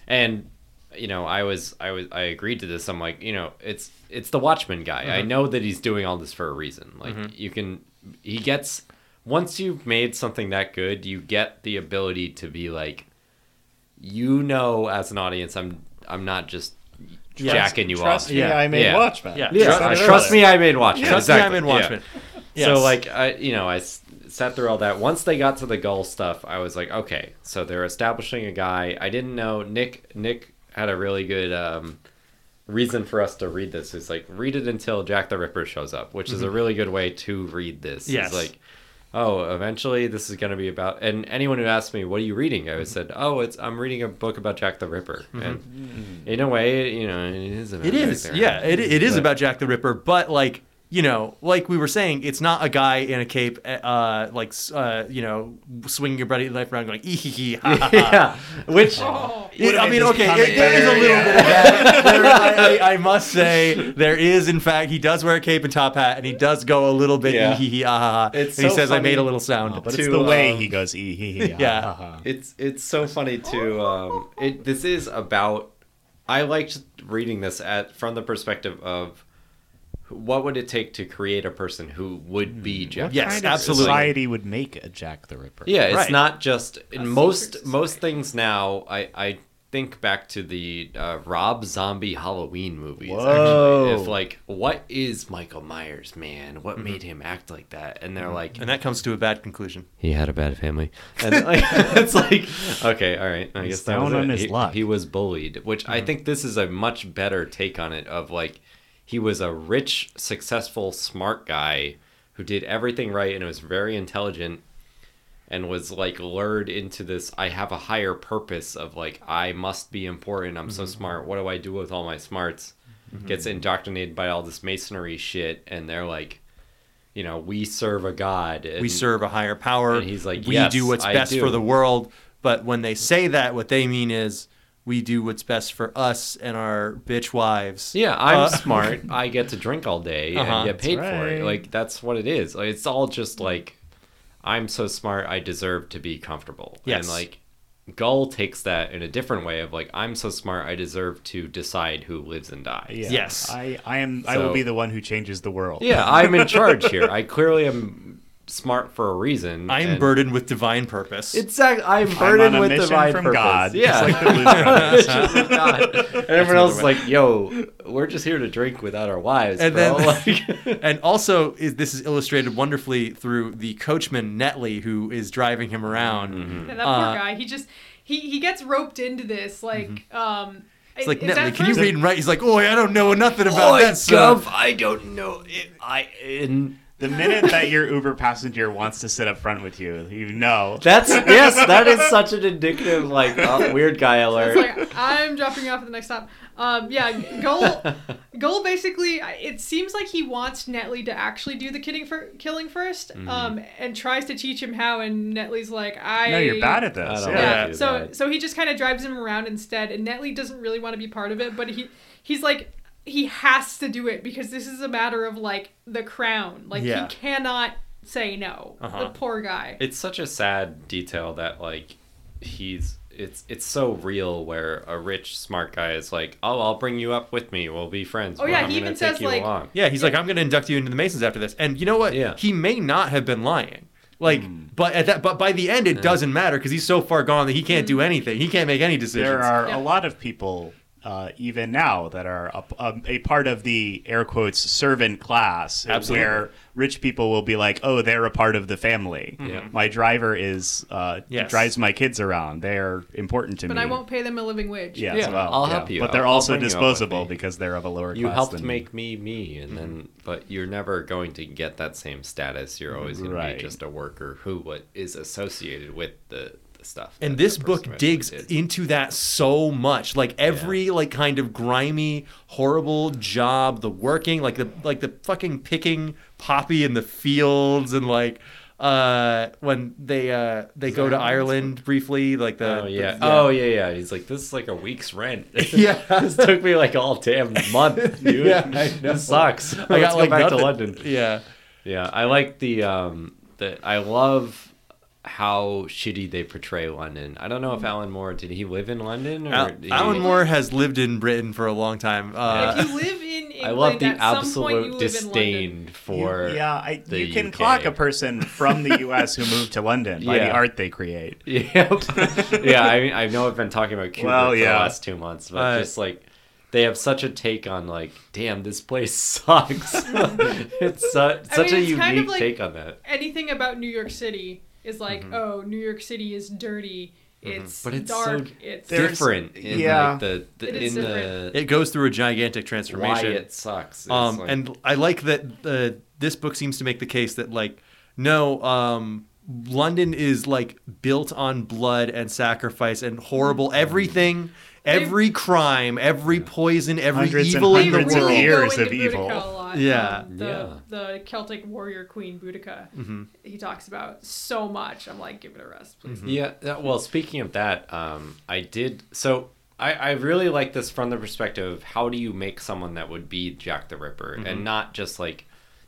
A: and you know, I was I was I agreed to this. I'm like, you know, it's it's the Watchmen guy.
B: Mm-hmm.
A: I know that he's doing all this for a reason. Like you can he gets once you've made something that good, you get the ability to be like you know as an audience I'm I'm not just jacking you
C: Trust
A: off.
C: me, I made
A: Yeah.
C: Watchmen.
B: Yeah.
A: Yeah,
B: Trust-
A: trust,
C: I-
A: me, I made Watchmen.
B: Trust me, I'm in
A: Exactly. Yeah.
B: Watchmen. Yes.
A: So like I, you know, I s- sat through all that. Once they got to the gull stuff, I was like, okay, so they're establishing a guy. I didn't know Nick. Nick had a really good um, reason for us to read this. It's like read it until Jack the Ripper shows up, which is a really good way to read this.
B: Mm-hmm. Yes.
A: It's like. Oh, eventually this is going to be about. And anyone who asked me, "What are you reading?" I
B: Mm-hmm.
A: always said, "Oh, it's I'm reading a book about Jack the Ripper." And in a way, you know, it is. About
B: It
A: Jack
B: is,
A: the
B: yeah.
A: Ripper.
B: It, it is
A: But-
B: about Jack the Ripper, but like you know, like we were saying, it's not a guy in a cape, uh, like s- uh, you know, swinging your buddy life around, going ee hee hee ha ha. ha."
A: yeah, which
D: Oh,
B: It- I mean,
C: made this
B: okay,
C: comment
B: it- there is a
C: better,
B: little
C: yeah.
B: bit of that. There- I, I- I must say, there is, in fact, he does wear a cape and top hat, and he does go a little bit ee
A: Yeah.
B: hee hee ah ha ha. And
A: It's
B: he
A: so
B: says, "I
A: funny.
B: made a little sound."
C: Oh, but it's
A: To,
C: the way
A: um,
C: he goes. E he he. ah,
B: uh, Yeah.
C: ha, ha.
A: it's it's so funny too. Um, it this is about. I liked reading this at from the perspective of what would it take to create a person who would be Jack.
B: Yes,
A: Ryan?
C: Hmm, Kind of
B: absolutely.
C: Society would make a Jack the Ripper.
A: Yeah, it's
B: Right.
A: not just in most
D: secret
A: most
D: society.
A: things now. I I think back to the uh, Rob Zombie Halloween movies.
C: Whoa. Mm-hmm.
A: Actually, if like what is Michael Myers, man? What made him act like that? And they're like,
B: and that comes to a bad conclusion.
A: he had a bad family. And like, it's like, okay, all right. I
C: He's
A: guess that was
C: down
A: it.
C: on his
A: he,
C: luck.
A: he was bullied, which I think this is a much better take on it. Of like, he was a rich, successful, smart guy who did everything right and was very intelligent, and was like lured into this. I have a higher purpose of like I must be important. I'm
C: Mm-hmm.
A: so smart. What do I do with all my smarts? Gets indoctrinated by all this masonry shit, and they're like. You know, we serve a god.
B: we
A: and-
B: serve a higher power.
A: And he's like,
B: we
A: "Yes,
B: do what's
A: I
B: best
A: do."
B: for the world. But when they say that, what they mean is we do what's best for us and our bitch wives.
A: Yeah, I'm
B: Uh,
A: smart. I get to drink all day
B: Uh-huh.
A: and get paid for
C: right.
A: it. Like that's what it is. Like, it's all just like I'm so smart. I deserve to be comfortable.
B: Yes.
A: And like Gull takes that in a different way of like I'm so smart. I deserve to decide who lives and dies.
C: Yeah.
B: Yes.
C: I, I am. I will
A: So-
C: be the one who changes the world.
A: Yeah, I'm in charge here. I clearly am smart for a reason.
B: I am
A: and-
B: burdened with divine purpose.
A: Exactly. I'm
C: I'm
A: burdened
C: on a
A: with
C: mission
A: divine
C: from
A: purpose.
C: God.
A: Yeah.
C: Just like the Blues Brothers.
A: Mission from God. And everyone else is like, "Yo, we're just here to drink without our wives,
B: and
A: bro."
B: then,
A: like,
B: and also, is, this is illustrated wonderfully through the coachman Netley, who is driving him around.
A: Mm-hmm.
D: Yeah, that poor guy. He just he he gets roped into this like
C: Mm-hmm.
D: um.
B: It's like
D: is that
B: Netley, can you
D: first-
B: read and write? He's like, oh, I don't know nothing about
A: Oi,
B: that stuff.
A: Gov, I don't know. It, I in
C: The minute that your Uber passenger wants to sit up front with you, you know.
A: that's yes, that is such an indicative like uh, weird guy alert.
D: It's like I'm dropping you off at the next stop. Um, yeah, goal. goal basically. It seems like he wants Netley to actually do the kidding for killing 1st um, and tries to teach him how. And Netley's like, I.
C: No, you're bad at
A: I
C: this.
A: don't
C: Yeah.
A: like
D: Yeah.
A: do
D: So
A: that.
D: so he just kind of drives him around instead, and Netley doesn't really want to be part of it, but he he's like he has to do it because this is a matter of like the crown. Like
B: Yeah.
D: he cannot say no. The poor guy.
A: it's such a sad detail that like he's it's it's so real where a rich smart guy is like, oh, I'll bring you up with me. We'll be friends.
D: Oh, yeah,
A: I'm
D: he
A: gonna
D: even
A: take
D: says,
A: you
D: like-
A: along.
B: Yeah, he's like, I'm going to induct you into the Masons after this. And you know what?
A: Yeah. Hmm.
B: He may not have been lying. Like, but at that, but by the end, it doesn't matter because he's so far gone that he can't
A: Hmm.
B: do anything. He can't make any decisions.
C: There are
D: Yeah.
C: a lot of people, uh, even now, that are a, a, a part of the air quotes servant class,
B: Absolutely.
C: where rich people will be like, "Oh, they're a part of the family.
A: Mm-hmm.
C: My driver is uh,
B: Yes.
C: drives my kids around. They're important to
D: But
C: me."
D: I won't pay them a living wage.
C: Yeah,
A: Yeah,
C: as well.
A: I'll
C: yeah.
A: help you.
C: But they're
A: I'll- I'll
C: also
A: bring you up with
C: disposable
A: me.
C: because they're of a lower
A: You
C: class.
A: helped
C: than-
A: make me me, and then Mhm. but you're never going to get that same status. You're always going to
C: Right.
A: be just a worker who what is associated with the, the stuff.
B: and
A: that
B: this
A: the
B: book
A: person actually
B: digs
A: did.
B: into that so much like every like kind of grimy horrible job the working like the like the fucking picking poppy in the fields and like uh when they uh they go to ireland briefly like the
A: Oh yeah.
B: the-
A: Oh yeah, yeah. He's like, this is like a week's rent.
B: Yeah.
A: this took me like all damn month, dude.
B: Yeah, I
A: This sucks.
B: I
A: Let's
B: got
A: go
B: like
A: back
B: nothing.
A: to London.
B: yeah
A: Yeah, I like the um the I love how shitty they portray London. I don't know if Alan Moore did he live in London or
B: Mm. Al-
A: did he-
B: Alan Moore has lived in Britain for a long time. Uh,
D: if you live in England,
A: I love the
D: at some point you
A: absolute
D: live in London.
A: disdain for
C: yeah, I,
A: the
C: you can
A: UK.
C: clock a person from the U.S. who moved to London by the
A: Yeah.
C: art they create.
A: Yep. yeah, I mean, I know I've been talking about Cuba
C: Well,
A: for
C: yeah.
A: the last two months, but
B: Uh,
A: just like they have such a take on like, damn, this place sucks. it's su- such
D: mean,
A: a
D: it's
A: unique
D: kind of like-
A: take on that.
D: Anything about New York City is like, oh, New York City is dirty. It's,
A: Mm-hmm. But it's so
D: dark. it's
C: There's-
A: different in
C: yeah.
A: like the,
D: It
A: the
D: is
A: in the
B: it goes through a gigantic
A: why
B: transformation.
A: it sucks. It's
B: um,
A: like-
B: and I like that uh, this book seems to make the case that like no, um, London is like built on blood and sacrifice and horrible
A: Mm-hmm.
B: everything, every crime, every poison, every
C: Hundreds and
B: evil
D: they
B: in the
C: hundreds of
B: world.
D: really
C: years
D: go into
C: of evil.
D: Boudica A lot.
B: Yeah.
D: Um, the,
A: Yeah.
D: the Celtic warrior queen Boudica,
A: Mm-hmm.
D: he talks about so much. I'm like, give it a rest, please.
A: Yeah. that- well, speaking of that, um, I did. So I, I really like this from the perspective of how do you make someone that would be Jack the Ripper
D: Mm-hmm.
A: and not just like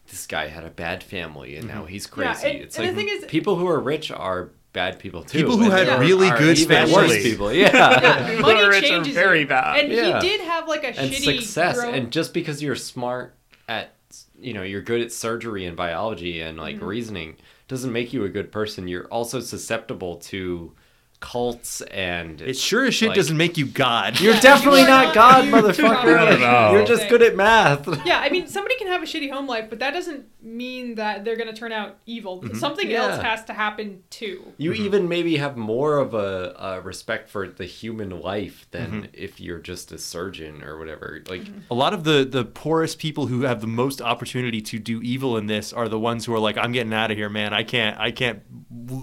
A: this guy had a bad family and now he's crazy.
D: Mm-hmm. and-
A: it's
D: and the
A: like
D: thing is-
A: people who are rich are bad people too.
B: People who
A: and
B: had
A: are-
B: really
A: are
B: good
A: even worse
C: families.
A: people. Yeah.
D: Yeah,
C: People are
D: money
C: rich are
D: changes.
C: very
D: you.
C: bad.
D: And
A: Yeah.
D: he did have like a
A: and
D: shitty
A: success
D: grow-
A: and just because you're smart at you know you're good at surgery and biology and like
D: Mm-hmm.
A: reasoning doesn't make you a good person you're also susceptible to cults and
B: It sure as shit
A: Like-
B: doesn't make you God.
A: you're
D: Yeah,
A: definitely
D: you are
A: not
D: not-
A: god
D: you-
A: motherfucker
D: I don't
C: know.
A: you're just good at math
D: yeah, I mean, somebody can have a shitty home life, but that doesn't mean that they're going to turn out evil.
A: Mm-hmm.
D: Something
A: Yeah.
D: else has to happen too.
A: you even maybe have more of a, a respect for the human life than if you're just a surgeon or whatever like
D: Mm-hmm.
B: a lot of the the poorest people who have the most opportunity to do evil in this are the ones who are like i'm getting out of here man i can't i can't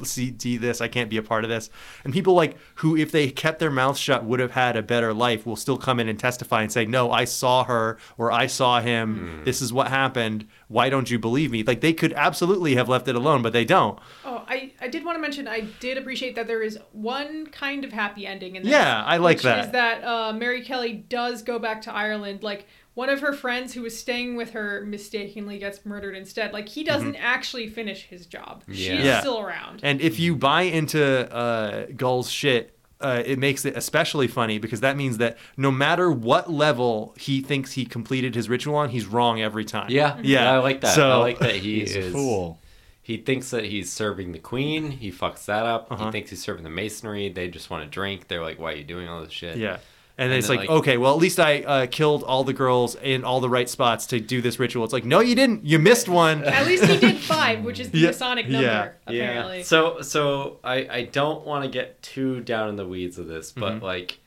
B: see, see this i can't be a part of this and people like who if they kept their mouth shut would have had a better life will still come in and testify and say no i saw her or i saw him this is what happened why don't you believe me like they could absolutely have left it alone but they don't
D: Oh, I, I did want to mention I did appreciate that there is one kind of happy ending in this.
B: Yeah, I like
D: which
B: that.
D: Is that uh, Mary Kelly does go back to Ireland? Like one of her friends who was staying with her mistakenly gets murdered instead. Like he doesn't actually finish his job.
A: Yeah.
D: She's
B: Mm-hmm. Yeah.
D: still around.
B: And if you buy into uh, Gull's shit, uh, it makes it especially funny because that means that no matter what level he thinks he completed his ritual on, he's wrong every time.
A: yeah
B: yeah.
A: i like that
B: So
A: i like that he
C: He's
A: is
C: a fool.
A: he thinks that he's serving the queen. He fucks that up. He thinks he's serving the masonry. They just want to drink. They're like, "Why are you doing all this shit?"
B: yeah. And,
A: And
B: it's
A: then,
B: like,
A: like-
B: okay, well, at least I uh, killed all the girls in all the right spots to do this ritual. It's like, no, you didn't. You missed one.
D: At least he did five, which is the
B: Yeah,
D: Masonic
B: yeah,
D: number,
A: Yeah.
D: apparently.
A: So, so I I don't want to get too down in the weeds of this, but
B: Mm-hmm.
A: like,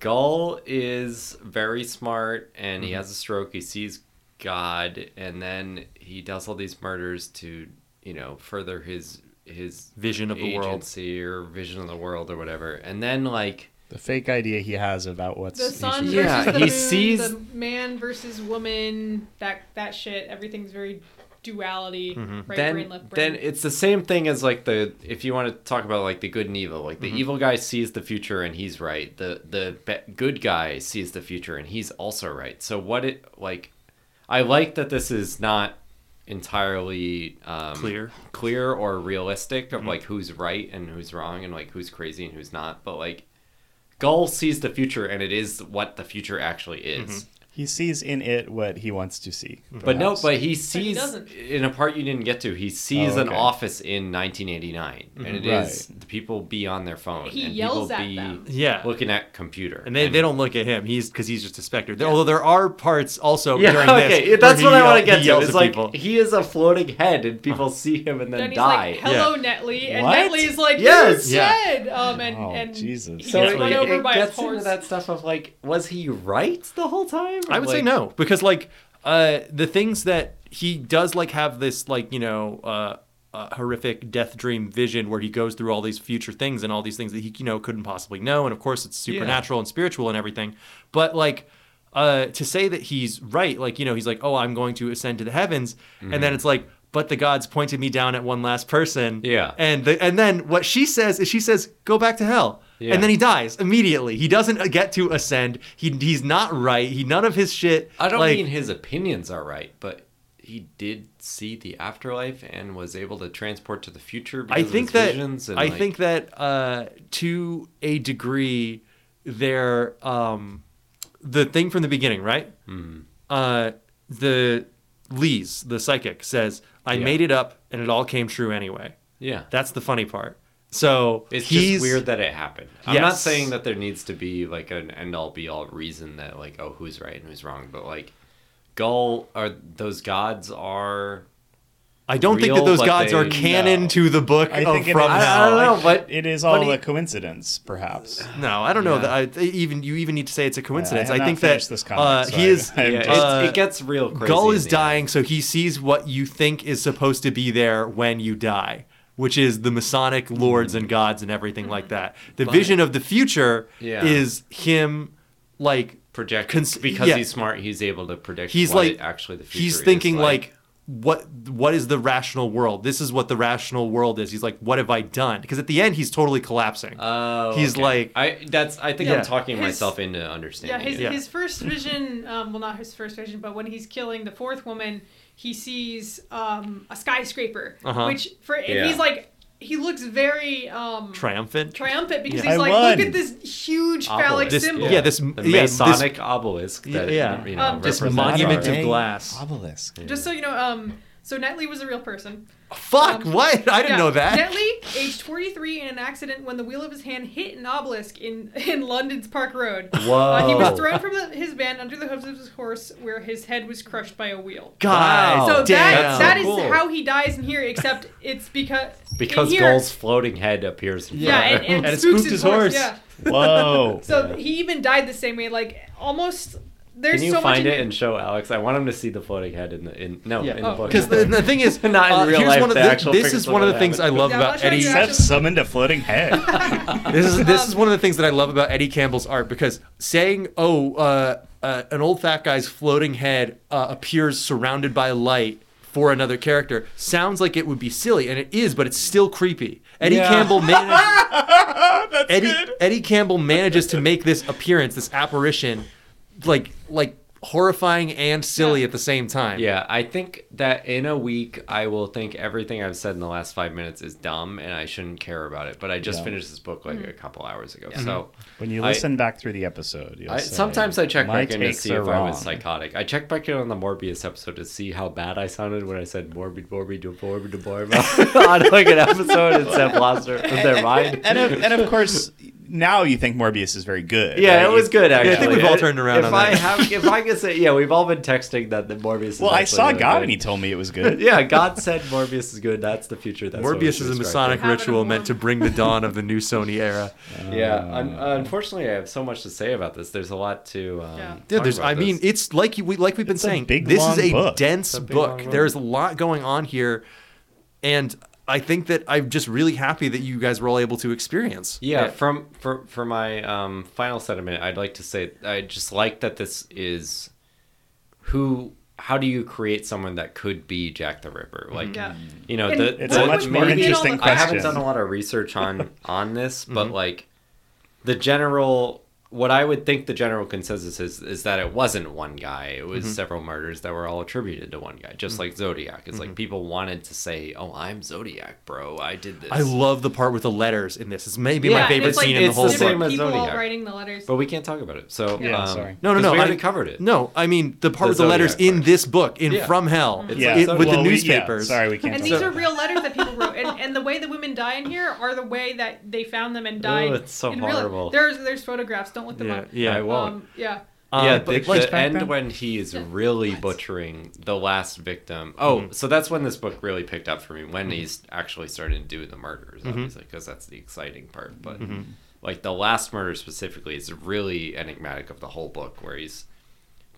A: Gull is very smart, and
B: Mm-hmm.
A: he has a stroke. He sees God, and then he does all these murders to you know further his his
B: Vision of the world.
A: agency or vision of the world or whatever, and then like.
C: The fake idea he has about what's
D: The sun versus
A: should- Yeah,
D: the
A: he
D: moon,
A: sees-
D: the man versus woman, that that shit, everything's very duality,
B: Mm-hmm.
D: right
A: then,
D: brain, left brain.
A: Then it's the same thing as like the if you want to talk about like the good and evil, like the evil guy sees the future and he's right. The the be- good guy sees the future and he's also right. So what it like I like that this is not entirely um,
B: Clear.
A: clear or realistic of like who's right and who's wrong and like who's crazy and who's not. But like Gull sees the future and it is what the future actually is.
C: he sees in it what he wants to see.
A: But no,
C: perhaps.
A: but he sees
D: doesn't.
A: in a part you didn't get to. He sees
C: Oh,
A: an
C: okay.
A: office in 1989, and it is the people be on their phone.
D: He
A: and
D: yells
A: people
D: at
A: be
D: them.
B: Yeah.
A: looking at computer.
B: And they, they don't look at him. He's because he's just a specter. Although there are parts also
A: Yeah,
B: during
A: okay,
B: this.
A: that's
B: where
A: what
B: he
A: I want
B: yell-
A: to get
B: he
A: to.
B: yells
A: It's
B: at
A: like
B: people.
A: he is a floating head, and people see him and then,
D: then he's
A: die.
D: like, "Hello, Netley," and
C: What?
D: Netley's like,
A: Yes.
D: "Yes,
B: Yeah.
D: dead." Um, and
C: Oh,
D: and
C: Jesus.
D: he
A: so
D: gets
A: it,
D: run over
A: it
D: by his
A: gets into
D: horse.
A: that stuff of like, was he right the whole time?
B: I would say
A: Like,
B: no because like uh, the things that he does like have this like you know uh, uh, horrific death dream vision where he goes through all these future things and all these things that he you know couldn't possibly know and of course it's supernatural and spiritual and everything but like uh, to say that he's right like you know he's like oh I'm going to ascend to the heavens and
A: Mm-hmm.
B: then it's like but the gods pointed me down at one last person
A: Yeah.
B: and the, and then what she says is she says go back to hell
A: Yeah.
B: and then he dies immediately he doesn't uh, get to ascend he, he's not right he none of his shit
A: I don't
B: like,
A: mean his opinions are right, but he did see the afterlife and was able to transport to the future.
B: I
A: because of
B: think
A: his
B: that
A: visions and,
B: I
A: like-
B: think that uh, to a degree, they're um, the thing from the beginning, right?
A: Hmm.
B: Uh, the Lees, the psychic, says, "I
A: Yeah.
B: made it up, and it all came true anyway."
A: Yeah.
B: that's the funny part. So
A: It's
B: he's
A: just weird that it happened. I'm not
B: Yes.
A: saying that there needs to be like an end all be all reason that like oh who's right and who's wrong, but like Gull are those gods are
B: I don't think that
A: real,
B: those
A: but
B: gods are
A: they-
B: canon
A: no.
B: to the book
C: I
B: of
C: think it
B: from
C: is-
B: hell.
C: I don't know,
A: but
C: It is all
B: But he-
C: a coincidence, perhaps.
B: No, I don't know. That I, even you even need to say it's a coincidence.
C: have
B: I
C: not
B: think that
C: finished this comic,
B: uh,
C: so
B: he
C: I-
B: is.
C: I'm
A: yeah,
C: just-
A: it's-
B: uh,
A: it gets real crazy.
B: Gull
A: in
B: is
A: the end.
B: dying, so he sees what you think is supposed to be there when you die, which is the
A: Hmm.
B: Masonic lords and gods and everything like that. The vision of the future
A: Yeah.
B: is him, like
A: project
B: Cons-
A: because
B: yeah.
A: he's smart. He's able to predict.
B: he's
A: what
B: like
A: actually the future.
B: he's
A: is
B: thinking like, what what is the rational world? This is what the rational world is. He's like, what have I done? Because at the end, he's totally collapsing.
A: Oh,
B: he's
A: okay.
B: like,
A: I. That's. I think
B: Yeah.
A: I'm talking
D: His-
A: myself into
D: Yeah,
A: understanding.
D: his,
A: it.
B: Yeah.
D: his first vision, um, well, not his first vision, but when he's killing the fourth woman, he sees um, a skyscraper,
B: Uh-huh.
D: which for and
A: Yeah.
D: he's like, he looks very um,
B: triumphant.
D: triumphant because
B: Yeah.
D: he's
C: I
D: like,
C: won.
D: look at this huge phallic
A: Obelisk,
B: This-
D: symbol.
B: yeah, this-
A: the
B: yeah, this-
A: Masonic obelisk. That,
B: Yeah.
A: you know,
D: Um, Just
A: represents
B: monument
A: our-
B: of glass.
C: Obelisk.
D: Just so you know, um, so Knightley was a real person.
B: Fuck!
D: Um,
B: what? I didn't
D: Yeah,
B: know that.
D: Knightley, aged 43, in an accident when the wheel of his hand hit an obelisk in, in London's Park Road.
B: Whoa.
D: Uh, he was thrown from the, his van under the hooves of his horse, where his head was crushed by a wheel.
B: God
D: So that,
B: damn.
D: that is
A: Cool.
D: how he dies in here, except it's because
A: because
D: in here,
A: Gull's floating head appears. In
D: yeah,
A: front
D: and,
A: of
D: and,
B: And it
D: spooks
B: spooked
D: his
B: his
D: horse.
B: horse.
D: Yeah.
C: Whoa.
D: So he even died the same way, like almost. There's
A: Can you
D: so much
A: find
D: in
A: it and show Alex? I want him to see the floating head in the in no in the
D: Oh.
A: book.
B: Because the, the thing is,
A: Not in
B: uh,
A: real
B: here's
A: life,
B: one of
A: the
B: the-
A: actual
B: this
A: pictures
B: is one of
A: of
B: the
A: what
B: things I love
D: Yeah, I'm not
B: about
D: sure
B: Eddie.
D: if you're
C: Seth summoned a floating head.
B: This is this
D: Um,
B: is one of the things that I love about Eddie Campbell's art because saying, "Oh, uh, uh, an old fat guy's floating head uh, appears surrounded by light." For another character sounds like it would be silly, and it is, but it's still creepy. Eddie Campbell managed Eddie Eddie Campbell manages to make this appearance, this apparition, like like horrifying and silly at the same time.
A: Yeah, I think that in a week I will think everything I've said in the last five minutes is dumb and I shouldn't care about it. But I just
C: Yeah.
A: finished this book like a couple hours ago, so
C: When you
A: I-
C: listen back through the episode, you'll
A: I,
C: say,
A: sometimes I check
C: "My
A: back in to
C: takes
A: see
C: are
A: if I was
C: wrong."
A: psychotic. I checked back in on the Morbius episode to see how bad I sounded when I said morbid, morbid, morbid, morbid on like an episode and Seth lost her, their mind.
C: And of, and of course, now you think Morbius is very good.
A: Yeah,
C: right?
A: it was good. Actually,
B: I think we've all turned around
A: If
B: on
A: I
B: that.
A: have, if I could say, yeah, we've all been texting that the Morbius. Is
C: Well, I
A: actually
C: saw
A: really
C: God
A: good.
C: and he told me it was good.
A: Yeah, God said Morbius is good. That's the future. That's what we
B: Morbius
A: should
B: is a
A: strive
B: Masonic
D: Having a
B: ritual meant to
D: warm-
B: bring the dawn of the new Sony era.
A: for. Yeah. un- unfortunately, I have so much to say about this. There's a lot to. Um,
D: Yeah.
B: Yeah,
A: talk
B: there's.
A: about
B: I mean,
A: this.
B: it's like you, we like we've been
C: It's a
B: saying.
C: big,
B: this
C: long
B: is a
C: book.
B: dense
A: a big,
B: book.
A: long book.
B: There's a lot going on here, and I think that I'm just really happy that you guys were all able to experience.
A: Yeah, from for for my um, final sentiment, I'd like to say I just like that this is who. How do you create someone that could be Jack the Ripper? Like,
D: Yeah.
A: you know,
D: And
A: the,
C: It's
A: the-
C: a much more
D: Maybe- I
C: interesting
A: I
C: question. Mm-hmm.
A: haven't done a lot of research on on this, but like the general what I would think the general consensus is is that it wasn't one guy. It
C: Mm-hmm.
A: was several murders that were all attributed to one guy, just like Zodiac. It's
C: Mm-hmm.
A: like people wanted to say, "Oh, I'm Zodiac, bro. I did this."
B: I love the part with the letters in this. It's maybe
A: Yeah,
B: my
D: and
B: favorite
D: it's like
B: scene in the
A: it's
B: whole
A: the
B: book.
A: same
D: different
A: as
D: people all
A: Zodiac.
D: writing the letters.
A: but we can't talk about it. So
C: Yeah,
A: um,
C: sorry.
B: No, no,
A: 'cause
B: no.
A: We already
B: I-
A: covered it.
B: No, I mean the part
A: The
B: with the letters
A: Zodiac
B: in
A: part.
B: this book, in
A: Yeah.
B: From Hell,
A: Yeah.
B: it- with
C: well,
B: the
C: we- yeah,
B: newspapers.
C: sorry, we can't.
D: And
C: talk
D: these
A: So-
D: are real letters that people wrote, and, and the way the women die in here are the way that they found them and died.
A: Oh, it's so
D: in real life.
A: horrible.
D: There's there's photographs. Don't look them
B: Yeah,
D: up.
B: yeah.
A: I won't.
D: Um, yeah.
A: yeah,
B: Um,
A: the,
C: like-
A: the
C: Bang,
A: end
C: bang.
A: when he is really butchering the last victim.
B: Mm-hmm.
A: Oh, so that's when this book really picked up for me when he's actually starting to do the murders,
B: Mm-hmm.
A: obviously, because that's the exciting part. But like the last murder specifically is really enigmatic of the whole book, where he's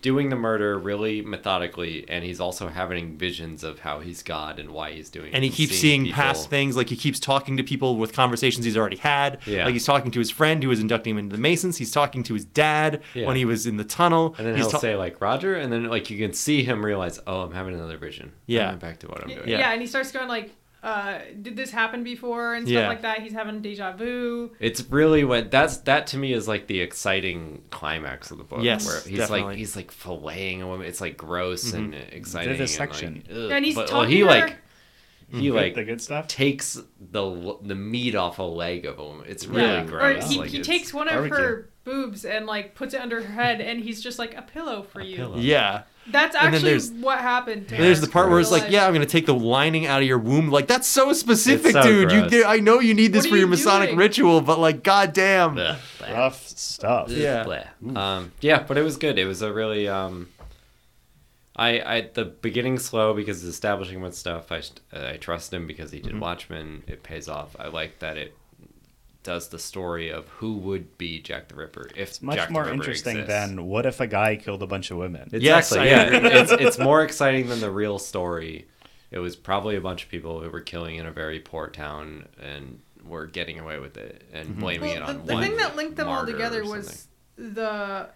A: doing the murder really methodically, and he's also having visions of how he's God and why he's doing it,
B: and he keeps seeing,
A: people.
B: past things. Like he keeps talking to people with conversations he's already had.
A: Yeah.
B: Like he's talking to his friend who was inducting him into the Masons. He's talking to his dad
A: Yeah.
B: when he was in the tunnel.
A: And then
B: he's
A: he'll
B: ta-
A: say like Roger, and then like you can see him realize, oh, I'm having another vision. I'm
B: Yeah.
A: back to what I'm doing.
D: yeah, And he starts going like, uh, did this happen before and stuff
A: Yeah.
D: like that. He's having deja vu.
A: It's really when that's that to me is like the exciting climax of the book.
B: Yes,
A: where he's
B: definitely. Mm-hmm.
A: like he's like filleting a woman. It's like gross and exciting.
C: Vivisection.
A: And, like, ugh.
D: And he's
A: but,
D: talking
A: well, he
D: to her-
A: like he
B: Mm-hmm.
C: Good-
A: like
C: the good stuff?
A: takes the l- the meat off a leg of a woman. It's really
D: Yeah.
A: gross.
D: Or he,
A: like,
D: he
A: it's-
D: takes one of
C: barbecue.
D: her boobs and like puts it under her head, and he's just like a pillow for you.
A: pillow.
B: Yeah.
D: That's
B: then
D: actually
B: there's-
D: what happened. to
B: And there's
D: her
B: the part where it's
D: real
B: like,
D: life.
B: yeah, I'm gonna take the lining out of your womb. Like that's so specific,
A: so
B: dude. You,
A: gross.
B: did- I know you need this
D: What are
B: for your
D: you
B: Masonic
D: doing?
B: ritual, but like, goddamn.
A: Ugh.
C: Rough stuff.
B: Yeah.
C: Mm.
A: Bleh. Um, yeah, but it was good. It was a really. Um, I I the beginning slow because it's establishing with stuff. I st- uh, I trust him because he did
C: Mm-hmm.
A: Watchmen. It pays off. I like that it does the story of who would be Jack the Ripper if
C: It's much
A: Jack the
C: more
A: Ripper
C: interesting
A: exists.
C: than what if a guy killed a bunch of women?
A: It's
B: Yes,
A: actually,
B: I
A: yeah, it's, it's more exciting than the real story. It was probably a bunch of people who were killing in a very poor town and were getting away with it and
C: Mm-hmm.
A: blaming
D: Well,
A: it
D: the,
A: on
D: the
A: one.
D: thing that linked them all
A: martyr or
D: together
A: something.
D: was the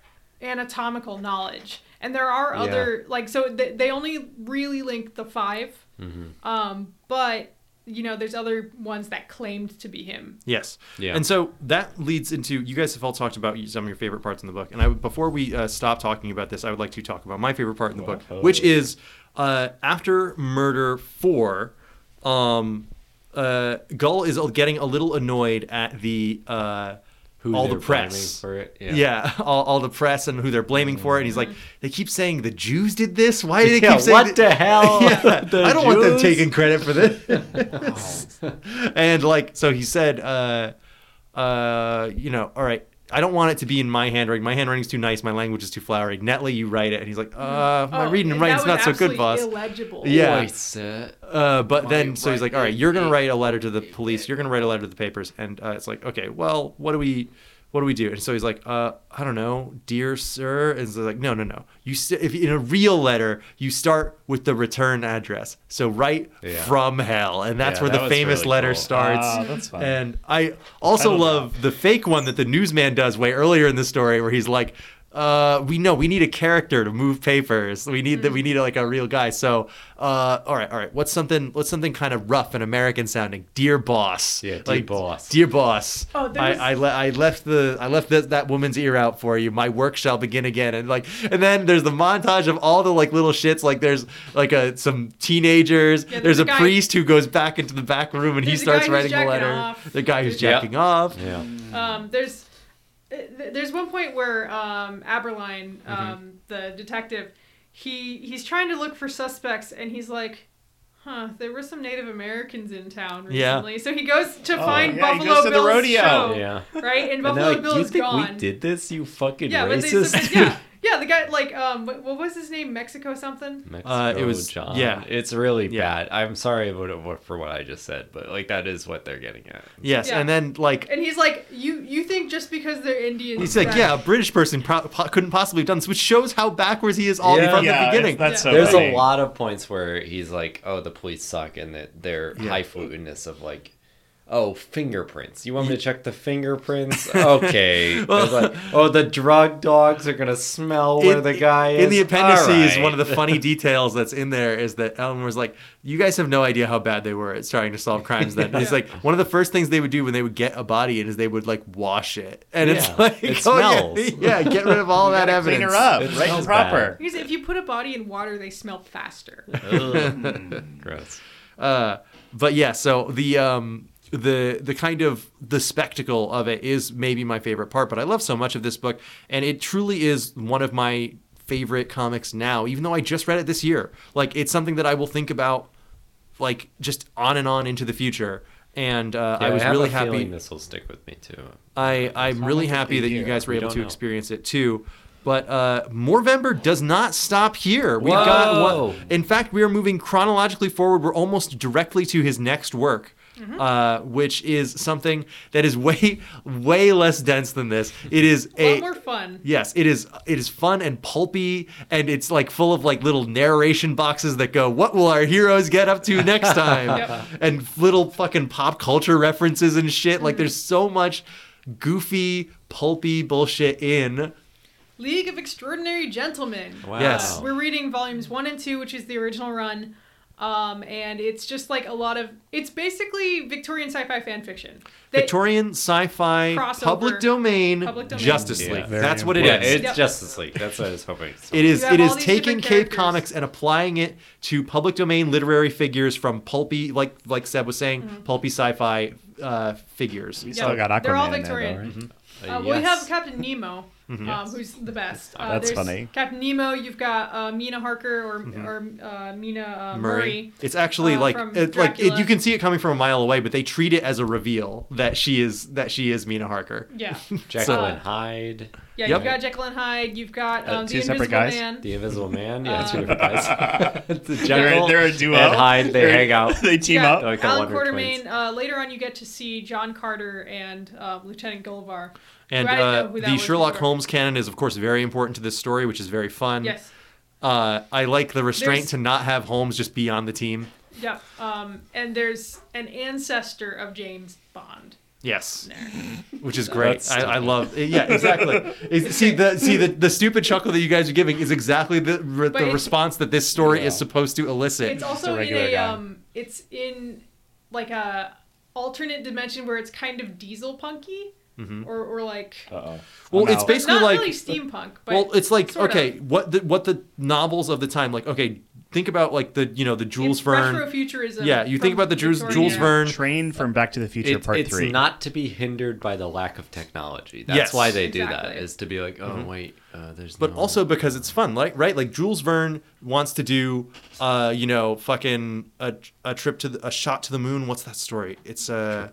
D: anatomical knowledge and there are other like so they, they only really link the 5
A: Mm-hmm.
D: um but you know there's other ones that claimed to be him
B: Yes.
A: Yeah.
B: And so that leads into you guys have all talked about some of your favorite parts in the book, and I would- before we uh, stop talking about this, I would like to talk about my favorite part in the book,
A: Oh.
B: which is uh, after murder four. Um, uh, Gull is getting a little annoyed at the uh,
A: Who
B: all
A: they
B: the
A: were blaming
B: press
A: for it,
B: Yeah,
A: yeah. Mm-hmm.
B: all, all the press and who they're blaming for it. And he's like, they keep saying the Jews did this. Why do they
A: Yeah,
B: keep saying
A: what the hell?
B: Yeah,
A: The
B: I don't want them
A: Jews? Oh.
B: taking credit for this. and like, so he said, uh, uh, you know, all right. I don't want it to be in my handwriting. My handwriting's too nice. My language is too flowery. Netley, you write it. And he's like, uh, my
D: Oh,
B: reading and
D: and
B: writing's
D: that was
B: not so good,
D: absolutely
B: boss.
D: illegible
B: Yeah.
A: Wait, sir.
B: Uh, but then,
A: My
B: so he's like, all right,
A: writing
B: you're going to
A: is
B: write a letter to the police. You're going to write a letter to the papers. And uh, it's like, okay, well, what do we, what do we do? And so he's like, uh, I don't know, dear sir. And so like, no, no, no. You st- if in a real letter, you start with the return address. So write
A: Yeah.
B: from hell, and that's
A: Yeah,
B: where
A: that
B: the
A: was
B: famous
A: really
B: letter
A: cool.
B: starts.
C: Ah, that's fun.
B: And I also
C: love
B: love the fake one that the newsman does way earlier in the story, where he's like, uh, "We know we need a character to move papers. We need that. We need like a real guy." So, uh, all right, all right. What's something? What's something kind of rough and American sounding? Dear boss.
A: Yeah, dear
B: Like,
A: boss.
B: Dear boss.
D: Oh, there
B: I,
D: was-
B: I, le- I left the I left this, that woman's ear out for you. My work shall begin again. And like, and then there's the montage of all the like little shits. Like there's like a some teenagers.
D: Yeah,
B: there's
D: there's
B: a
D: a guy-
B: priest who goes back into the back room and he
D: There's a
B: starts
D: guy who's
B: writing the
D: jacking
B: letter.
D: off.
B: The guy who's
D: Yeah.
B: jacking off.
A: Yeah.
D: um there's th- there's one point where um aberline
A: Mm-hmm.
D: um the detective he he's trying to look for suspects and he's like Huh, there were some Native Americans in town
B: Yeah.
D: recently. So he goes to find
C: Oh, yeah, he
D: Buffalo
C: goes to the
D: Bill's
C: rodeo.
D: show.
A: Yeah.
D: Right? And
A: And
D: Buffalo
A: they're like,
D: Bill
A: do you
D: is
A: think
D: gone.
A: we did this, you fucking
D: yeah, but they,
A: racist?
D: so- yeah, yeah, the guy like um what, what was his name? Mexico something?
A: Mexico,
B: Uh, it was-
A: John.
B: yeah.
A: it's really
B: Yeah.
A: bad. I'm sorry about what- for what I just said, but like that is what they're getting at.
B: Yes,
D: Yeah.
B: and then like
D: And he's like, You you think just because they're Indians
B: he's like,
D: that-
B: yeah, a British person pro- po- couldn't possibly have done this, which shows how backwards he is all
A: Yeah.
B: from
C: yeah,
B: the beginning.
C: That's so
A: There's
C: funny.
A: a lot of points where he's like, "Oh, the police suck," and that their
B: Yeah.
A: highflutiness of like, "Oh, fingerprints. You want me to check the fingerprints? okay." There's like, "Oh, the drug dogs are gonna smell where
B: In-
A: the guy is."
B: in the appendices,
A: All
B: one of the
A: right.
B: funny details that's in there is that Elmer's like, "You guys have no idea how bad they were at trying to solve crimes." Then he's like, one of the first things they would do when they would get a body in is they would like wash it, and
A: Yeah,
B: it's like,
A: it
B: oh, yeah,
A: smells.
B: yeah, get rid of all that evidence.
C: Clean her up,
A: It
C: right and
A: smells
C: proper.
D: Because if you put a body in water, they smell faster.
A: Gross.
B: Uh, but yeah, so the um, the the kind of the spectacle of it is maybe my favorite part. But I love so much of this book, and it truly is one of my favorite comics now. Even though I just read it this year, like it's something that I will think about, like just on and on into the future. And uh,
A: Yeah,
B: I was
A: have
B: really
A: a
B: happy.
A: feeling This will stick with me too.
B: I, I'm really happy that you
A: year.
B: guys were
A: We
B: able
A: don't
B: to
A: know.
B: experience it too. But uh, Morvember does not stop here. We've got
A: Whoa.
B: one. In fact, we are moving chronologically forward. We're almost directly to his next work,
A: Mm-hmm.
B: uh, which is something that is way, way less dense than this. It is
D: A
B: a
D: lot more fun.
B: Yes, it is. It is fun and pulpy, and it's like full of like little narration boxes that go, "What will our heroes get up to next time?"
D: Yep.
B: And little fucking pop culture references and shit. Like, there's
D: Mm-hmm.
B: so much goofy, pulpy bullshit in.
D: League of Extraordinary Gentlemen.
A: Wow.
B: Yes.
D: We're reading volumes one and two, which is the original run. Um, and it's just like a lot of it's basically Victorian sci-fi fan fiction. They-
B: Victorian sci-fi
D: Crossover.
B: public domain,
D: Public domain.
B: Justice
A: Yeah,
B: League.
A: very
B: That's what it
A: yeah,
B: is.
A: it's
D: Yep.
A: Justice League. That's what I was hoping.
B: It is.
D: You have
B: It is
D: all these
B: taking
D: different
B: Cave
D: characters.
B: Comics and applying it to public domain literary figures from pulpy, like like Seb was saying,
D: Mm-hmm.
B: pulpy sci-fi uh, figures.
C: We still got Oh, Aquaman
D: They're all
C: in there, though,
D: Victorian.
A: Mm-hmm.
C: right?
D: Uh, well, we have Captain Nemo, um, who's the best. Uh,
C: Ah, That's
D: there's
C: funny. Mm-hmm.
D: Captain Nemo. You've got uh, Mina Harker or or uh, Mina uh, Murray.
B: It's actually
D: uh,
B: like
D: from
B: it, like it,
D: Dracula.
B: you can see it coming from a mile away, but they treat it as a reveal that she is that she is Mina Harker.
D: Yeah,
A: Jacqueline Hyde,
D: yeah.
B: Yep.
D: You've got Jekyll and Hyde. You've got um, the
C: two separate
D: Invisible
C: guys?
D: Man.
A: the Invisible Man. Yeah, two different guys. the
C: They're,
A: Jekyll
C: they're a duo.
A: and Hyde. They
C: They're-
A: hang out.
C: they team
D: yeah,
C: up. Oh,
A: like the
D: Alan
A: Wonder
D: Quartermain. Uh, later on, you get to see John Carter and uh, Lieutenant Gullivar.
B: And
D: Who I didn't know
B: uh,
D: who that
B: the
D: was
B: Sherlock
D: before.
B: Holmes canon is, of course, very important to this story, which is very fun.
D: Yes.
B: Uh, I like the restraint
D: There's-
B: to not have Holmes just be on the team.
D: Yeah. Um, and there's an ancestor of James Bond.
B: Yes, which is great.
A: That's
B: I, I love. Yeah, exactly. Is- see the see the, the stupid chuckle that you guys are giving is exactly the re, the
D: it's-
B: response that this story is supposed to elicit.
D: It's also in
C: regular
D: a
C: guy.
D: um, it's in like a alternate dimension where it's kind of diesel punky or or like
C: Uh-oh.
B: well,
C: I'm
B: Mm-hmm. Uh, it's
C: out.
B: basically
D: not
B: like uh,
D: really steampunk, but
B: well, it's like
D: sort of.
B: okay, what the what the novels of the time like? Okay, think about like the you know the Jules
D: It's
B: Verne.
D: retrofuturism.
B: Yeah, you think
D: from
B: about the Jules,
D: Victorian
B: Jules
D: era.
B: Verne.
C: Train from Back to the Future
A: It-
C: Part
A: it's
C: Three.
A: not to be hindered by the lack of technology. That's
B: Yes.
A: why they do that.
D: Exactly.
A: Is to be like, oh wait, uh, there's.
B: but
A: no-
B: also because it's fun, like right? Like Jules Verne wants to do, uh, you know, fucking a, a trip to the, a shot to the moon. What's that story? It's uh,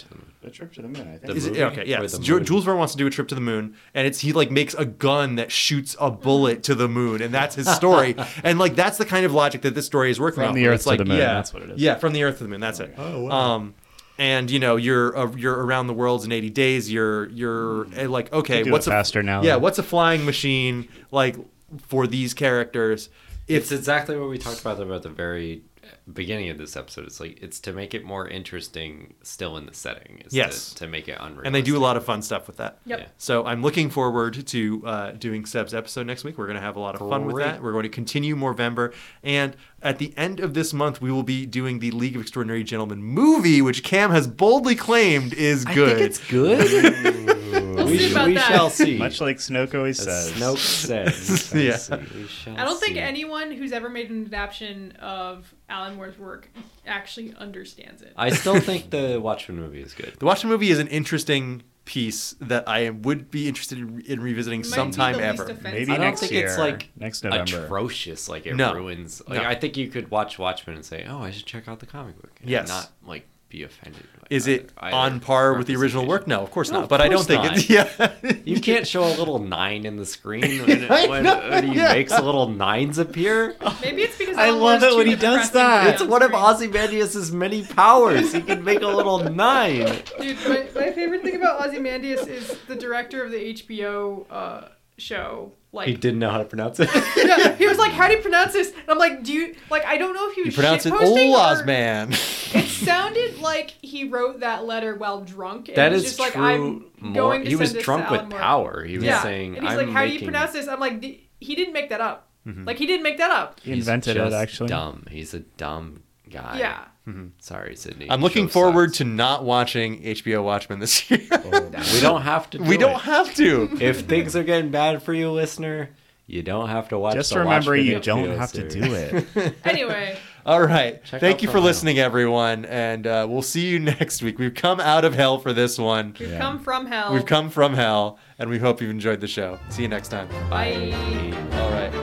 C: a trip to the moon. I think.
A: The
B: is it,
A: movie
B: yeah, okay, yeah.
A: or
B: it's
A: the
B: Ju-
A: moon?
B: Jules Verne wants to do a trip to the moon, and it's he like makes a gun that shoots a bullet to the moon, and that's his story. and like that's the kind of logic that this story is working
C: From
B: off
C: the
B: of.
C: Earth
B: It's
C: to
B: like,
C: the moon,
B: Yeah,
C: that's what it is.
B: Yeah, from the Earth to the moon. That's it. Oh wow. Um, and you know you're uh, you're around the world in 80 days. You're you're uh, like okay,
C: Hmm. do it
B: what's a,
C: faster now,
B: Yeah,
C: though.
B: what's a flying machine like for these characters?
A: it's exactly what we talked about about the very beginning of this episode. It's like it's to make it more interesting, still in the setting. Is
B: Yes.
A: to, to make it unreal.
B: and they do a lot of fun stuff with that.
D: Yep.
A: Yeah.
B: So I'm looking forward to uh, doing Seb's episode next week. We're going to have a lot of fun with
A: Great.
B: that. We're going to continue Movember, and at the end of this month, we will be doing the League of Extraordinary Gentlemen movie, which Cam has boldly claimed is good.
A: I think it's good.
D: We'll
A: we
D: see
A: sh-
D: about
A: we
D: that.
A: shall see.
C: Much like Snoke always
A: As
C: says.
A: Snoke says.
B: Yeah.
D: I don't think anyone who's ever made an adaptation of Alan Moore's work actually understands it.
A: I still think the Watchmen movie is good.
B: The Watchmen movie is an interesting piece that I would be interested in, in revisiting
D: It might be
B: sometime
D: the least
B: ever.
D: offensive.
C: Maybe
A: I don't
C: next
A: think
C: year.
A: it's like
C: next November.
A: atrocious. Like it
B: No.
A: ruins. Like
B: No.
A: I think you could watch Watchmen and say, "Oh, I should check out the comic book." And
B: Yes.
A: Not like be offended. By
B: Is
A: either-
B: it
A: either
B: on par with the original work?
A: representation.
B: No, of course
A: No,
B: not.
A: of
B: But I don't
A: course
B: think
A: not.
B: it's yeah.
A: You can't show a little nine in the screen when,
B: I
A: when,
B: know,
A: when he
B: yeah.
A: makes little nines appear.
D: Maybe it's because
A: I
D: Alan
A: love
D: Moore's
A: it when
D: too
A: he does
D: depressing to
A: that.
D: be
A: It's
D: on
A: one of
D: screen.
A: Ozymandias' many powers. He can make a little nine.
D: Dude, my, my favorite thing about Ozymandias is the director of the HBO uh, show. Like
A: He didn't know how to pronounce it.
D: Yeah, he was like, "How do you pronounce this?" And I'm like, "Do you like?" I don't know if he was
B: you pronounce it
D: shitposting or-
B: Olazman.
D: It sounded like he wrote that letter while drunk. And
A: That
D: was
A: is
D: just like,
A: true.
D: I'm
A: Moore.
D: going to
A: He was
D: send this
A: drunk
D: to
A: with
D: Alan Moore.
A: power. He was
D: yeah.
A: saying,
D: and he's
A: I'm
D: like, "How
A: making...
D: do
A: Mm-hmm.
D: you pronounce this?" I'm like, "D- "He didn't make that up. Like, he didn't make that up."
C: he
A: He's
C: invented it
A: just
C: actually.
A: Dumb. He's a dumb guy.
D: Yeah,
A: Sorry, Sydney.
B: I'm
A: The
B: looking
A: show
B: forward
A: sucks.
B: to not watching HBO Watchmen this year.
A: We don't have to. Do
B: we don't
A: Oh, it.
B: have to.
A: If things are getting bad for you, listener, you don't have to watch.
C: Just
A: the
C: remember,
A: Watchmen
C: you
A: HBO
C: don't have to
A: series.
C: do it.
D: Anyway,
B: All right.
A: Check
B: Thank
A: out
B: you for
A: Promo.
B: listening, everyone, and uh, we'll see you next week. We've come out of hell for this one.
D: we've come from hell.
B: We've come from hell, and we hope you've enjoyed the show. See you next time.
D: Bye.
B: All right.